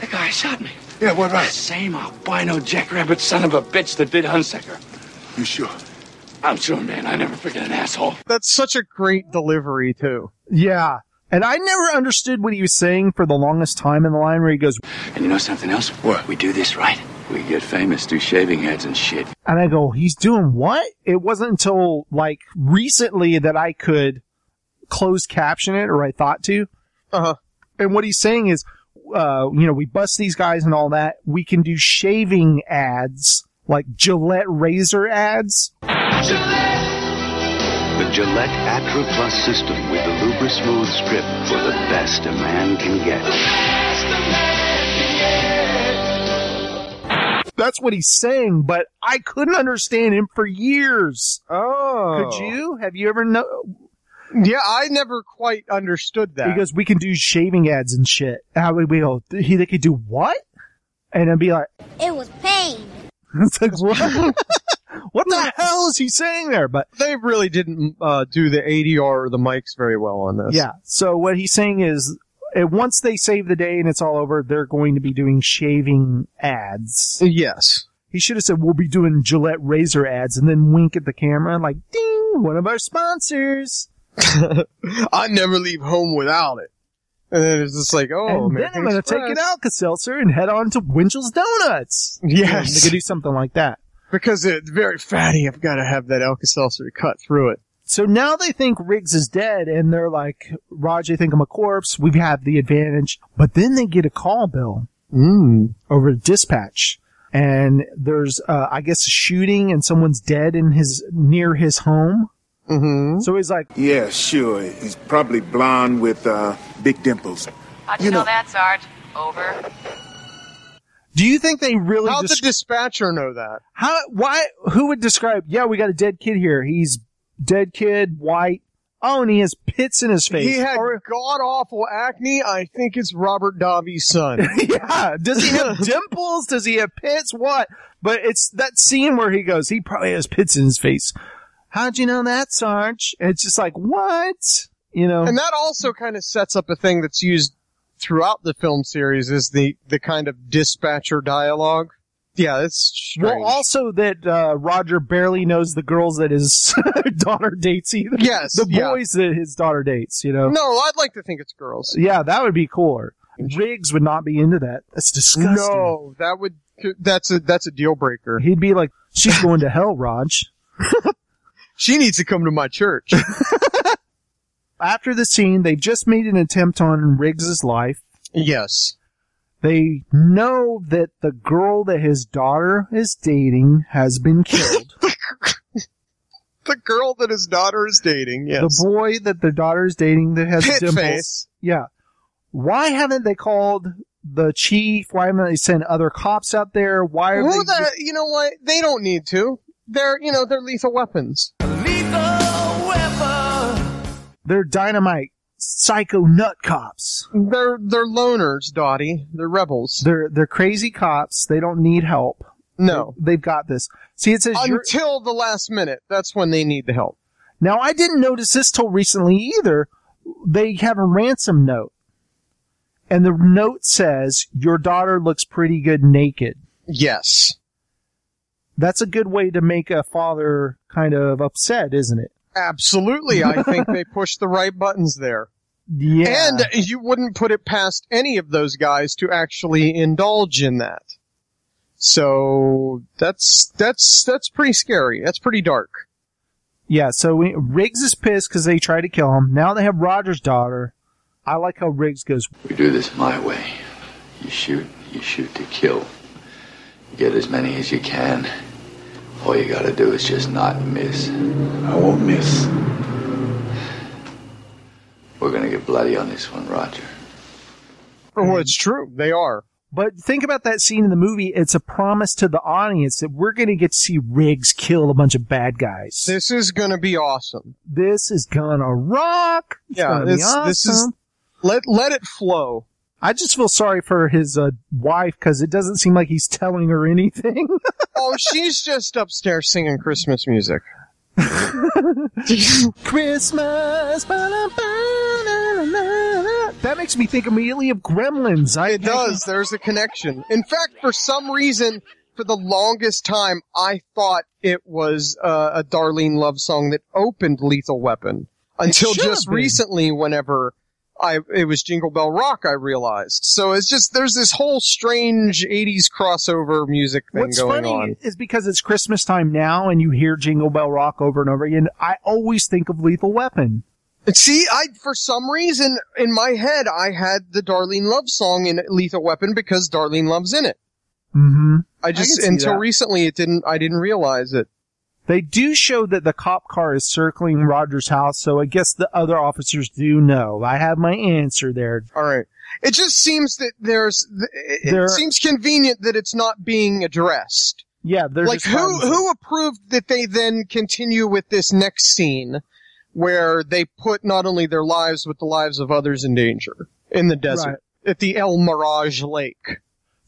Speaker 2: The guy who shot me. Yeah, what right? Same albino jackrabbit son of a bitch that did Hunsaker. You sure? I'm sure, man. I never forget an asshole.
Speaker 5: That's such a great delivery too.
Speaker 1: yeah. And I never understood what he was saying for the longest time in the line where he goes,
Speaker 3: And you know something else? What? We do this right. We get famous, do shaving heads and shit.
Speaker 1: and I go, he's doing what? It wasn't until like recently that I could closed caption it or I thought to.
Speaker 5: Uh huh.
Speaker 1: And what he's saying is, uh, you know, we bust these guys and all that. We can do shaving ads, like Gillette razor ads.
Speaker 23: The Gillette Atra Plus system with the Lubra Smooth strip for the best a man can get.
Speaker 1: That's what he's saying, but I couldn't understand him for years.
Speaker 5: Oh.
Speaker 1: Could you? Have you ever know?
Speaker 5: Yeah, I never quite understood that.
Speaker 1: He goes, we can do shaving ads and shit. And I would we go, he, they could do what? And I'd be like,
Speaker 8: It was pain.
Speaker 1: it's like, what? what the hell is he saying there? But
Speaker 5: they really didn't uh, do the ADR or the mics very well on this.
Speaker 1: yeah. So what he's saying is, eh, once they save the day and it's all over, they're going to be doing shaving ads.
Speaker 5: Yes.
Speaker 1: He should have said, we'll be doing Gillette razor ads and then wink at the camera like, ding, one of our sponsors.
Speaker 5: I never leave home without it. And then it's just like, oh,
Speaker 1: and then
Speaker 5: American
Speaker 1: I'm going to take
Speaker 5: Express.
Speaker 1: an Alka-Seltzer and head on to Winchell's Donuts.
Speaker 5: Yes.
Speaker 1: They could do something like that.
Speaker 5: because it's very fatty. I've got to have that Alka-Seltzer to cut through it.
Speaker 1: So now they think Riggs is dead and they're like, Roger, they think I'm a corpse. We have the advantage. But then they get a call, Bill,
Speaker 5: Mm.
Speaker 1: over to dispatch. And there's, uh, I guess, a shooting and someone's dead in his, near his home.
Speaker 5: Mm-hmm.
Speaker 1: So he's like,
Speaker 28: Yeah, sure. He's probably blonde with uh, big dimples.
Speaker 29: How'd you,
Speaker 28: You
Speaker 29: know,
Speaker 28: know-
Speaker 29: that, Sarge? Over.
Speaker 1: do you think they really,
Speaker 5: How'd
Speaker 1: desc-
Speaker 5: the dispatcher know that?
Speaker 1: how, why, who would describe, yeah, we got a dead kid here. He's dead kid, white. Oh, and he has pits in his face.
Speaker 5: He had god awful acne. I think it's Robert Davi's son.
Speaker 1: yeah. Does he have dimples? Does he have pits? What? But it's that scene where he goes, he probably has pits in his face. How'd you know that, Sarge? And it's just like, what? You know?
Speaker 5: And that also kind of sets up a thing that's used throughout the film series is the, the kind of dispatcher dialogue. Yeah, it's strange.
Speaker 1: well, also that uh, Roger barely knows the girls that his daughter dates either.
Speaker 5: Yes,
Speaker 1: The
Speaker 5: yeah.
Speaker 1: boys that his daughter dates, you know?
Speaker 5: no, I'd like to think it's girls.
Speaker 1: Yeah, that would be cooler. Riggs would not be into that. That's disgusting.
Speaker 5: No, that would that's a that's a deal breaker.
Speaker 1: He'd be like, she's going to hell, Raj.
Speaker 5: She needs to come to my church.
Speaker 1: After the scene, they just made an attempt on Riggs's life.
Speaker 5: yes.
Speaker 1: They know that the girl that his daughter is dating has been killed.
Speaker 5: The girl that his daughter is dating, yes.
Speaker 1: The boy that the daughter is dating that has
Speaker 5: Pit
Speaker 1: dimples.
Speaker 5: face.
Speaker 1: Yeah. Why haven't they called the chief? Why haven't they sent other cops out there? Why are
Speaker 5: Who
Speaker 1: they?
Speaker 5: the,
Speaker 1: just-
Speaker 5: you know what? They don't need to. They're, you know, they're lethal weapons.
Speaker 1: they're dynamite. psycho nut cops.
Speaker 5: They're they're loners, Dottie. They're rebels.
Speaker 1: They're they're crazy cops. They don't need help.
Speaker 5: No,
Speaker 1: they, have got this. See, it says you're-
Speaker 5: until the last minute. That's when they need the help.
Speaker 1: Now, I didn't notice this till recently either. They have a ransom note. And the note says, Your daughter looks pretty good naked.
Speaker 5: Yes.
Speaker 1: That's a good way to make a father kind of upset, isn't it?
Speaker 5: Absolutely, I think they pushed the right buttons there.
Speaker 1: Yeah.
Speaker 5: And you wouldn't put it past any of those guys to actually indulge in that. So that's that's that's pretty scary. That's pretty dark.
Speaker 1: Yeah, so we, Riggs is pissed because they tried to kill him. Now they have Roger's daughter. I like how Riggs goes,
Speaker 16: We do this my way. You shoot, you shoot to kill. You get as many as you can. All you gotta do is just not miss. I won't miss. We're gonna get bloody on this one, Roger.
Speaker 5: Oh, Well, it's true. They are.
Speaker 1: But think about that scene in the movie. It's a promise to the audience that we're going to get to see Riggs kill a bunch of bad guys.
Speaker 5: This is going to be awesome.
Speaker 1: This is going to rock. It's
Speaker 5: yeah,
Speaker 1: gonna be
Speaker 5: this- this is
Speaker 1: awesome.
Speaker 5: let let it flow.
Speaker 1: I just feel sorry for his uh, wife because it doesn't seem like he's telling her anything.
Speaker 5: oh, she's just upstairs singing Christmas music.
Speaker 1: Christmas. That makes me think immediately of Gremlins. I
Speaker 5: it does. There's a connection. In fact, for some reason, for the longest time, I thought it was uh, a Darlene love song that opened Lethal Weapon until
Speaker 1: should have
Speaker 5: just
Speaker 1: been.
Speaker 5: recently. Whenever I it was Jingle Bell Rock, I realized. So it's just there's this whole strange '80s crossover music thing
Speaker 1: What's
Speaker 5: going
Speaker 1: funny
Speaker 5: on.
Speaker 1: is because it's Christmas time now and you hear Jingle Bell Rock over and over again, I always think of Lethal Weapon.
Speaker 5: See, I for some reason in my head I had the Darlene Love song in Lethal Weapon because Darlene Love's in it.
Speaker 1: Mm-hmm.
Speaker 5: I just until recently it didn't I didn't realize it.
Speaker 1: They do show that the cop car is circling Roger's house, so I guess the other officers do know. I have my answer there.
Speaker 5: All right. It just seems that there's it
Speaker 1: There-
Speaker 5: seems convenient that it's not being addressed.
Speaker 1: Yeah, they're
Speaker 5: like
Speaker 1: just
Speaker 5: who
Speaker 1: fine with
Speaker 5: who approved that they then continue with this next scene where they put not only their lives but the lives of others in danger in the desert at the El Mirage Lake.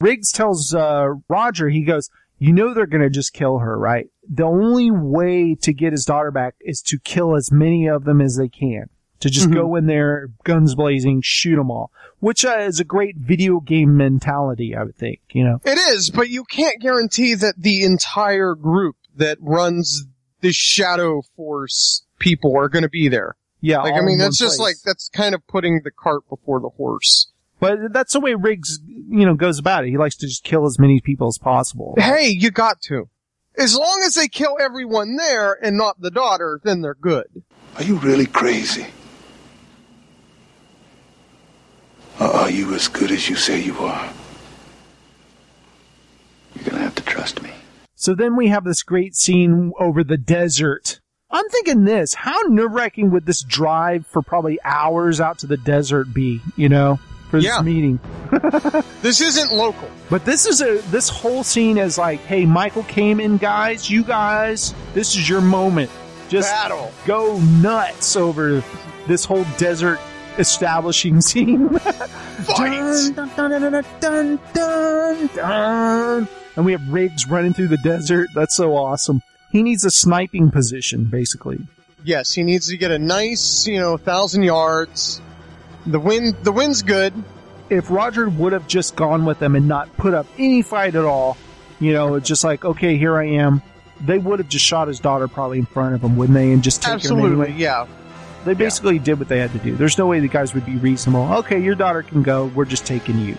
Speaker 1: Riggs tells uh, Roger, he goes, "You know they're gonna just kill her, right? The only way to get his daughter back is to kill as many of them as they can. To just
Speaker 5: Mm-hmm.
Speaker 1: go in there, guns blazing, shoot them all, which uh, is a great video game mentality, I would think. You know,
Speaker 5: It is, but you can't guarantee that the entire group that runs the Shadow Force people are going to be there.
Speaker 1: Yeah,
Speaker 5: like
Speaker 1: all
Speaker 5: I
Speaker 1: in
Speaker 5: mean,
Speaker 1: one
Speaker 5: that's just
Speaker 1: place.
Speaker 5: like that's kind of putting the cart before the horse.
Speaker 1: but that's the way Riggs, you know, goes about it. He likes to just kill as many people as possible.
Speaker 5: Hey, you got to. As long as they kill everyone there and not the daughter, then they're good.
Speaker 2: Are you really crazy? Or are you as good as you say you are?
Speaker 1: So then we have this great scene over the desert. I'm thinking this, how nerve wracking would this drive for probably hours out to the desert be, you know, for this
Speaker 5: Yeah.
Speaker 1: meeting?
Speaker 5: this isn't local.
Speaker 1: But this is a, this whole scene is like, hey, Michael came in, guys, you guys, this is your moment. Just
Speaker 5: Battle.
Speaker 1: go nuts over this whole desert establishing scene. Fight! Dun, dun, dun, dun, dun, dun, dun. And we have Riggs running through the desert. That's so awesome. He needs a sniping position, basically.
Speaker 5: Yes, he needs to get a nice, you know, thousand yards. The wind, the wind's good.
Speaker 1: If Roger would have just gone with them and not put up any fight at all, you know, it's just like, okay, here I am. They would have just shot his daughter probably in front of him, wouldn't they? And just taken him
Speaker 5: Absolutely,
Speaker 1: anyway.
Speaker 5: yeah.
Speaker 1: They basically did what they had to do. There's no way the guys would be reasonable. Okay, your daughter can go. We're just taking you.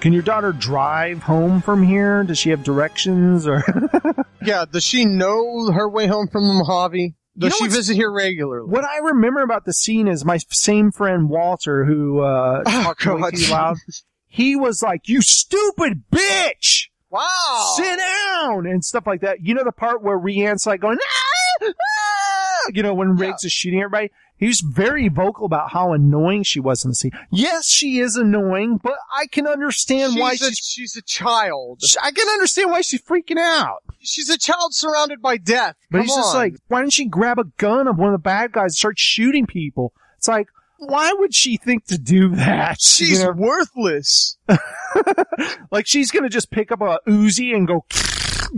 Speaker 1: Can your daughter drive home from here? Does she have directions or?
Speaker 5: Yeah, does she know her way home from the Mojave?
Speaker 1: You
Speaker 5: Does
Speaker 1: know
Speaker 5: she
Speaker 1: what's-
Speaker 5: visit here regularly?
Speaker 1: What I remember about the scene is my same friend Walter, who uh, talked way
Speaker 5: Oh, God.
Speaker 1: too loud. He was like, "You stupid bitch!
Speaker 5: Wow,
Speaker 1: sit down!" and stuff like that. You know the part where Rianne's like going, "Ah, ah," you know, when Riggs is shooting everybody. He was very vocal about how annoying she was in the scene. Yes, she is annoying, but I can understand
Speaker 5: She's
Speaker 1: why
Speaker 5: a-
Speaker 1: she's.
Speaker 5: she's a child.
Speaker 1: I can understand why she's freaking out.
Speaker 5: She's a child surrounded by death.
Speaker 1: But
Speaker 5: Come
Speaker 1: he's just
Speaker 5: on.
Speaker 1: like, why didn't she grab a gun of one of the bad guys and start shooting people? It's like, why would she think to do that?
Speaker 5: She's worthless.
Speaker 1: like she's gonna just pick up a Uzi and go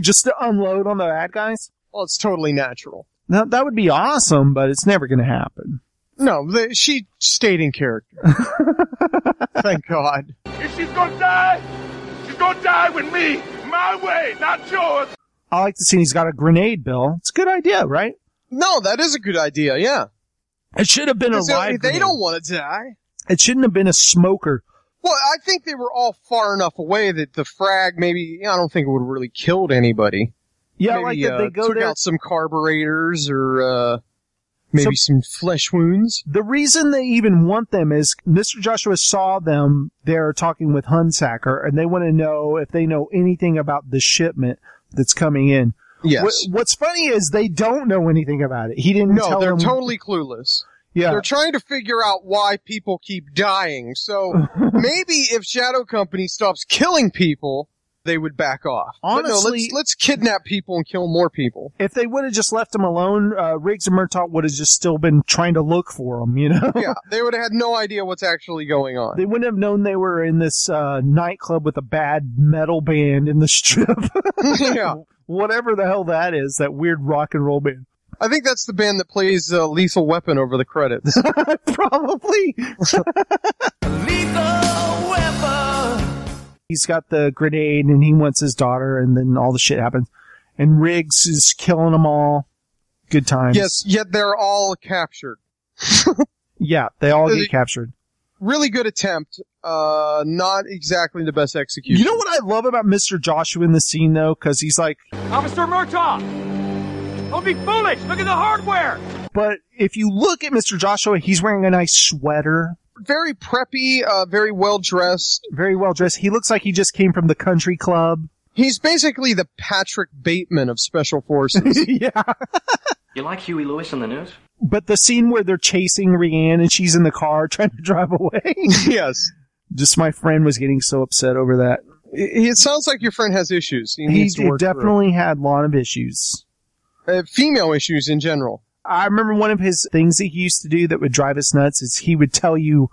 Speaker 1: just to unload on the bad guys.
Speaker 5: Well, it's totally natural.
Speaker 1: Now that would be awesome, but it's never gonna happen.
Speaker 5: No, the, she stayed in character. Thank God.
Speaker 2: If she's gonna die, she's gonna die with me, my way, not yours.
Speaker 1: I like to see he's got a grenade, Bill. It's a good idea, right?
Speaker 5: No, that is a good idea. Yeah,
Speaker 1: it should have been a
Speaker 5: Because they-
Speaker 1: live.
Speaker 5: they
Speaker 1: grenade.
Speaker 5: don't want to die.
Speaker 1: It shouldn't have been a smoker.
Speaker 5: Well, I think they were all far enough away that the frag maybe I don't think it would have really killed anybody.
Speaker 1: Yeah,
Speaker 5: Maybe,
Speaker 1: like that
Speaker 5: uh,
Speaker 1: they go
Speaker 5: took
Speaker 1: there.
Speaker 5: out some carburetors or uh, maybe some flesh wounds.
Speaker 1: The reason they even want them is Mr. Joshua saw them there talking with Hunsacker, and they want to know if they know anything about the shipment that's coming in.
Speaker 5: Yes.
Speaker 1: Wh- what's funny is they don't know anything about it. He didn't
Speaker 5: No,
Speaker 1: tell
Speaker 5: they're
Speaker 1: them-
Speaker 5: totally clueless.
Speaker 1: Yeah.
Speaker 5: They're trying to figure out why people keep dying. So maybe if Shadow Company stops killing people, they would back off. But no,
Speaker 1: Honestly-
Speaker 5: let's, let's kidnap people and kill more people.
Speaker 1: If they would have just left him alone, uh, Riggs and Murtaugh would have just still been trying to look for him, you know?
Speaker 5: yeah, they would have had no idea what's actually going on.
Speaker 1: They wouldn't have known they were in this uh, nightclub with a bad metal band in the strip.
Speaker 5: yeah.
Speaker 1: Whatever the hell that is, that weird rock and roll band.
Speaker 5: I think that's the band that plays uh, Lethal Weapon over the credits.
Speaker 1: Probably. He's got the grenade and he wants his daughter, and then all the shit happens. And Riggs is killing them all. Good times.
Speaker 5: yes, yet they're all captured.
Speaker 1: Yeah, they all
Speaker 5: They-
Speaker 1: get captured.
Speaker 5: Really good attempt. Uh, not exactly the best execution.
Speaker 1: You know what I love about Mr. Joshua in this scene, though? Because he's like,
Speaker 12: Officer Murtaugh! Don't be foolish! Look at the hardware!
Speaker 1: but if you look at Mr. Joshua, he's wearing a nice sweater.
Speaker 5: very preppy, uh, very well dressed.
Speaker 1: Very well dressed. He looks like he just came from the country club.
Speaker 5: He's basically the Patrick Bateman of Special Forces.
Speaker 1: yeah.
Speaker 6: You like Huey Lewis on the news?
Speaker 1: But the scene where they're chasing Rianne and she's in the car trying to drive away.
Speaker 5: yes.
Speaker 1: Just my friend was getting so upset over that.
Speaker 5: It it sounds like your friend has issues. He,
Speaker 1: He,
Speaker 5: needs to
Speaker 1: he
Speaker 5: work through.
Speaker 1: definitely had a lot of issues.
Speaker 5: Uh, female issues in general.
Speaker 1: I remember one of his things that he used to do that would drive us nuts is he would tell you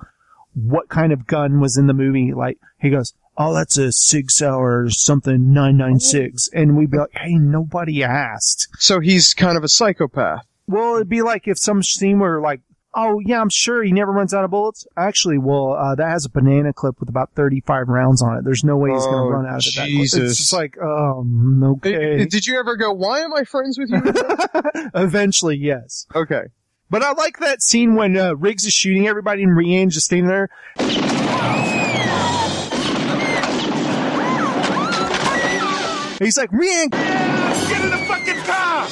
Speaker 1: what kind of gun was in the movie. Like he goes, "Oh, that's a Sig Sauer or something 996," and we'd be like, "Hey, nobody asked."
Speaker 5: So he's kind of a psychopath.
Speaker 1: Well, it'd be like if some scene were like, "Oh yeah, I'm sure he never runs out of bullets." Actually, well, uh, that has a banana clip with about 35 rounds on it. There's no way he's going
Speaker 5: Oh,
Speaker 1: to run out of it. that quick.
Speaker 5: Jesus.
Speaker 1: It's just like, um, okay.
Speaker 5: Uh, Did you ever go, why am I friends with you?
Speaker 1: Eventually, yes.
Speaker 5: Okay.
Speaker 1: But I like that scene when uh, Riggs is shooting everybody and Rianne's just standing there. And He's like, Rianne,
Speaker 2: Get in the fucking car!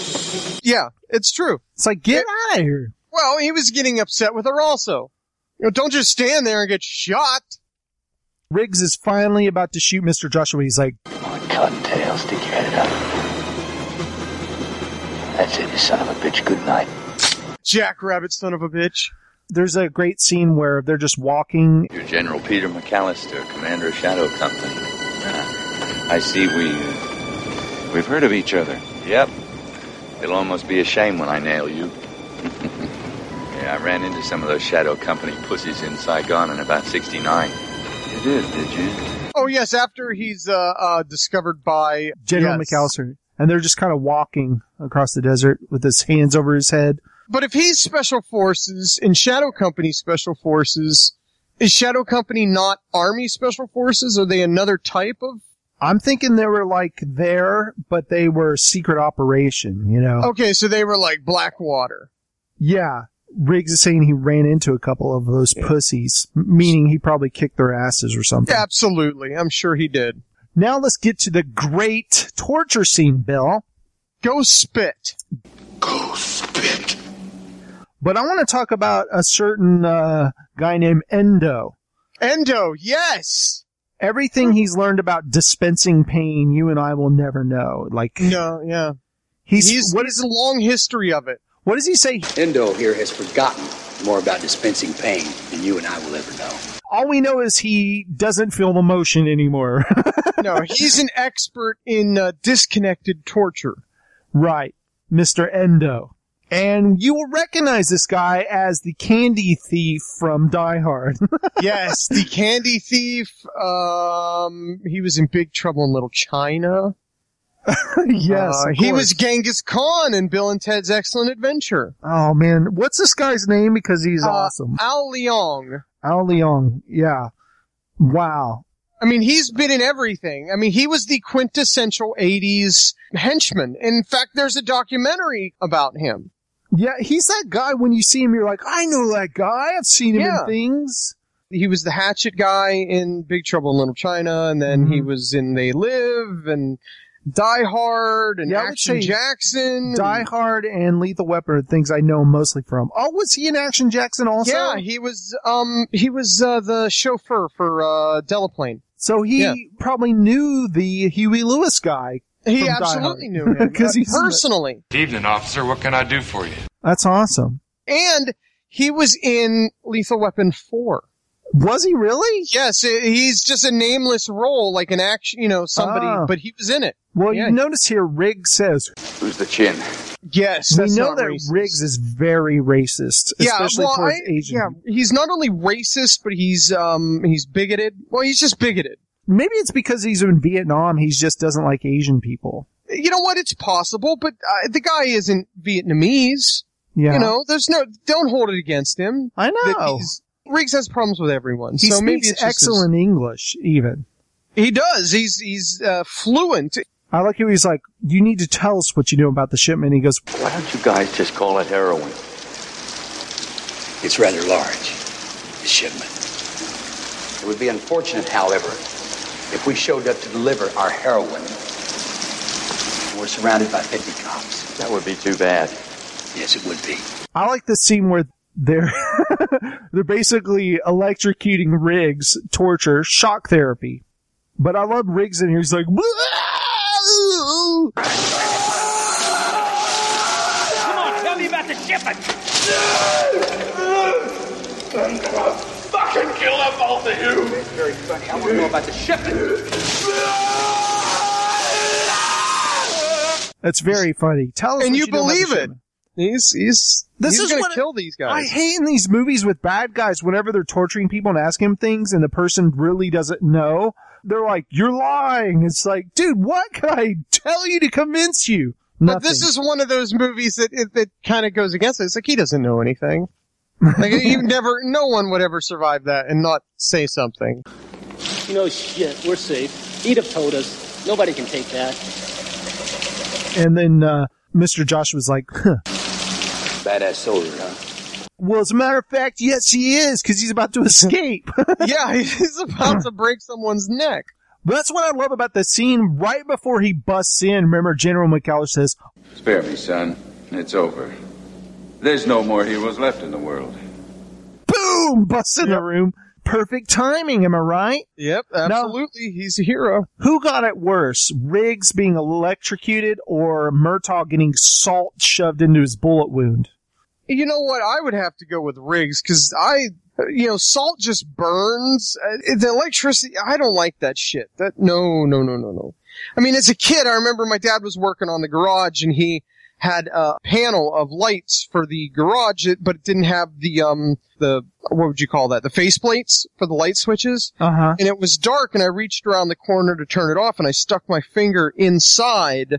Speaker 5: yeah, it's true.
Speaker 1: It's like, get out of here.
Speaker 5: Well, he was getting upset with her also. You know, don't just stand there and get shot.
Speaker 1: Riggs is finally about to shoot Mr. Joshua. He's like,
Speaker 16: Cottontails to get it up. That's it, you son of a bitch. Good night.
Speaker 5: Jackrabbit son of a bitch.
Speaker 1: there's a great scene where they're just walking.
Speaker 3: You're General Peter McAllister, commander of Shadow Company. Ah, I see we uh, we've heard of each other. Yep. It'll almost be a shame when I nail you. yeah, I ran into some of those Shadow Company pussies in Saigon in about '69. You did, did you?
Speaker 5: Oh yes, after he's uh, uh discovered by
Speaker 1: General
Speaker 5: Yes.
Speaker 1: McAllister. And they're just kind of walking across the desert with his hands over his head.
Speaker 5: But if he's special forces and Shadow Company special forces, is Shadow Company not Army special forces? Are they another type of?
Speaker 1: I'm thinking they were like there, but they were secret operation, you know?
Speaker 5: Okay, so they were like Blackwater.
Speaker 1: Yeah. Riggs is saying he ran into a couple of those pussies, m- meaning he probably kicked their asses or something.
Speaker 5: Absolutely, I'm sure he did.
Speaker 1: Now let's get to the great torture scene, Bill.
Speaker 5: Go spit.
Speaker 1: Go spit. But I want to talk about a certain uh, guy named Endo.
Speaker 5: Endo, yes. Hmm.
Speaker 1: Everything he's learned about dispensing pain, you and I will never know. Like
Speaker 5: No, yeah.
Speaker 1: he's,
Speaker 5: He's
Speaker 1: what
Speaker 5: what is a long history of it.
Speaker 1: what does he say?
Speaker 29: Endo here has forgotten more about dispensing pain than you and I will ever know.
Speaker 1: All we know is he doesn't feel emotion anymore.
Speaker 5: No, he's an expert in uh, disconnected torture.
Speaker 1: right, Mister Endo.
Speaker 2: And you will recognize this guy as the candy thief from Die Hard.
Speaker 1: yes, the candy thief. Um, he was in Big Trouble in Little China.
Speaker 2: yes,
Speaker 1: Uh,
Speaker 2: of
Speaker 1: he
Speaker 2: course.
Speaker 1: was Genghis Khan in Bill and Ted's Excellent Adventure.
Speaker 2: Oh man, what's this guy's name? Because he's
Speaker 1: Uh,
Speaker 2: awesome.
Speaker 1: Al Leong.
Speaker 2: Al Leong. Yeah. Wow.
Speaker 1: I mean, he's been in everything. I mean, he was the quintessential '80s henchman. In fact, there's a documentary about him.
Speaker 2: Yeah, he's that guy. When you see him, you're like, I know that guy. I've seen him in things.
Speaker 1: He was the hatchet guy in Big Trouble in Little China, and then
Speaker 2: Mm-hmm.
Speaker 1: he was in They Live and Die Hard and
Speaker 2: Yeah, I would
Speaker 1: Action
Speaker 2: say
Speaker 1: Jackson.
Speaker 2: Die Hard and Lethal Weapon are things I know him mostly from. Oh, was he in Action Jackson also?
Speaker 1: Yeah, he was um he was uh, the chauffeur for uh Delaplane.
Speaker 2: So he
Speaker 1: Yeah.
Speaker 2: probably knew the Huey Lewis guy.
Speaker 1: He absolutely knew him
Speaker 2: because he's
Speaker 1: personally.
Speaker 30: Evening, officer. What can I do for you?
Speaker 2: That's awesome.
Speaker 1: And he was in Lethal Weapon 4.
Speaker 2: Was he really?
Speaker 1: Yes, i- he's just a nameless role like an action, you know, somebody,
Speaker 2: Ah.
Speaker 1: but he was in it.
Speaker 2: Well,
Speaker 1: Yeah.
Speaker 2: you notice here, Riggs says
Speaker 3: Who's the chin?
Speaker 1: Yes,
Speaker 2: we
Speaker 1: that's
Speaker 2: know
Speaker 1: not
Speaker 2: that
Speaker 1: racist.
Speaker 2: Riggs is very racist, especially towards
Speaker 1: I-
Speaker 2: Asian.
Speaker 1: yeah, he's not only racist, but he's um he's bigoted. Well, he's just bigoted.
Speaker 2: Maybe it's because he's in Vietnam. He just doesn't like Asian people.
Speaker 1: You know what? It's possible, but uh, the guy isn't Vietnamese.
Speaker 2: Yeah.
Speaker 1: You know, there's no don't hold it against him.
Speaker 2: I
Speaker 1: know. Riggs has problems with everyone,
Speaker 2: He
Speaker 1: so
Speaker 2: speaks
Speaker 1: maybe it's just his-
Speaker 2: excellent English, even.
Speaker 1: He does. He's he's uh, fluent.
Speaker 2: I like how he's like, "You need to tell us what you know about the shipment." He goes,
Speaker 3: Why don't you guys just call it heroin?
Speaker 5: It's rather large, the shipment. It would be unfortunate, however, if we showed up to deliver our heroin and we're surrounded by 50 cops.
Speaker 3: That would be too bad.
Speaker 5: Yes, it would be.
Speaker 2: "I like the scene where they're they're basically electrocuting Riggs, torture, shock therapy." But I love Riggs in here. He's like, "Whoa!"
Speaker 31: Come on, tell me about the shipment.
Speaker 32: I'm gonna fucking kill them both of you. Very funny. I want to know about the shipment.
Speaker 2: "That's very funny." Tell us,
Speaker 1: And
Speaker 2: what
Speaker 1: you
Speaker 2: know about the
Speaker 1: believe it.
Speaker 2: shipment."
Speaker 1: He's he's
Speaker 2: This
Speaker 1: he's
Speaker 2: is
Speaker 1: gonna
Speaker 2: what
Speaker 1: kill these guys.
Speaker 2: I hate in these movies with bad guys whenever they're torturing people and asking them things and the person really doesn't know. They're like, you're lying. It's like, dude, what can I tell you to convince you?
Speaker 1: But this is one of those movies that it, that kind of goes against it. It's like he doesn't know anything. Like you never, no one would ever survive that and not say something.
Speaker 33: You know, shit, we're safe. He'd have told us. Nobody can take that.
Speaker 2: And then, uh, Mr. Josh was like, huh.
Speaker 5: Badass soldier, huh?
Speaker 2: well, as a matter of fact, yes, he is because he's about to escape.
Speaker 1: yeah, he's about to break someone's neck.
Speaker 2: That's what I love about the scene right before he busts in. Remember, General McAllister says,
Speaker 18: Spare me, son. It's over. There's no more heroes left in the world.
Speaker 2: boom, busts in the room. Perfect timing, am I right?
Speaker 1: Yep,
Speaker 2: absolutely.
Speaker 1: He's a hero.
Speaker 2: Who got it worse, Riggs being electrocuted or Murtaugh getting salt shoved into his bullet wound?
Speaker 1: You know what? I would have to go with Riggs because I, you know, salt just burns. Uh, the electricity, I don't like that shit. That no, no, no, no, no. I mean, as a kid, I remember my dad was working on the garage and he had a panel of lights for the garage, it- but it didn't have the um the what would you call that? The face plates for the light switches.
Speaker 2: Uh huh.
Speaker 1: And it was dark, and I reached around the corner to turn it off, and I stuck my finger inside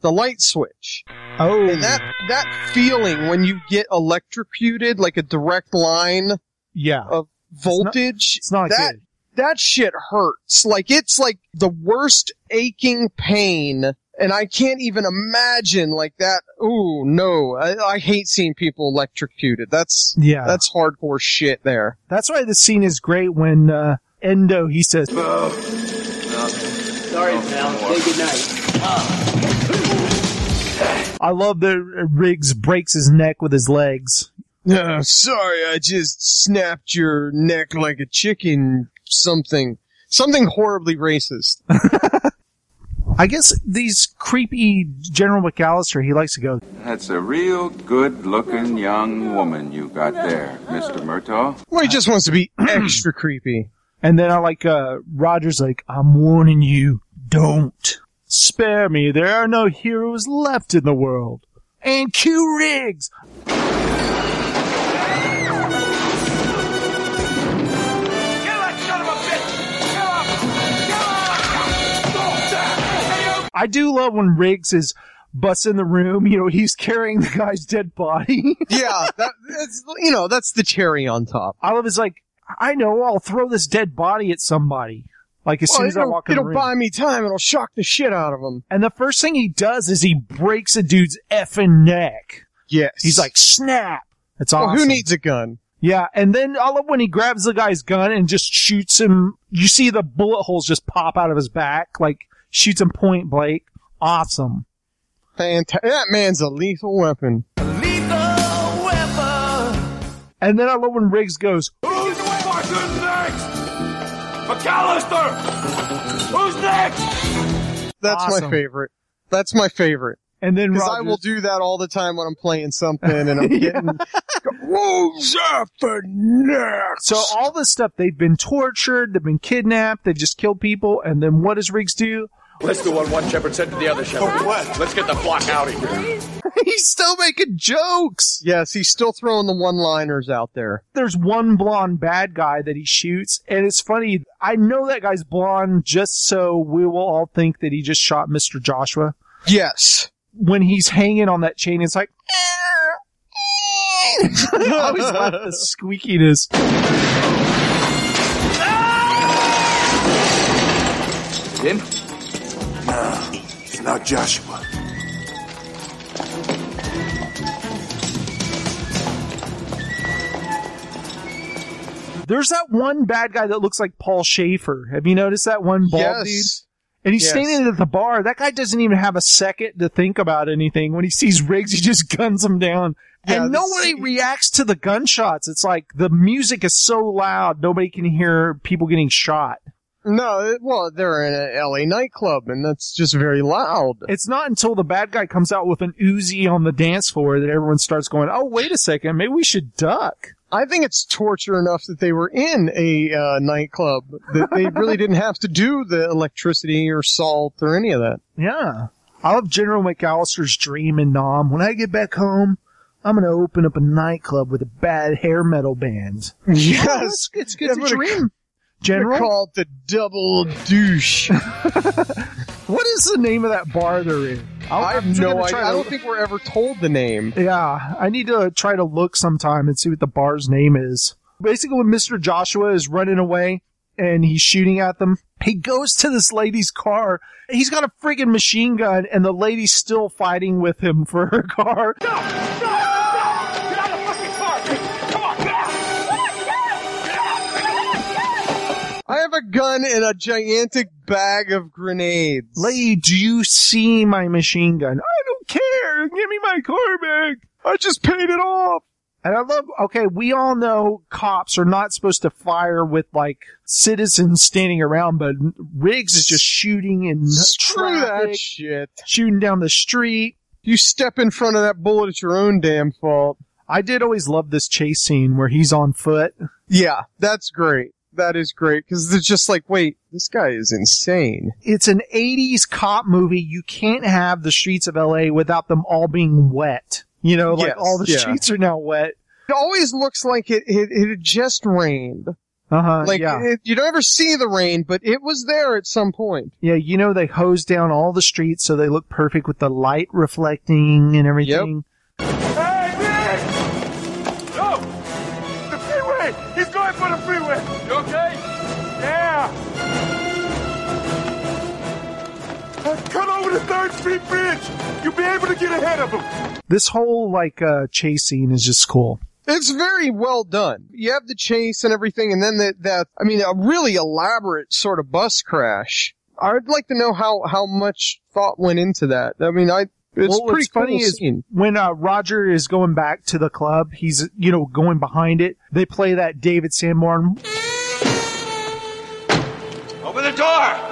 Speaker 1: the light switch.
Speaker 2: Oh.
Speaker 1: And that, that feeling when you get electrocuted, like a direct line
Speaker 2: yeah.
Speaker 1: of voltage, it's not, that,
Speaker 2: good.
Speaker 1: That shit hurts. Like, it's like the worst aching pain. And I can't even imagine like that. Ooh, no. I, I hate seeing people electrocuted. That's,
Speaker 2: Yeah.
Speaker 1: that's hardcore shit there.
Speaker 2: That's why the scene is great when uh, Endo he says,
Speaker 33: Sorry, pal. Say goodnight.
Speaker 2: "I love that Riggs breaks his neck with his legs."
Speaker 1: No, sorry, I just snapped your neck like a chicken something. Something horribly racist.
Speaker 2: I guess these creepy General McAllister he likes to go.
Speaker 18: That's a real good looking young woman you got there, Mr. Murtaugh.
Speaker 1: Well, he just wants to be extra creepy.
Speaker 2: And then I like uh, Rogers like, "I'm warning you, don't spare me. There are no heroes left in the world."
Speaker 1: and Q Riggs. I do love when Riggs is busting the room. You know, he's carrying the guy's dead body.
Speaker 5: yeah, that, that's you know that's the cherry on top.
Speaker 1: I love is like I know I'll throw this dead body at somebody. Like as
Speaker 5: Well,
Speaker 1: soon as I
Speaker 5: it'll-
Speaker 1: walk in the
Speaker 5: it'll
Speaker 1: room,
Speaker 5: buy me time. It'll shock the shit out of him.
Speaker 1: And the first thing he does is he breaks a dude's effing neck.
Speaker 5: Yes,
Speaker 1: he's like snap. It's
Speaker 5: Well,
Speaker 1: awesome.
Speaker 5: who needs a gun?
Speaker 1: Yeah, and then I love when he grabs the guy's gun and just shoots him. You see the bullet holes just pop out of his back, like shoots him point blank. Awesome.
Speaker 5: Fanta- that man's a lethal weapon.
Speaker 1: And then I love when Riggs goes,
Speaker 12: Who's fucking next? McAllister! Who's next?
Speaker 5: That's my favorite. That's my favorite.
Speaker 1: And then
Speaker 5: because I will do that all the time when I'm playing something and I'm getting wolves up for next.
Speaker 1: So all this stuff, they've been tortured, they've been kidnapped, they've just killed people, and then what does Riggs do?
Speaker 12: Let's do what one shepherd said to the other shepherd. what? Let's get the flock out of here.
Speaker 5: he's still making jokes. Yes, he's still throwing the one-liners out there.
Speaker 1: There's one blonde bad guy that he shoots, and it's funny, I know that guy's blonde just so we will all think that he just shot Mr. Joshua.
Speaker 5: Yes.
Speaker 1: When he's hanging on that chain, it's like, I always love the squeakiness.
Speaker 16: Him?
Speaker 28: No, it's not Joshua.
Speaker 1: There's that one bad guy that looks like Paul Schaefer. Have you noticed that one bald
Speaker 5: Yes.
Speaker 1: dude? And he's
Speaker 5: Yes.
Speaker 1: standing at the bar. That guy doesn't even have a second to think about anything. When he sees Riggs, he just guns him down.
Speaker 5: Yeah,
Speaker 1: and
Speaker 5: this-
Speaker 1: nobody reacts to the gunshots. It's like the music is so loud, nobody can hear people getting shot.
Speaker 5: No, it- well, they're in an LA nightclub and that's just very loud.
Speaker 1: It's not until the bad guy comes out with an Uzi on the dance floor that everyone starts going, oh, wait a second, maybe we should duck.
Speaker 5: I think it's torture enough that they were in a uh, nightclub that they really didn't have to do the electricity or salt or any of that.
Speaker 1: Yeah. I love General McAllister's dream in Nom. When I get back home, I'm gonna open up a nightclub with a bad hair metal band.
Speaker 5: Yes,
Speaker 1: it's
Speaker 5: good to dream.
Speaker 1: General?
Speaker 5: called the double douche.
Speaker 1: what is the name of that bar they're in? I'll-
Speaker 5: I have
Speaker 1: I'm
Speaker 5: no
Speaker 1: gonna try
Speaker 5: idea.
Speaker 1: to-
Speaker 5: I don't think we're ever told the name.
Speaker 1: Yeah, I need to try to look sometime and see what the bar's name is. Basically, when Mr. Joshua is running away and he's shooting at them, he goes to this lady's car. He's got a friggin' machine gun, and the lady's still fighting with him for her car.
Speaker 5: I have a gun and a gigantic bag of grenades.
Speaker 1: Lady, do you see my machine gun? I don't care. Give me my car back. I just paid it off. And I love, okay, we all know cops are not supposed to fire with like citizens standing around, but Riggs is just shooting and
Speaker 5: Screw that
Speaker 1: traffic,
Speaker 5: shit.
Speaker 1: shooting down the street.
Speaker 5: You step in front of that bullet, it's your own damn fault.
Speaker 1: I did always love this chase scene where he's on foot.
Speaker 5: Yeah, that's great. That is great because it's just like, wait, this guy is insane.
Speaker 1: It's an 80s cop movie. You can't have the streets of LA without them all being wet. You know, like
Speaker 5: Yes,
Speaker 1: all the
Speaker 5: yeah.
Speaker 1: streets are now wet.
Speaker 5: It always looks like it it, it had just rained.
Speaker 1: Uh huh.
Speaker 5: like
Speaker 1: yeah.
Speaker 5: it, you don't ever see the rain, but it was there at some point.
Speaker 1: Yeah, you know they hose down all the streets so they look perfect with the light reflecting and everything.
Speaker 12: Yo! The freeway! He's going for the freeway! You okay? Yeah! Cut over the Third Street Bridge! You'll be able to get ahead of him!
Speaker 1: This whole like uh chase scene is just cool.
Speaker 5: It's very well done. You have the chase and everything, and then that that I mean, a really elaborate sort of bus crash. I'd like to know how how much thought went into that. I mean, I it's
Speaker 1: Well,
Speaker 5: pretty
Speaker 1: what's funny
Speaker 5: cool
Speaker 1: is
Speaker 5: scene.
Speaker 1: when uh, Roger is going back to the club, he's you know going behind it. They play that David Sanborn.
Speaker 12: Open the door!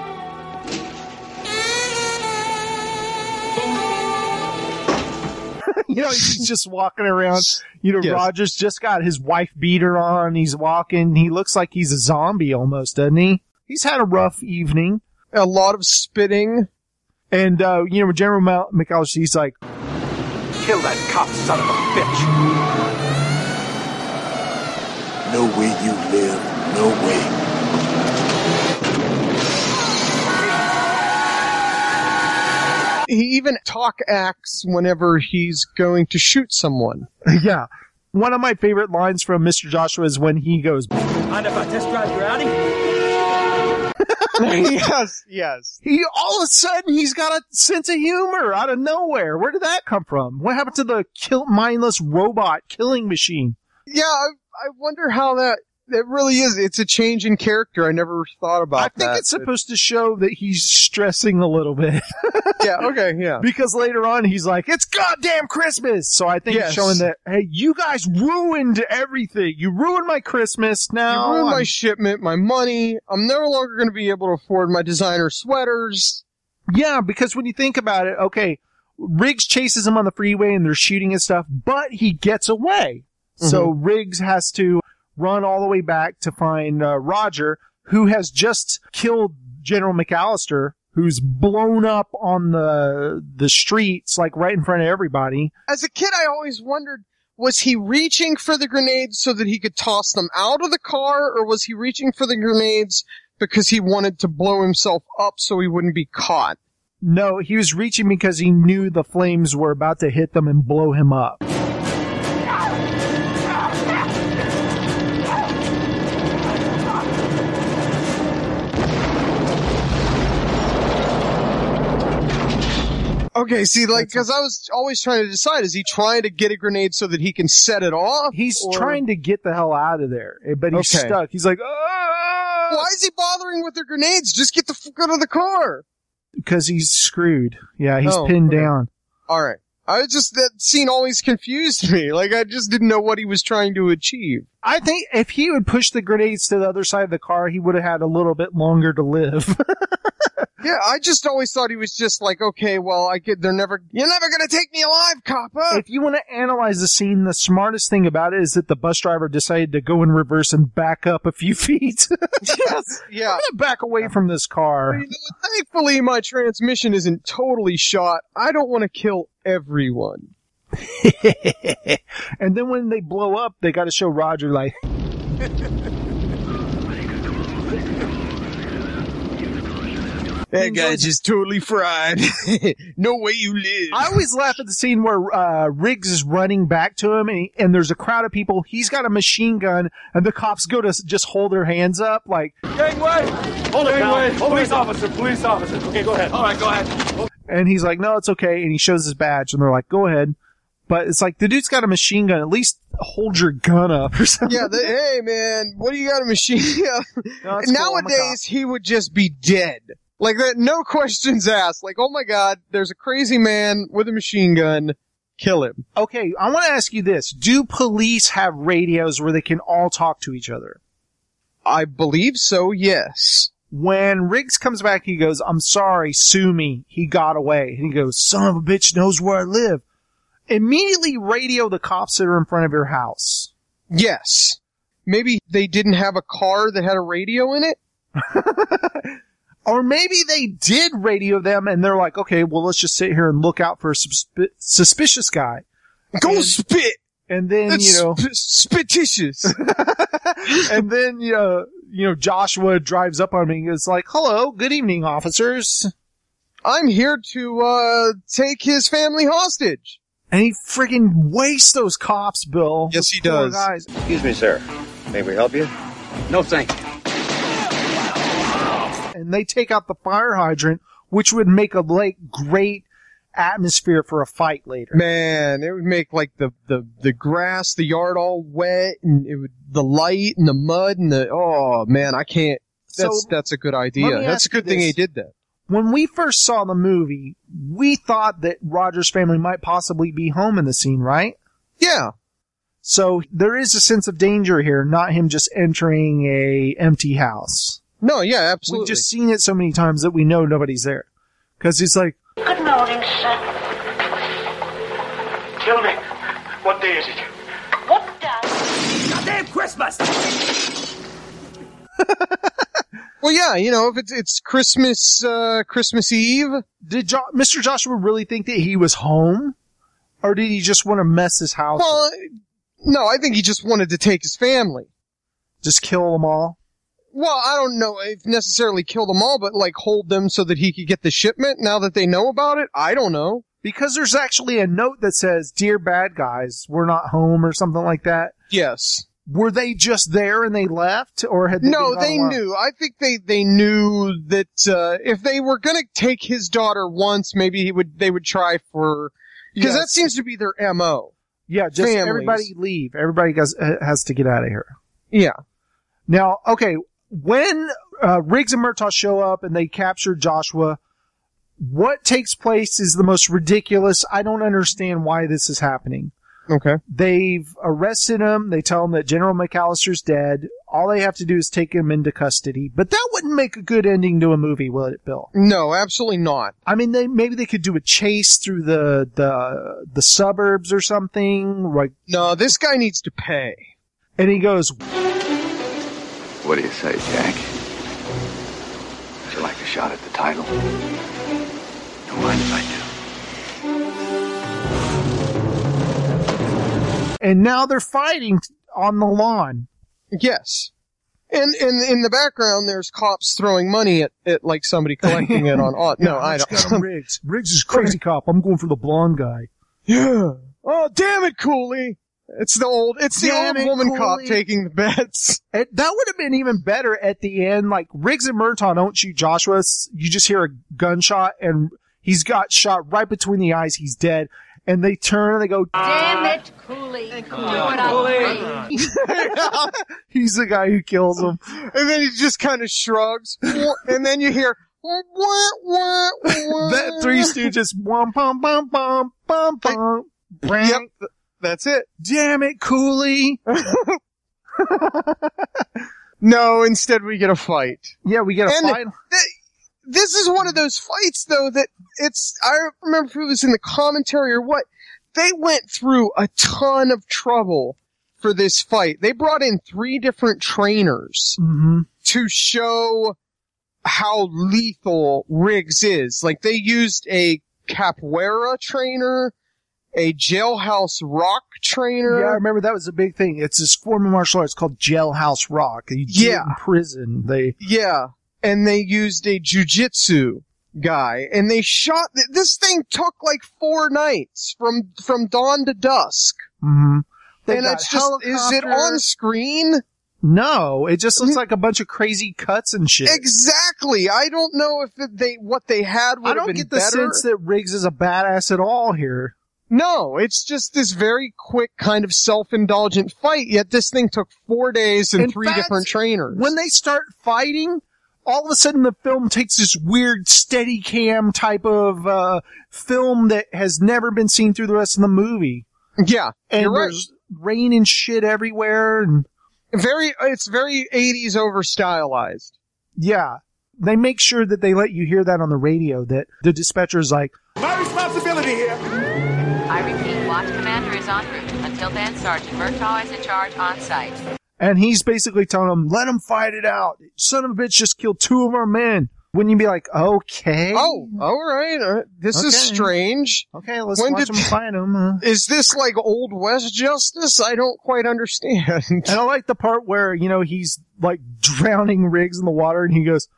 Speaker 1: you know, he's just walking around. You know, Roger's just got his wife beater on. He's walking. He looks like he's a zombie almost, doesn't he? He's had a rough evening.
Speaker 5: A lot of spitting.
Speaker 1: And, uh, you know, General Mal- McAllister, he's like,
Speaker 12: Kill that cop, son of a bitch.
Speaker 2: No way you live, no way.
Speaker 5: He even talk acts whenever he's going to shoot someone.
Speaker 1: yeah. One of my favorite lines from Mr. Joshua is when he goes,
Speaker 12: Mind if I test drive your Audi?
Speaker 5: yes, yes.
Speaker 1: He all of a sudden he's got a sense of humor out of nowhere. Where did that come from? What happened to the kill- mindless robot killing machine?
Speaker 5: Yeah, I, I wonder how that that really is. It's a change in character. I never thought about. I
Speaker 1: think it's supposed to show that he's stressing a little bit.
Speaker 5: yeah. Okay. Yeah.
Speaker 1: because later on he's like, "It's goddamn Christmas," so I think
Speaker 5: Yes.
Speaker 1: it's showing that hey, you guys ruined everything. You ruined my Christmas. Now
Speaker 5: You ruined my
Speaker 1: I'm-
Speaker 5: shipment, my money. I'm no longer going to be able to afford my designer sweaters.
Speaker 1: Yeah, because when you think about it, okay, Riggs chases him on the freeway and they're shooting and stuff, but he gets away. So
Speaker 5: Mm-hmm.
Speaker 1: Riggs has to run all the way back to find uh, Roger, who has just killed General McAllister, who's blown up on the the streets, like right in front of everybody.
Speaker 5: As a kid, I always wondered, was he reaching for the grenades so that he could toss them out of the car, or was he reaching for the grenades because he wanted to blow himself up so he wouldn't be caught?
Speaker 1: No, he was reaching because he knew the flames were about to hit them and blow him up.
Speaker 5: Okay, see, like, because I was always trying to decide, is he trying to get a grenade so that he can set it off?
Speaker 1: He's trying to get the hell out of there, eh, but he's
Speaker 5: Okay.
Speaker 1: stuck. He's like,
Speaker 5: Why is he bothering with their grenades? Just get the fuck out of the car.
Speaker 1: because he's screwed. Yeah, he's
Speaker 5: Oh,
Speaker 1: pinned
Speaker 5: okay.
Speaker 1: down.
Speaker 5: All right. I was just that scene always confused me. Like I just didn't know what he was trying to achieve.
Speaker 1: I think if he would push the grenades to the other side of the car, he would have had a little bit longer to live.
Speaker 5: Yeah, I just always thought he was just like, okay, well, I get they're never you're never gonna take me alive, copper.
Speaker 1: if you want to analyze the scene, the smartest thing about it is that the bus driver decided to go in reverse and back up a few feet.
Speaker 5: yes, yeah.
Speaker 1: I'm gonna back away from this car.
Speaker 5: Thankfully, my transmission isn't totally shot. I don't want to kill everyone.
Speaker 1: and then when they blow up, they got to show Roger like,
Speaker 5: That guy's just totally fried. no way you live.
Speaker 1: I always laugh at the scene where uh, Riggs is running back to him, and, he, and there's a crowd of people. He's got a machine gun, and the cops go to s- just hold their hands up, like,
Speaker 12: Gangway! Hold it,
Speaker 7: Gangway,
Speaker 12: pal.
Speaker 7: hold it
Speaker 12: Police
Speaker 7: down.
Speaker 12: officer, police officer. Okay, go ahead. All right, go ahead.
Speaker 1: and he's like, "No, it's okay," and he shows his badge, and they're like, "Go ahead," but it's like the dude's got a machine gun. At least hold your gun up or something.
Speaker 5: yeah, the, hey man, what do you got a machine? Yeah.
Speaker 1: No, that's cool. I'm a
Speaker 5: Nowadays, he would just be dead. Like that, no questions asked. Like, oh my god, there's a crazy man with a machine gun. Kill him.
Speaker 1: Okay, I want to ask you this: Do police have radios where they can all talk to each other?
Speaker 5: I believe so. Yes.
Speaker 1: When Riggs comes back, he goes, "I'm sorry, sue me." He got away, and he goes, "Son of a bitch knows where I live." Immediately radio the cops that are in front of your house.
Speaker 5: Yes. Maybe they didn't have a car that had a radio in it.
Speaker 1: Or maybe they did radio them and they're like, okay, well, let's just sit here and look out for a suspi- suspicious guy.
Speaker 5: Go spit!
Speaker 1: And then,
Speaker 5: That's
Speaker 1: you know,
Speaker 5: sp- spititious.
Speaker 1: and then, you know, you know, Joshua drives up on me and is like, hello, good evening, officers.
Speaker 5: I'm here to uh take his family hostage.
Speaker 1: And he friggin' wastes those cops, Bill.
Speaker 5: Yes, he
Speaker 1: Poor
Speaker 5: does.
Speaker 1: Guys.
Speaker 29: Excuse me, sir. May we help you? No, thank you.
Speaker 1: And they take out the fire hydrant, which would make a like great atmosphere for a fight later.
Speaker 5: Man, it would make like the the the grass, the yard all wet, and it would the light and the mud and the oh man, I can't. That's
Speaker 1: So,
Speaker 5: that's a good
Speaker 1: let
Speaker 5: idea.
Speaker 1: me
Speaker 5: That's a
Speaker 1: ask you
Speaker 5: good thing
Speaker 1: this.
Speaker 5: he did that.
Speaker 1: when we first saw the movie, we thought that Roger's family might possibly be home in the scene, right?
Speaker 5: Yeah.
Speaker 1: So there is a sense of danger here, not him just entering a empty house.
Speaker 5: No, yeah, absolutely.
Speaker 1: We've just seen it so many times that we know nobody's there. Cause he's like,
Speaker 9: Good morning, sir.
Speaker 12: Tell me, what day is it?
Speaker 9: What does
Speaker 12: Goddamn Christmas!
Speaker 5: Well, yeah, you know, if it's it's Christmas, uh, Christmas Eve.
Speaker 1: Did jo- Mr. Joshua really think that he was home, or did he just want to mess his house?
Speaker 5: Well, no, I think he just wanted to take his family.
Speaker 1: Just kill them all.
Speaker 5: Well, I don't know if necessarily kill them all, but like hold them so that he could get the shipment. Now that they know about it, I don't know.
Speaker 1: Because there's actually a note that says, "Dear bad guys, we're not home" or something like that.
Speaker 5: Yes.
Speaker 1: Were they just there and they left, or had they
Speaker 5: no,
Speaker 1: been gone
Speaker 5: they
Speaker 1: a while?
Speaker 5: knew. I think they they knew that uh, if they were going to take his daughter once, maybe he would. They would try for because that
Speaker 1: Yes.
Speaker 5: seems to be their mo.
Speaker 1: Yeah, just
Speaker 5: Families.
Speaker 1: everybody leave. Everybody has, has to get out of here.
Speaker 5: Yeah.
Speaker 1: Now, okay, when uh, Riggs and Murtaugh show up and they capture Joshua, what takes place is the most ridiculous. I don't understand why this is happening.
Speaker 5: Okay.
Speaker 1: They've arrested him. They tell him that General McAllister's dead. All they have to do is take him into custody. But that wouldn't make a good ending to a movie, will it, Bill?
Speaker 5: No, absolutely not.
Speaker 1: I mean, they maybe they could do a chase through the the the suburbs or something. Like,
Speaker 5: no, this guy needs to pay.
Speaker 1: And he goes,
Speaker 16: What do you say, Jack? Would you like a shot at the title? Don't mind if I do.
Speaker 1: and now they're fighting on the lawn.
Speaker 5: Yes. And in in the background, there's cops throwing money at, at like somebody collecting it on. on no,
Speaker 1: Yeah,
Speaker 5: I
Speaker 1: let's
Speaker 5: don't.
Speaker 1: go to Riggs. Riggs is crazy cop. I'm going for the blonde guy.
Speaker 5: Yeah. Oh, damn it, Cooley. It's the old, it's the
Speaker 1: Damn it,
Speaker 5: old woman cop
Speaker 1: Cooley.
Speaker 5: taking the bets.
Speaker 1: It, that would have been even better at the end. Like Riggs and Murtaugh don't shoot Joshua. S- You just hear a gunshot and he's got shot right between the eyes. He's dead. And they turn and they go,
Speaker 8: Damn it, Cooley. Do what
Speaker 5: Oh,
Speaker 8: I
Speaker 1: Cooley. He's the guy who kills him.
Speaker 5: And then he just kind of shrugs. and then you hear, wah, wah, wah.
Speaker 1: That Three Stooges, bum, bum, bum, bum, bum, bum.
Speaker 5: Yep, that's it.
Speaker 1: Damn it, Cooley.
Speaker 5: no, instead we get a fight.
Speaker 1: Yeah, we get a
Speaker 5: And
Speaker 1: fight.
Speaker 5: th- this is one of those fights, though, that it's, I don't remember if it was in the commentary or what. They went through a ton of trouble for this fight. They brought in three different trainers
Speaker 1: Mm-hmm.
Speaker 5: to show how lethal Riggs is. Like, they used a capoeira trainer, a jailhouse rock trainer.
Speaker 1: Yeah, I remember that was a big thing. It's this form of martial arts called jailhouse rock. You do it
Speaker 5: Yeah.
Speaker 1: in prison. They
Speaker 5: Yeah, and they used a jujitsu guy, and they shot. th- This thing took like four nights from from dawn to dusk.
Speaker 1: mhm. They
Speaker 5: and
Speaker 1: got
Speaker 5: it's just is it
Speaker 1: helicopters.
Speaker 5: on screen? Mm-hmm.
Speaker 1: No, it just looks like a bunch of crazy cuts and shit.
Speaker 5: Exactly. I don't know if it- they what they had would
Speaker 1: I
Speaker 5: have
Speaker 1: don't
Speaker 5: been
Speaker 1: get the
Speaker 5: better.
Speaker 1: sense that Riggs is a badass at all here.
Speaker 5: no, it's just this very quick kind of self-indulgent fight. Yet this thing took four days and
Speaker 1: In
Speaker 5: three
Speaker 1: fact,
Speaker 5: different trainers.
Speaker 1: When they start fighting, all of a sudden the film takes this weird steady cam type of uh, film that has never been seen through the rest of the movie.
Speaker 5: yeah,
Speaker 1: And
Speaker 5: you're right.
Speaker 1: there's rain and shit everywhere and
Speaker 5: Very, it's very '80s over stylized.
Speaker 1: Yeah. They make sure that they let you hear that on the radio that the dispatcher's like,
Speaker 12: My responsibility here.
Speaker 13: I repeat, watch commander is en route. Until then, Sergeant Murtaugh is in charge on site.
Speaker 1: and he's basically telling them, let them fight it out. Son of a bitch just killed two of our men. Wouldn't you be like, okay.
Speaker 5: Oh, all right. all right. This
Speaker 1: Okay.
Speaker 5: is strange.
Speaker 1: Okay, let's watch them fight them.
Speaker 5: Is this like old West justice? I don't quite understand. And
Speaker 1: I like the part where, you know, he's like drowning Riggs in the water and he goes,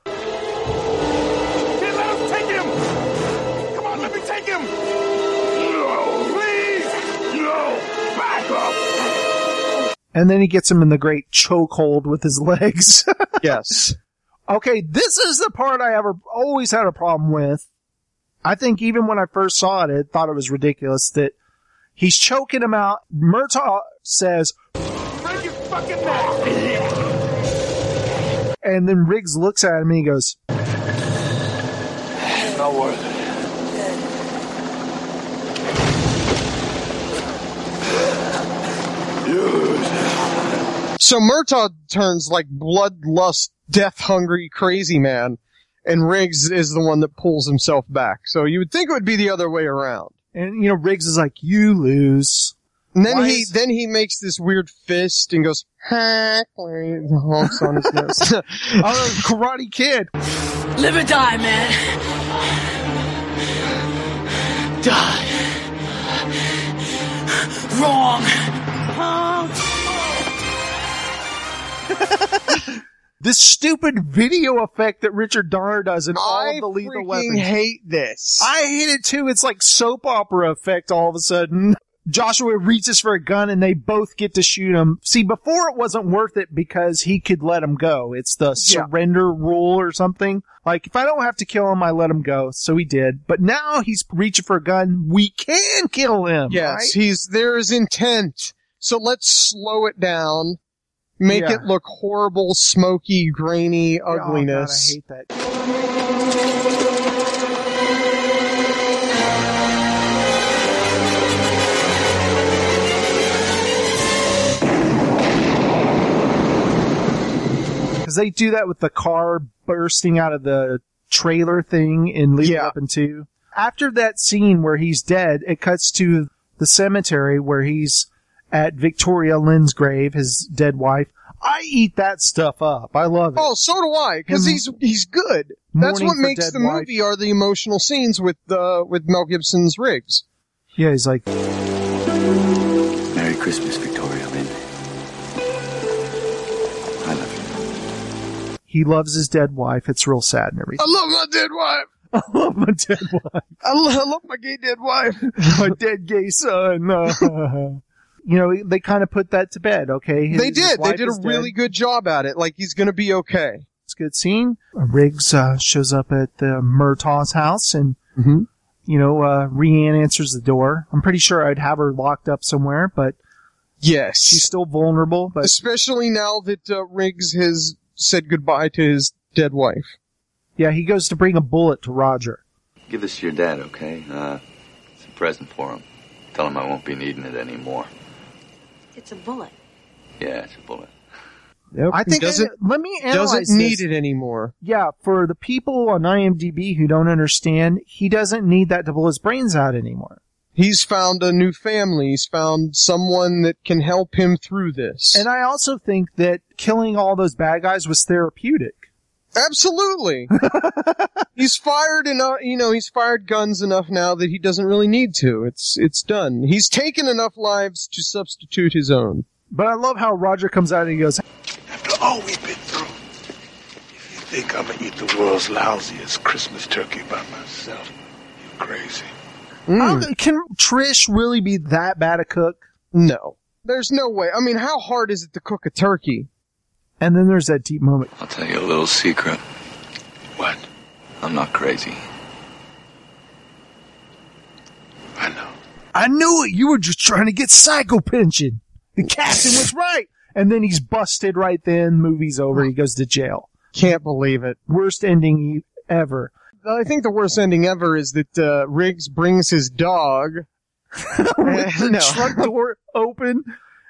Speaker 12: Can't let him take him. Come on, let me take him. No, please. No, back up.
Speaker 1: and then he gets him in the great chokehold with his legs.
Speaker 5: yes.
Speaker 1: Okay, this is the part I ever always had a problem with. I think even when I first saw it, I thought it was ridiculous that he's choking him out. Murtaugh says,
Speaker 12: Break your fucking neck.
Speaker 1: and then Riggs looks at him and he goes,
Speaker 2: Not worth it.
Speaker 5: So Murtaugh turns like bloodlust, death hungry, crazy man, and Riggs is the one that pulls himself back. So you would think it would be the other way around.
Speaker 1: and you know, Riggs is like, you lose.
Speaker 5: And then he then he makes this weird fist and goes hackler and honks on his nose.
Speaker 1: oh, Karate Kid.
Speaker 11: Live or die, man. Die. Wrong.
Speaker 1: This stupid video effect that Richard Donner does in all
Speaker 5: I
Speaker 1: of the lethal
Speaker 5: freaking
Speaker 1: weapons.
Speaker 5: hate this.
Speaker 1: I hate it too. It's like soap opera effect all of a sudden. Joshua reaches for a gun and they both get to shoot him. See, before it wasn't worth it because he could let him go. It's the
Speaker 5: Yeah.
Speaker 1: surrender rule or something. Like, if I don't have to kill him, I let him go. So he did. But now he's reaching for a gun. We can kill him.
Speaker 5: Yes,
Speaker 1: right?
Speaker 5: he's there is intent. So let's slow it down. Make
Speaker 1: Yeah.
Speaker 5: it look horrible, smoky, grainy ugliness.
Speaker 1: Oh, God, I hate that. Because they do that with the car bursting out of the trailer thing in Lethal Weapon 2. After that scene where he's dead, it cuts to the cemetery where he's at Victoria Lynn's grave, his dead wife. I eat that stuff up. I love it.
Speaker 5: Oh, so do I, because
Speaker 1: Him
Speaker 5: he's he's good. That's
Speaker 1: mourning
Speaker 5: what
Speaker 1: for
Speaker 5: makes
Speaker 1: dead
Speaker 5: the
Speaker 1: wife.
Speaker 5: movie are the emotional scenes with uh, with Mel Gibson's rigs.
Speaker 1: Yeah, he's like,
Speaker 16: Merry Christmas, Victoria Lynn. I love you.
Speaker 1: he loves his dead wife. It's real sad and everything.
Speaker 5: I love my dead wife.
Speaker 1: I love my dead wife.
Speaker 5: I, lo- I love my gay dead wife.
Speaker 1: my dead gay son. Uh, Uh-huh. you know, they kind of put that to bed, okay? His-
Speaker 5: they
Speaker 1: his
Speaker 5: did. They
Speaker 1: wife
Speaker 5: did a
Speaker 1: is dead.
Speaker 5: really good job at it. Like he's gonna be okay.
Speaker 1: It's a good scene. Uh, Riggs uh, shows up at the Murtaugh's house and,
Speaker 5: Mm-hmm.
Speaker 1: you know, uh, Rhiann answers the door. I'm pretty sure I'd have her locked up somewhere, but
Speaker 5: Yes,
Speaker 1: she's still vulnerable. But
Speaker 5: especially now that uh, Riggs has said goodbye to his dead wife.
Speaker 1: yeah, he goes to bring a bullet to Roger.
Speaker 3: Give this to your dad, okay? Uh, it's a present for him. Tell him I won't be needing it anymore.
Speaker 10: It's a bullet.
Speaker 3: Yeah, it's a bullet.
Speaker 1: I think
Speaker 5: doesn't-
Speaker 1: I- let me analyze
Speaker 5: Doesn't need
Speaker 1: this.
Speaker 5: it anymore.
Speaker 1: Yeah, for the people on IMDb who don't understand, he doesn't need that to blow his brains out anymore.
Speaker 5: He's found a new family. He's found someone that can help him through this.
Speaker 1: And I also think that killing all those bad guys was therapeutic.
Speaker 5: Absolutely. he's fired enough, you know, he's fired guns enough now that he doesn't really need to. It's it's done. He's taken enough lives to substitute his own.
Speaker 1: But I love how Roger comes out and he goes,
Speaker 2: After all we've been through, if you think I'm gonna eat the world's lousiest Christmas turkey by myself, you're crazy.
Speaker 1: "How- Can Trish really be that bad a cook?
Speaker 5: No. There's no way. I mean, how hard is it to cook a turkey?
Speaker 1: And then there's that deep moment.
Speaker 3: I'll tell you a little secret. What? I'm not crazy.
Speaker 1: I knew it. You were just trying to get psycho pension. The captain was right. And then he's busted right then. Movie's over. He goes to jail.
Speaker 5: Can't believe it.
Speaker 1: Worst ending e-, ever.
Speaker 5: I think the worst ending ever is that uh, Riggs brings his dog.
Speaker 1: the truck door open.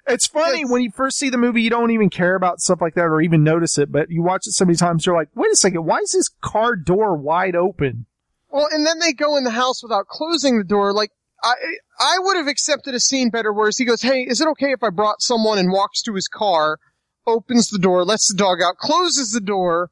Speaker 1: It's funny when you first see the movie, you don't even care about stuff like that or even notice it, but you watch it so many times, you're like, wait a second, why is this car door wide open?
Speaker 5: Well, and then they go in the house without closing the door. Like I, I would have accepted a scene better. Whereas he goes, "Hey, is it okay if I brought someone?" and walks to his car, opens the door, lets the dog out, closes the door,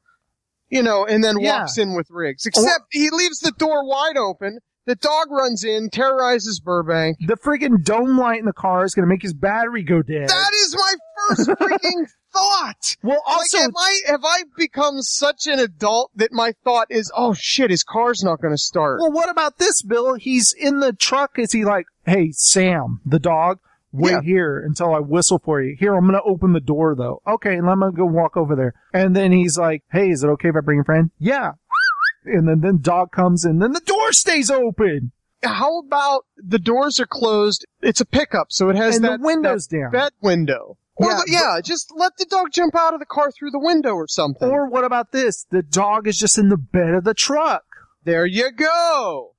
Speaker 5: you know, and then
Speaker 1: Yeah.
Speaker 5: walks in with Riggs. Except he leaves the door wide open. The dog runs in, terrorizes Burbank.
Speaker 1: The friggin' dome light in the car is going to make his battery go dead.
Speaker 5: That is my first freaking thought.
Speaker 1: Well, also-
Speaker 5: like, have I have I become such an adult that my thought is, "Oh shit, his car's not going to start."
Speaker 1: well, what about this, Bill? He's in the truck. Is he like, hey, Sam, the dog, wait
Speaker 5: Yeah.
Speaker 1: here until I whistle for you. Here, I'm going to open the door, though. Okay, and I'm going to go walk over there. And then he's like, hey, is it okay if I bring a friend? Yeah. And then, then dog comes in, then the door stays open.
Speaker 5: how about the doors are closed? It's a pickup, so it has
Speaker 1: And the
Speaker 5: that
Speaker 1: windows
Speaker 5: that
Speaker 1: down.
Speaker 5: bed window. Or
Speaker 1: Yeah,
Speaker 5: yeah, yeah just let the dog jump out of the car through the window or something.
Speaker 1: Or what about this? The dog is just in the bed of the truck.
Speaker 5: there you go.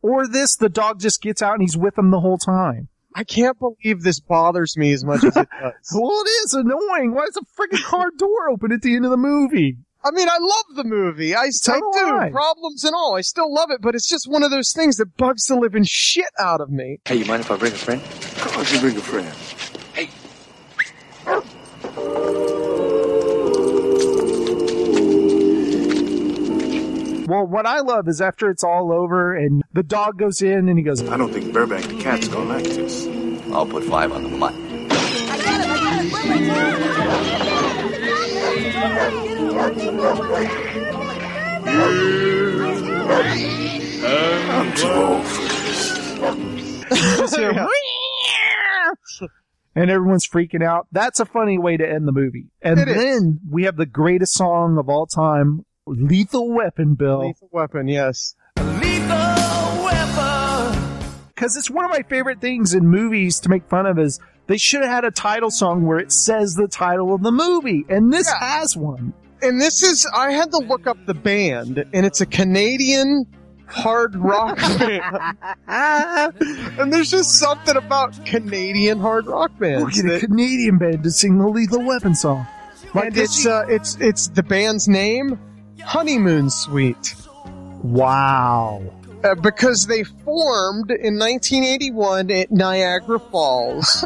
Speaker 1: Or this, the dog just gets out and he's with him the whole time.
Speaker 5: I can't believe this bothers me as much as it does.
Speaker 1: Well, it is annoying. Why is the freaking car door open at the end of the movie? I mean, I love the movie. I, I
Speaker 5: do
Speaker 1: do.
Speaker 5: I.
Speaker 1: Problems and all. I still love it, but it's just one of those things that bugs the living shit out of me.
Speaker 3: Hey, you mind if I bring a friend? Of course you bring a friend.
Speaker 5: Well, what I love is after it's all over and the dog goes in and he goes,
Speaker 3: I don't think Burbank the cat's gonna like this. I'll put five on the money.
Speaker 5: I'm too old for this. just hear, and everyone's freaking out. That's a funny way to end the movie. And
Speaker 1: It is.
Speaker 5: then we have the greatest song of all time, Lethal Weapon, Bill.
Speaker 1: Lethal Weapon, yes.
Speaker 5: Because it's one of my favorite things in movies to make fun of is they should have had a title song where it says the title of the movie. And this has one.
Speaker 1: And this is, I had to look up the band, and it's a Canadian hard rock band. and there's just something about Canadian hard rock
Speaker 5: We'll
Speaker 1: bands.
Speaker 5: get a
Speaker 1: that-
Speaker 5: Canadian band to sing the Lethal Weapon song.
Speaker 1: and it's, uh, it's, it's the band's name, Honeymoon Suite.
Speaker 5: Wow.
Speaker 1: Uh, because they formed in 1981 at Niagara Falls.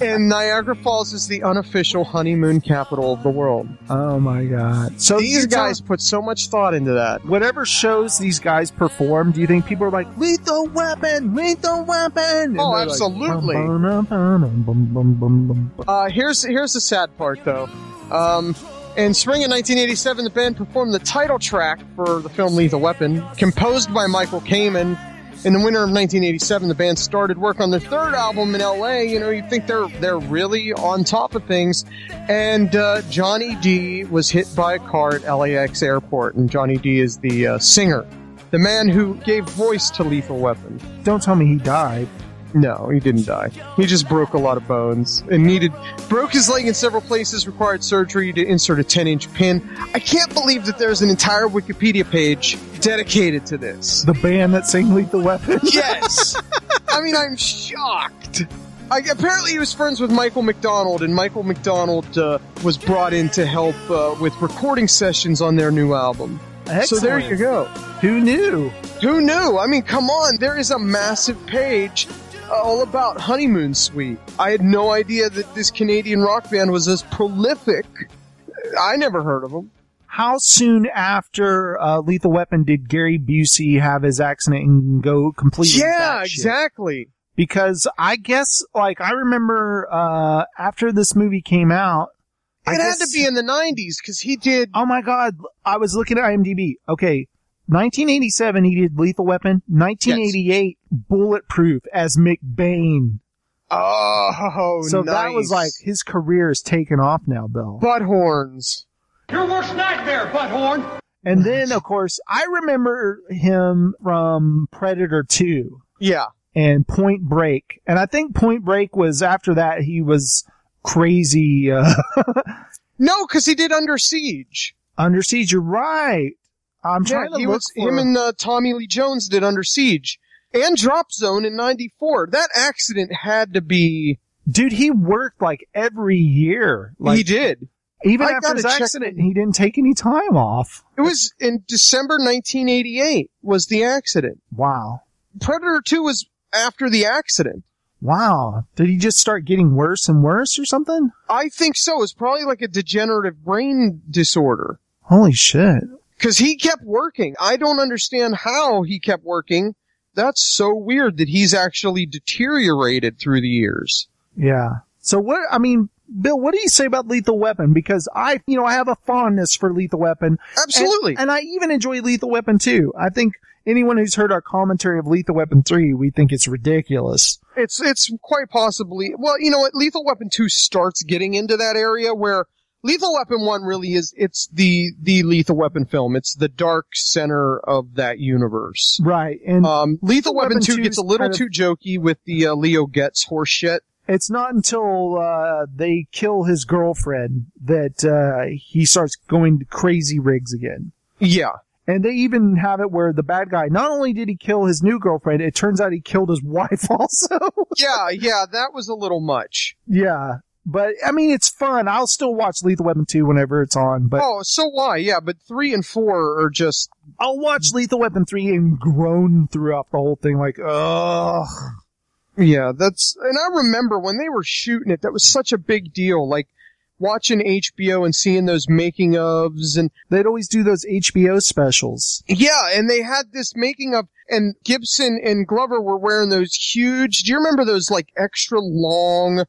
Speaker 1: and Niagara Falls is the unofficial honeymoon capital of the world.
Speaker 5: Oh my god. So
Speaker 1: these
Speaker 5: you tell-
Speaker 1: guys put so much thought into that.
Speaker 5: Whatever shows these guys perform, do you think people are like, Lethal Weapon, Lethal Weapon? And
Speaker 1: Oh,
Speaker 5: they're like,
Speaker 1: absolutely.
Speaker 5: "Bum, bum, bum, bum, bum, bum, bum, bum."
Speaker 1: Uh, here's here's the sad part though. Um, in spring of 1987, the band performed the title track for the film *Lethal Weapon*, composed by Michael Kamen. In the winter of 1987, the band started work on their third album in LA. You know, you think they're they're really on top of things. And uh, Johnny D was hit by a car at LAX airport, and Johnny D is the uh, singer, the man who gave voice to *Lethal Weapon*.
Speaker 5: Don't tell me he died.
Speaker 1: No, he didn't die. He just broke a lot of bones and needed broke his leg in several places, required surgery to insert a 10-inch pin. I can't believe that there's an entire Wikipedia page dedicated to this.
Speaker 5: The band that sang Lethal Weapon?
Speaker 1: Yes. I mean, I'm shocked. I, apparently, he was friends with Michael McDonald, and Michael McDonald uh, was brought in to help uh, with recording sessions on their new album. So there
Speaker 5: Excellent.
Speaker 1: you go.
Speaker 5: Who knew?
Speaker 1: Who knew? I mean, come on. There is a massive page uh, all about Honeymoon Suite. I had no idea that this Canadian rock band was as prolific. I never heard of them.
Speaker 5: How soon after uh, Lethal Weapon did Gary Busey have his accident and go completely?
Speaker 1: Yeah,
Speaker 5: batshit?
Speaker 1: exactly.
Speaker 5: Because I guess, like, I remember uh, after this movie came out, I
Speaker 1: It had
Speaker 5: guess-
Speaker 1: to be in the 90s because he did.
Speaker 5: Oh my God! I was looking at IMDb. Okay, 1987 he did Lethal Weapon. 1988 Bulletproof as McBain.
Speaker 1: Oh,
Speaker 5: so that was like
Speaker 1: nice.
Speaker 5: his career is taken off now, Bill.
Speaker 1: Butthorns.
Speaker 34: Your worst nightmare, butthorn.
Speaker 5: And then, of course, I remember him from Predator 2
Speaker 1: Yeah.
Speaker 5: and Point Break. And I think Point Break was after that he was crazy uh,
Speaker 1: No, because he did Under Siege.
Speaker 5: under siege. You're right. I'm
Speaker 1: Yeah,
Speaker 5: trying to
Speaker 1: he
Speaker 5: look
Speaker 1: was,
Speaker 5: for
Speaker 1: him and uh, Tommy Lee Jones did Under Siege and Drop Zone in 94. That accident had to be.
Speaker 5: dude. He worked like every year. Like
Speaker 1: he did.
Speaker 5: even
Speaker 1: I
Speaker 5: after
Speaker 1: gotta
Speaker 5: his
Speaker 1: check-
Speaker 5: accident, he didn't take any time off.
Speaker 1: It was in December 1988 was the accident.
Speaker 5: Wow,
Speaker 1: Predator 2 was after the accident.
Speaker 5: wow. Did he just start getting worse and worse or something?
Speaker 1: I think so. It's probably like a degenerative brain disorder.
Speaker 5: Holy shit!
Speaker 1: Cause he kept working. I don't understand how he kept working. That's so weird that he's actually deteriorated through the years.
Speaker 5: Yeah. So what, I mean, Bill, what do you say about Lethal Weapon? Because I, you know, I have a fondness for Lethal Weapon.
Speaker 1: Absolutely.
Speaker 5: And, and I even enjoy Lethal Weapon too. I think anyone who's heard our commentary of Lethal Weapon 3, we think it's ridiculous.
Speaker 1: It's, it's quite possibly, well, you know what? Lethal Weapon 2 starts getting into that area where Lethal Weapon 1 really is, it's the, the Lethal Weapon film. It's the dark center of that universe.
Speaker 5: Right. And
Speaker 1: Um, Lethal Weapon, 2 gets
Speaker 5: is
Speaker 1: a little
Speaker 5: kind of-
Speaker 1: too jokey with the uh, Leo Getz horse shit.
Speaker 5: it's not until, uh, they kill his girlfriend that, uh, he starts going crazy rigs again.
Speaker 1: Yeah.
Speaker 5: And they even have it where the bad guy, not only did he kill his new girlfriend, it turns out he killed his wife also.
Speaker 1: Yeah, yeah, that was a little much.
Speaker 5: Yeah.
Speaker 1: But I mean, it's fun. I'll still watch Lethal Weapon 2 whenever it's on, but
Speaker 5: oh, so why? Yeah, but three and four are just.
Speaker 1: I'll watch Lethal Weapon 3 and groan throughout the whole thing like, ugh.
Speaker 5: Yeah, that's, and I remember when they were shooting it, that was such a big deal. Like watching HBO and seeing those making ofs and
Speaker 1: they'd always do those HBO specials.
Speaker 5: yeah, and they had this making of, and Gibson and Glover were wearing those huge, do you remember those like extra long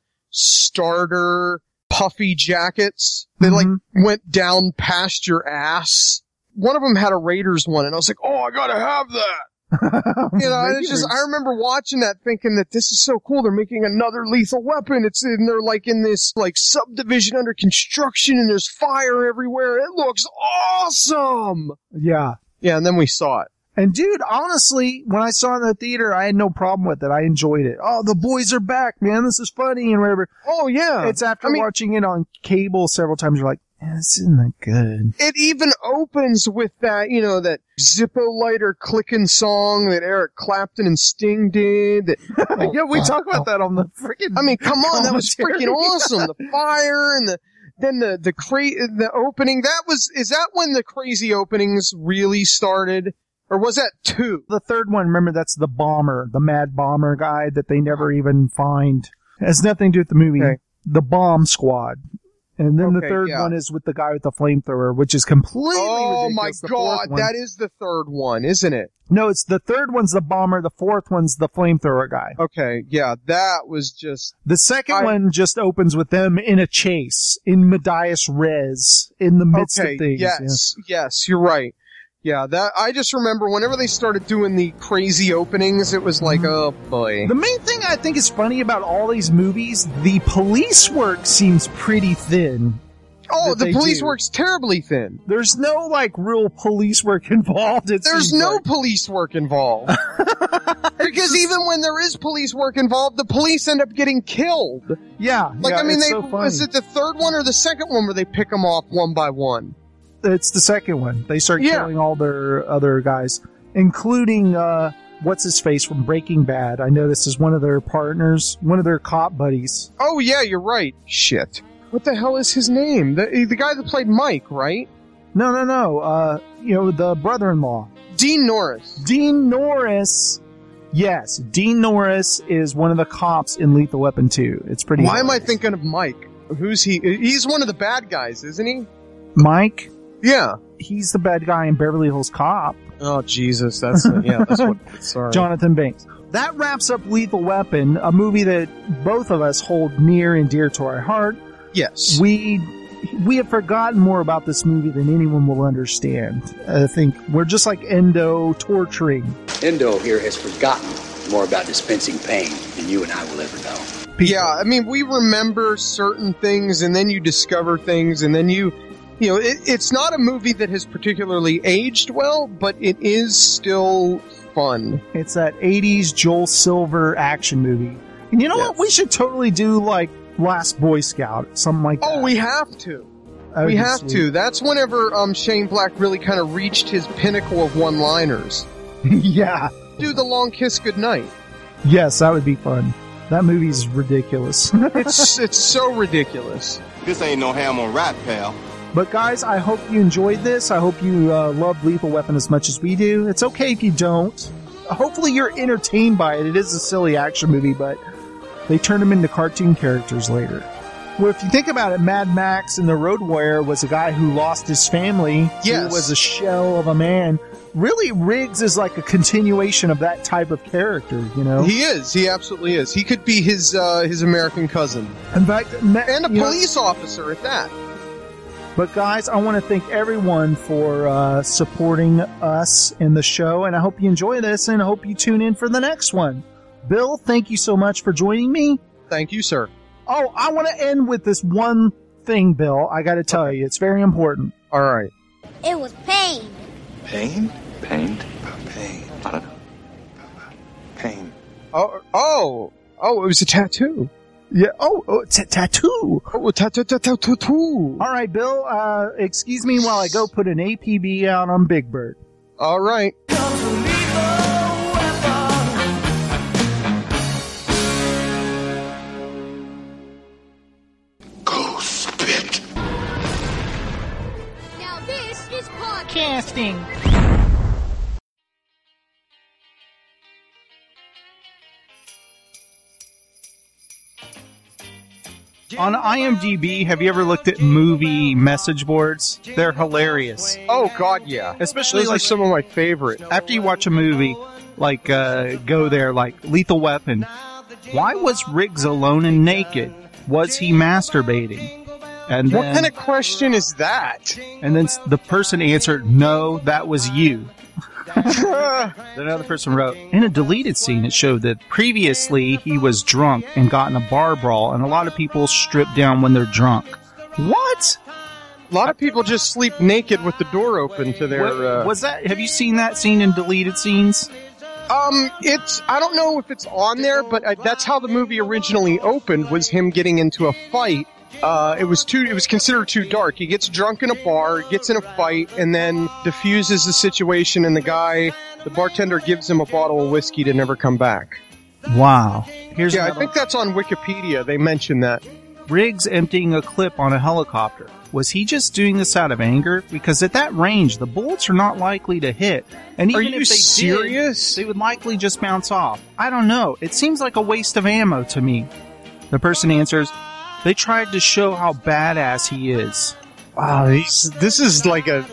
Speaker 5: starter puffy jackets? They like went down past your ass. One of them had a Raiders one and I was like, oh, I gotta have that.
Speaker 1: Oh,
Speaker 5: you know, and it's just I remember watching that thinking that this is so cool. They're making another lethal weapon. It's in they're like in this like subdivision under construction and there's fire everywhere. It looks awesome.
Speaker 1: Yeah.
Speaker 5: Yeah, and then we saw it.
Speaker 1: And dude, honestly, when I saw it in the theater, I had no problem with it. I enjoyed it. Oh, the boys are back, man. This is funny and whatever.
Speaker 5: Oh yeah.
Speaker 1: It's after watching it on cable several times. You're like, yeah, this isn't that good.
Speaker 5: It even opens with that, you know, that Zippo lighter clicking song that Eric Clapton and Sting did. That,
Speaker 1: yeah, we talk about that on the freaking.
Speaker 5: Oh, I mean, come on, that was
Speaker 1: commentary.
Speaker 5: freaking awesome. The fire and the then the the cra- the opening. That was is that when the crazy openings really started, or was that two?
Speaker 1: The third one, remember, that's the bomber, the mad bomber guy that they never even find. It has nothing to do with the movie. The bomb squad. And then the
Speaker 5: Okay,
Speaker 1: third
Speaker 5: yeah.
Speaker 1: one is with the guy with the flamethrower, which is completely
Speaker 5: Oh my
Speaker 1: ridiculous. The fourth
Speaker 5: god,
Speaker 1: one-
Speaker 5: that is the third one, isn't it?
Speaker 1: No, it's the third one's the bomber, the fourth one's the flamethrower guy.
Speaker 5: Okay, yeah, that was just
Speaker 1: The second one just opens with them in a chase in Medias Res in the midst
Speaker 5: okay.
Speaker 1: of things. yeah.
Speaker 5: yes, yes, you're right. Yeah, that I just remember whenever they started doing the crazy openings, it was like, oh boy.
Speaker 1: The main thing I think is funny about all these movies, the police work seems pretty thin.
Speaker 5: Oh,
Speaker 1: that
Speaker 5: the
Speaker 1: they
Speaker 5: police
Speaker 1: do.
Speaker 5: work's terribly thin.
Speaker 1: There's no like real police work involved. It
Speaker 5: There's
Speaker 1: seems
Speaker 5: no
Speaker 1: like.
Speaker 5: police work involved. because even when there is police work involved, the police end up getting killed.
Speaker 1: Yeah.
Speaker 5: Like
Speaker 1: yeah,
Speaker 5: I mean,
Speaker 1: it's
Speaker 5: they
Speaker 1: so funny.
Speaker 5: was it the third one or the second one where they pick them off one by one?
Speaker 1: It's the second one. They start
Speaker 5: Yeah.
Speaker 1: killing all their other guys, including uh, what's his face from Breaking Bad. I noticed is one of their partners, one of their cop buddies.
Speaker 5: Oh yeah, you're right. Shit. What the hell is his name? The the guy that played Mike, right?
Speaker 1: No, no, no. Uh, you know the brother-in-law,
Speaker 5: Dean Norris.
Speaker 1: Dean Norris. Yes, Dean Norris is one of the cops in Lethal Weapon 2. It's pretty.
Speaker 5: Why am I thinking of Mike? Who's he? He's one of the bad guys, isn't he?
Speaker 1: Mike?
Speaker 5: Yeah.
Speaker 1: He's the bad guy in Beverly Hills Cop.
Speaker 5: Oh Jesus, that's yeah. That's what. Sorry,
Speaker 1: Jonathan Banks. That wraps up Lethal Weapon, a movie that both of us hold near and dear to our heart.
Speaker 5: Yes.
Speaker 1: We we have forgotten more about this movie than anyone will understand. I think we're just like Endo torturing.
Speaker 29: Endo here has forgotten more about dispensing pain than you and I will ever know.
Speaker 5: Yeah, I mean, we remember certain things, and then you discover things, and then you, you know, it, it's not a movie that has particularly aged well, but it is still fun.
Speaker 1: It's that 80s Joel Silver action movie. And you know what? We should totally do like Last Boy Scout, something like that.
Speaker 5: Oh, we have to.
Speaker 1: That would
Speaker 5: We
Speaker 1: be
Speaker 5: have
Speaker 1: sweet.
Speaker 5: to. That's whenever um, Shane Black really kind of reached his pinnacle of one-liners.
Speaker 1: yeah.
Speaker 5: Do the long kiss goodnight.
Speaker 1: Yes, that would be fun. That movie's ridiculous.
Speaker 5: It's it's so ridiculous.
Speaker 18: This ain't no ham on rat, pal.
Speaker 1: But guys, I hope you enjoyed this. I hope you uh, love Lethal Weapon as much as we do. It's okay if you don't. Hopefully, you're entertained by it. It is a silly action movie, but they turn them into cartoon characters later. Well, if you think about it, Mad Max in the Road Warrior was a guy who lost his family.
Speaker 5: Yes.
Speaker 1: He was a shell of a man. Really, Riggs is like a continuation of that type of character, you know?
Speaker 5: He is. He absolutely is. He could be his uh, his American cousin
Speaker 1: in fact, ma-
Speaker 5: and a
Speaker 1: you know-
Speaker 5: police officer at that.
Speaker 1: But guys, I want to thank everyone for uh, supporting us in the show, and I hope you enjoy this, and I hope you tune in for the next one. Bill, thank you so much for joining me.
Speaker 5: Thank you, sir.
Speaker 1: Oh, I want to end with this one thing, Bill. I got to tell you, it's very important.
Speaker 5: All right.
Speaker 8: It was pain.
Speaker 18: Pain?
Speaker 3: Pained?
Speaker 18: Pain.
Speaker 3: I don't know.
Speaker 18: Pain.
Speaker 5: Oh, oh, oh! It was a tattoo.
Speaker 1: Yeah. Oh, oh t- tattoo.
Speaker 5: Oh, tattoo, tattoo, tattoo.
Speaker 1: All right, Bill. Uh, excuse me while I go put an APB out on Big Bird.
Speaker 5: All right.
Speaker 14: Podcasting.
Speaker 1: On IMDb, have you ever looked at movie message boards? They're hilarious.
Speaker 5: Oh God, yeah.
Speaker 1: Especially
Speaker 5: Those are
Speaker 1: like
Speaker 5: some of my favorite.
Speaker 1: After you watch a movie, like uh, go there, like Lethal Weapon. Why was Riggs alone and naked? Was he masturbating? And
Speaker 5: What
Speaker 1: then,
Speaker 5: kind of question is that?
Speaker 1: And then s- the person answered, "No, that was you." then another person wrote, "In a deleted scene, it showed that previously he was drunk and got in a bar brawl, and a lot of people strip down when they're drunk." What?
Speaker 5: A lot of people just sleep naked with the door open to their. uh,
Speaker 1: was that? Have you seen that scene in deleted scenes?
Speaker 5: Um, it's I don't know if it's on there, but uh, that's how the movie originally opened was him getting into a fight. Uh, it was too it was considered too dark. He gets drunk in a bar, gets in a fight, and then diffuses the situation. And the guy, the bartender, gives him a bottle of whiskey to never come back.
Speaker 1: Wow. Here's
Speaker 5: yeah, I
Speaker 1: another
Speaker 5: think that's on Wikipedia. They mentioned that.
Speaker 1: Riggs emptying a clip on a helicopter. Was he just doing this out of anger? Because at that range, the bullets are not likely to hit, and
Speaker 5: Are
Speaker 1: even
Speaker 5: you
Speaker 1: if they
Speaker 5: serious?
Speaker 1: did, they would likely just bounce off. I don't know. It seems like a waste of ammo to me. The person answers, "They tried to show how badass he is."
Speaker 5: Wow, these, this is like a,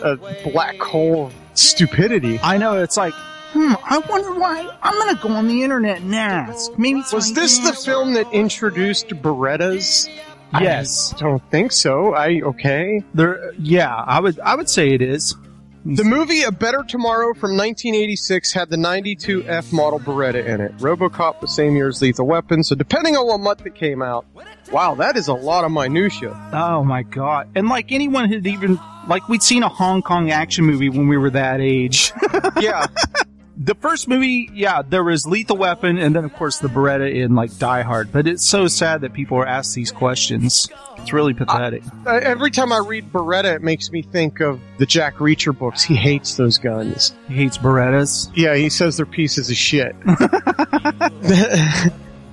Speaker 5: a black hole of stupidity.
Speaker 1: I know. It's like, hmm. I wonder why. I'm gonna go on the internet and ask. Maybe it's
Speaker 5: Was
Speaker 1: my
Speaker 5: this the
Speaker 1: answer.
Speaker 5: film that introduced Berettas?
Speaker 1: Yes.
Speaker 5: I don't think so. I okay.
Speaker 1: There, yeah, I would. I would say it is.
Speaker 5: The movie A Better Tomorrow from 1986 had the 92 F model Beretta in it. RoboCop the same year as Lethal Weapon. So depending on what month it came out, wow, that is a lot of minutia.
Speaker 1: Oh my god! And like anyone had even like we'd seen a Hong Kong action movie when we were that age.
Speaker 5: yeah.
Speaker 1: The first movie, yeah, there was Lethal Weapon, and then of course the Beretta in like Die Hard. But it's so sad that people are asked these questions. It's really pathetic.
Speaker 5: Uh, every time I read Beretta, it makes me think of the Jack Reacher books. He hates those guns.
Speaker 1: He hates Berettas.
Speaker 5: Yeah, he says they're pieces of shit.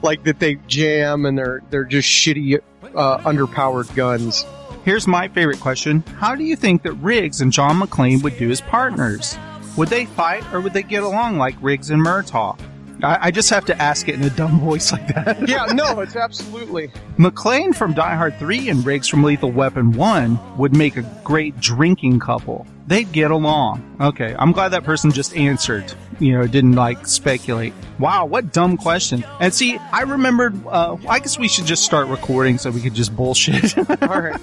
Speaker 5: like that they jam and they're they're just shitty, uh, underpowered guns.
Speaker 1: Here's my favorite question: How do you think that Riggs and John McClane would do as partners? Would they fight, or would they get along like Riggs and Murtaugh? I, I just have to ask it in a dumb voice like that.
Speaker 5: yeah, no, it's absolutely.
Speaker 1: McClane from Die Hard 3 and Riggs from Lethal Weapon 1 would make a great drinking couple. They'd get along. Okay, I'm glad that person just answered. You know, didn't like speculate. Wow, what dumb question. And see, I remembered, uh, I guess we should just start recording so we could just bullshit.
Speaker 5: All right.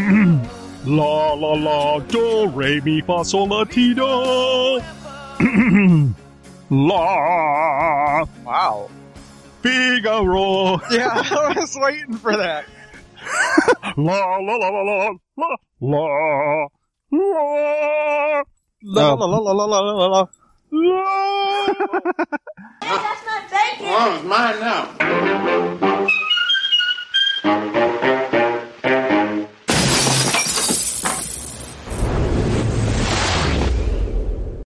Speaker 1: la la la, do re mi fa sol la ti do. la.
Speaker 5: Wow.
Speaker 1: Figaro.
Speaker 5: Yeah, I was waiting for that.
Speaker 1: La la la la la la la la.
Speaker 5: La la la la la la la la.
Speaker 1: la.
Speaker 8: that's my bacon.
Speaker 28: mine now.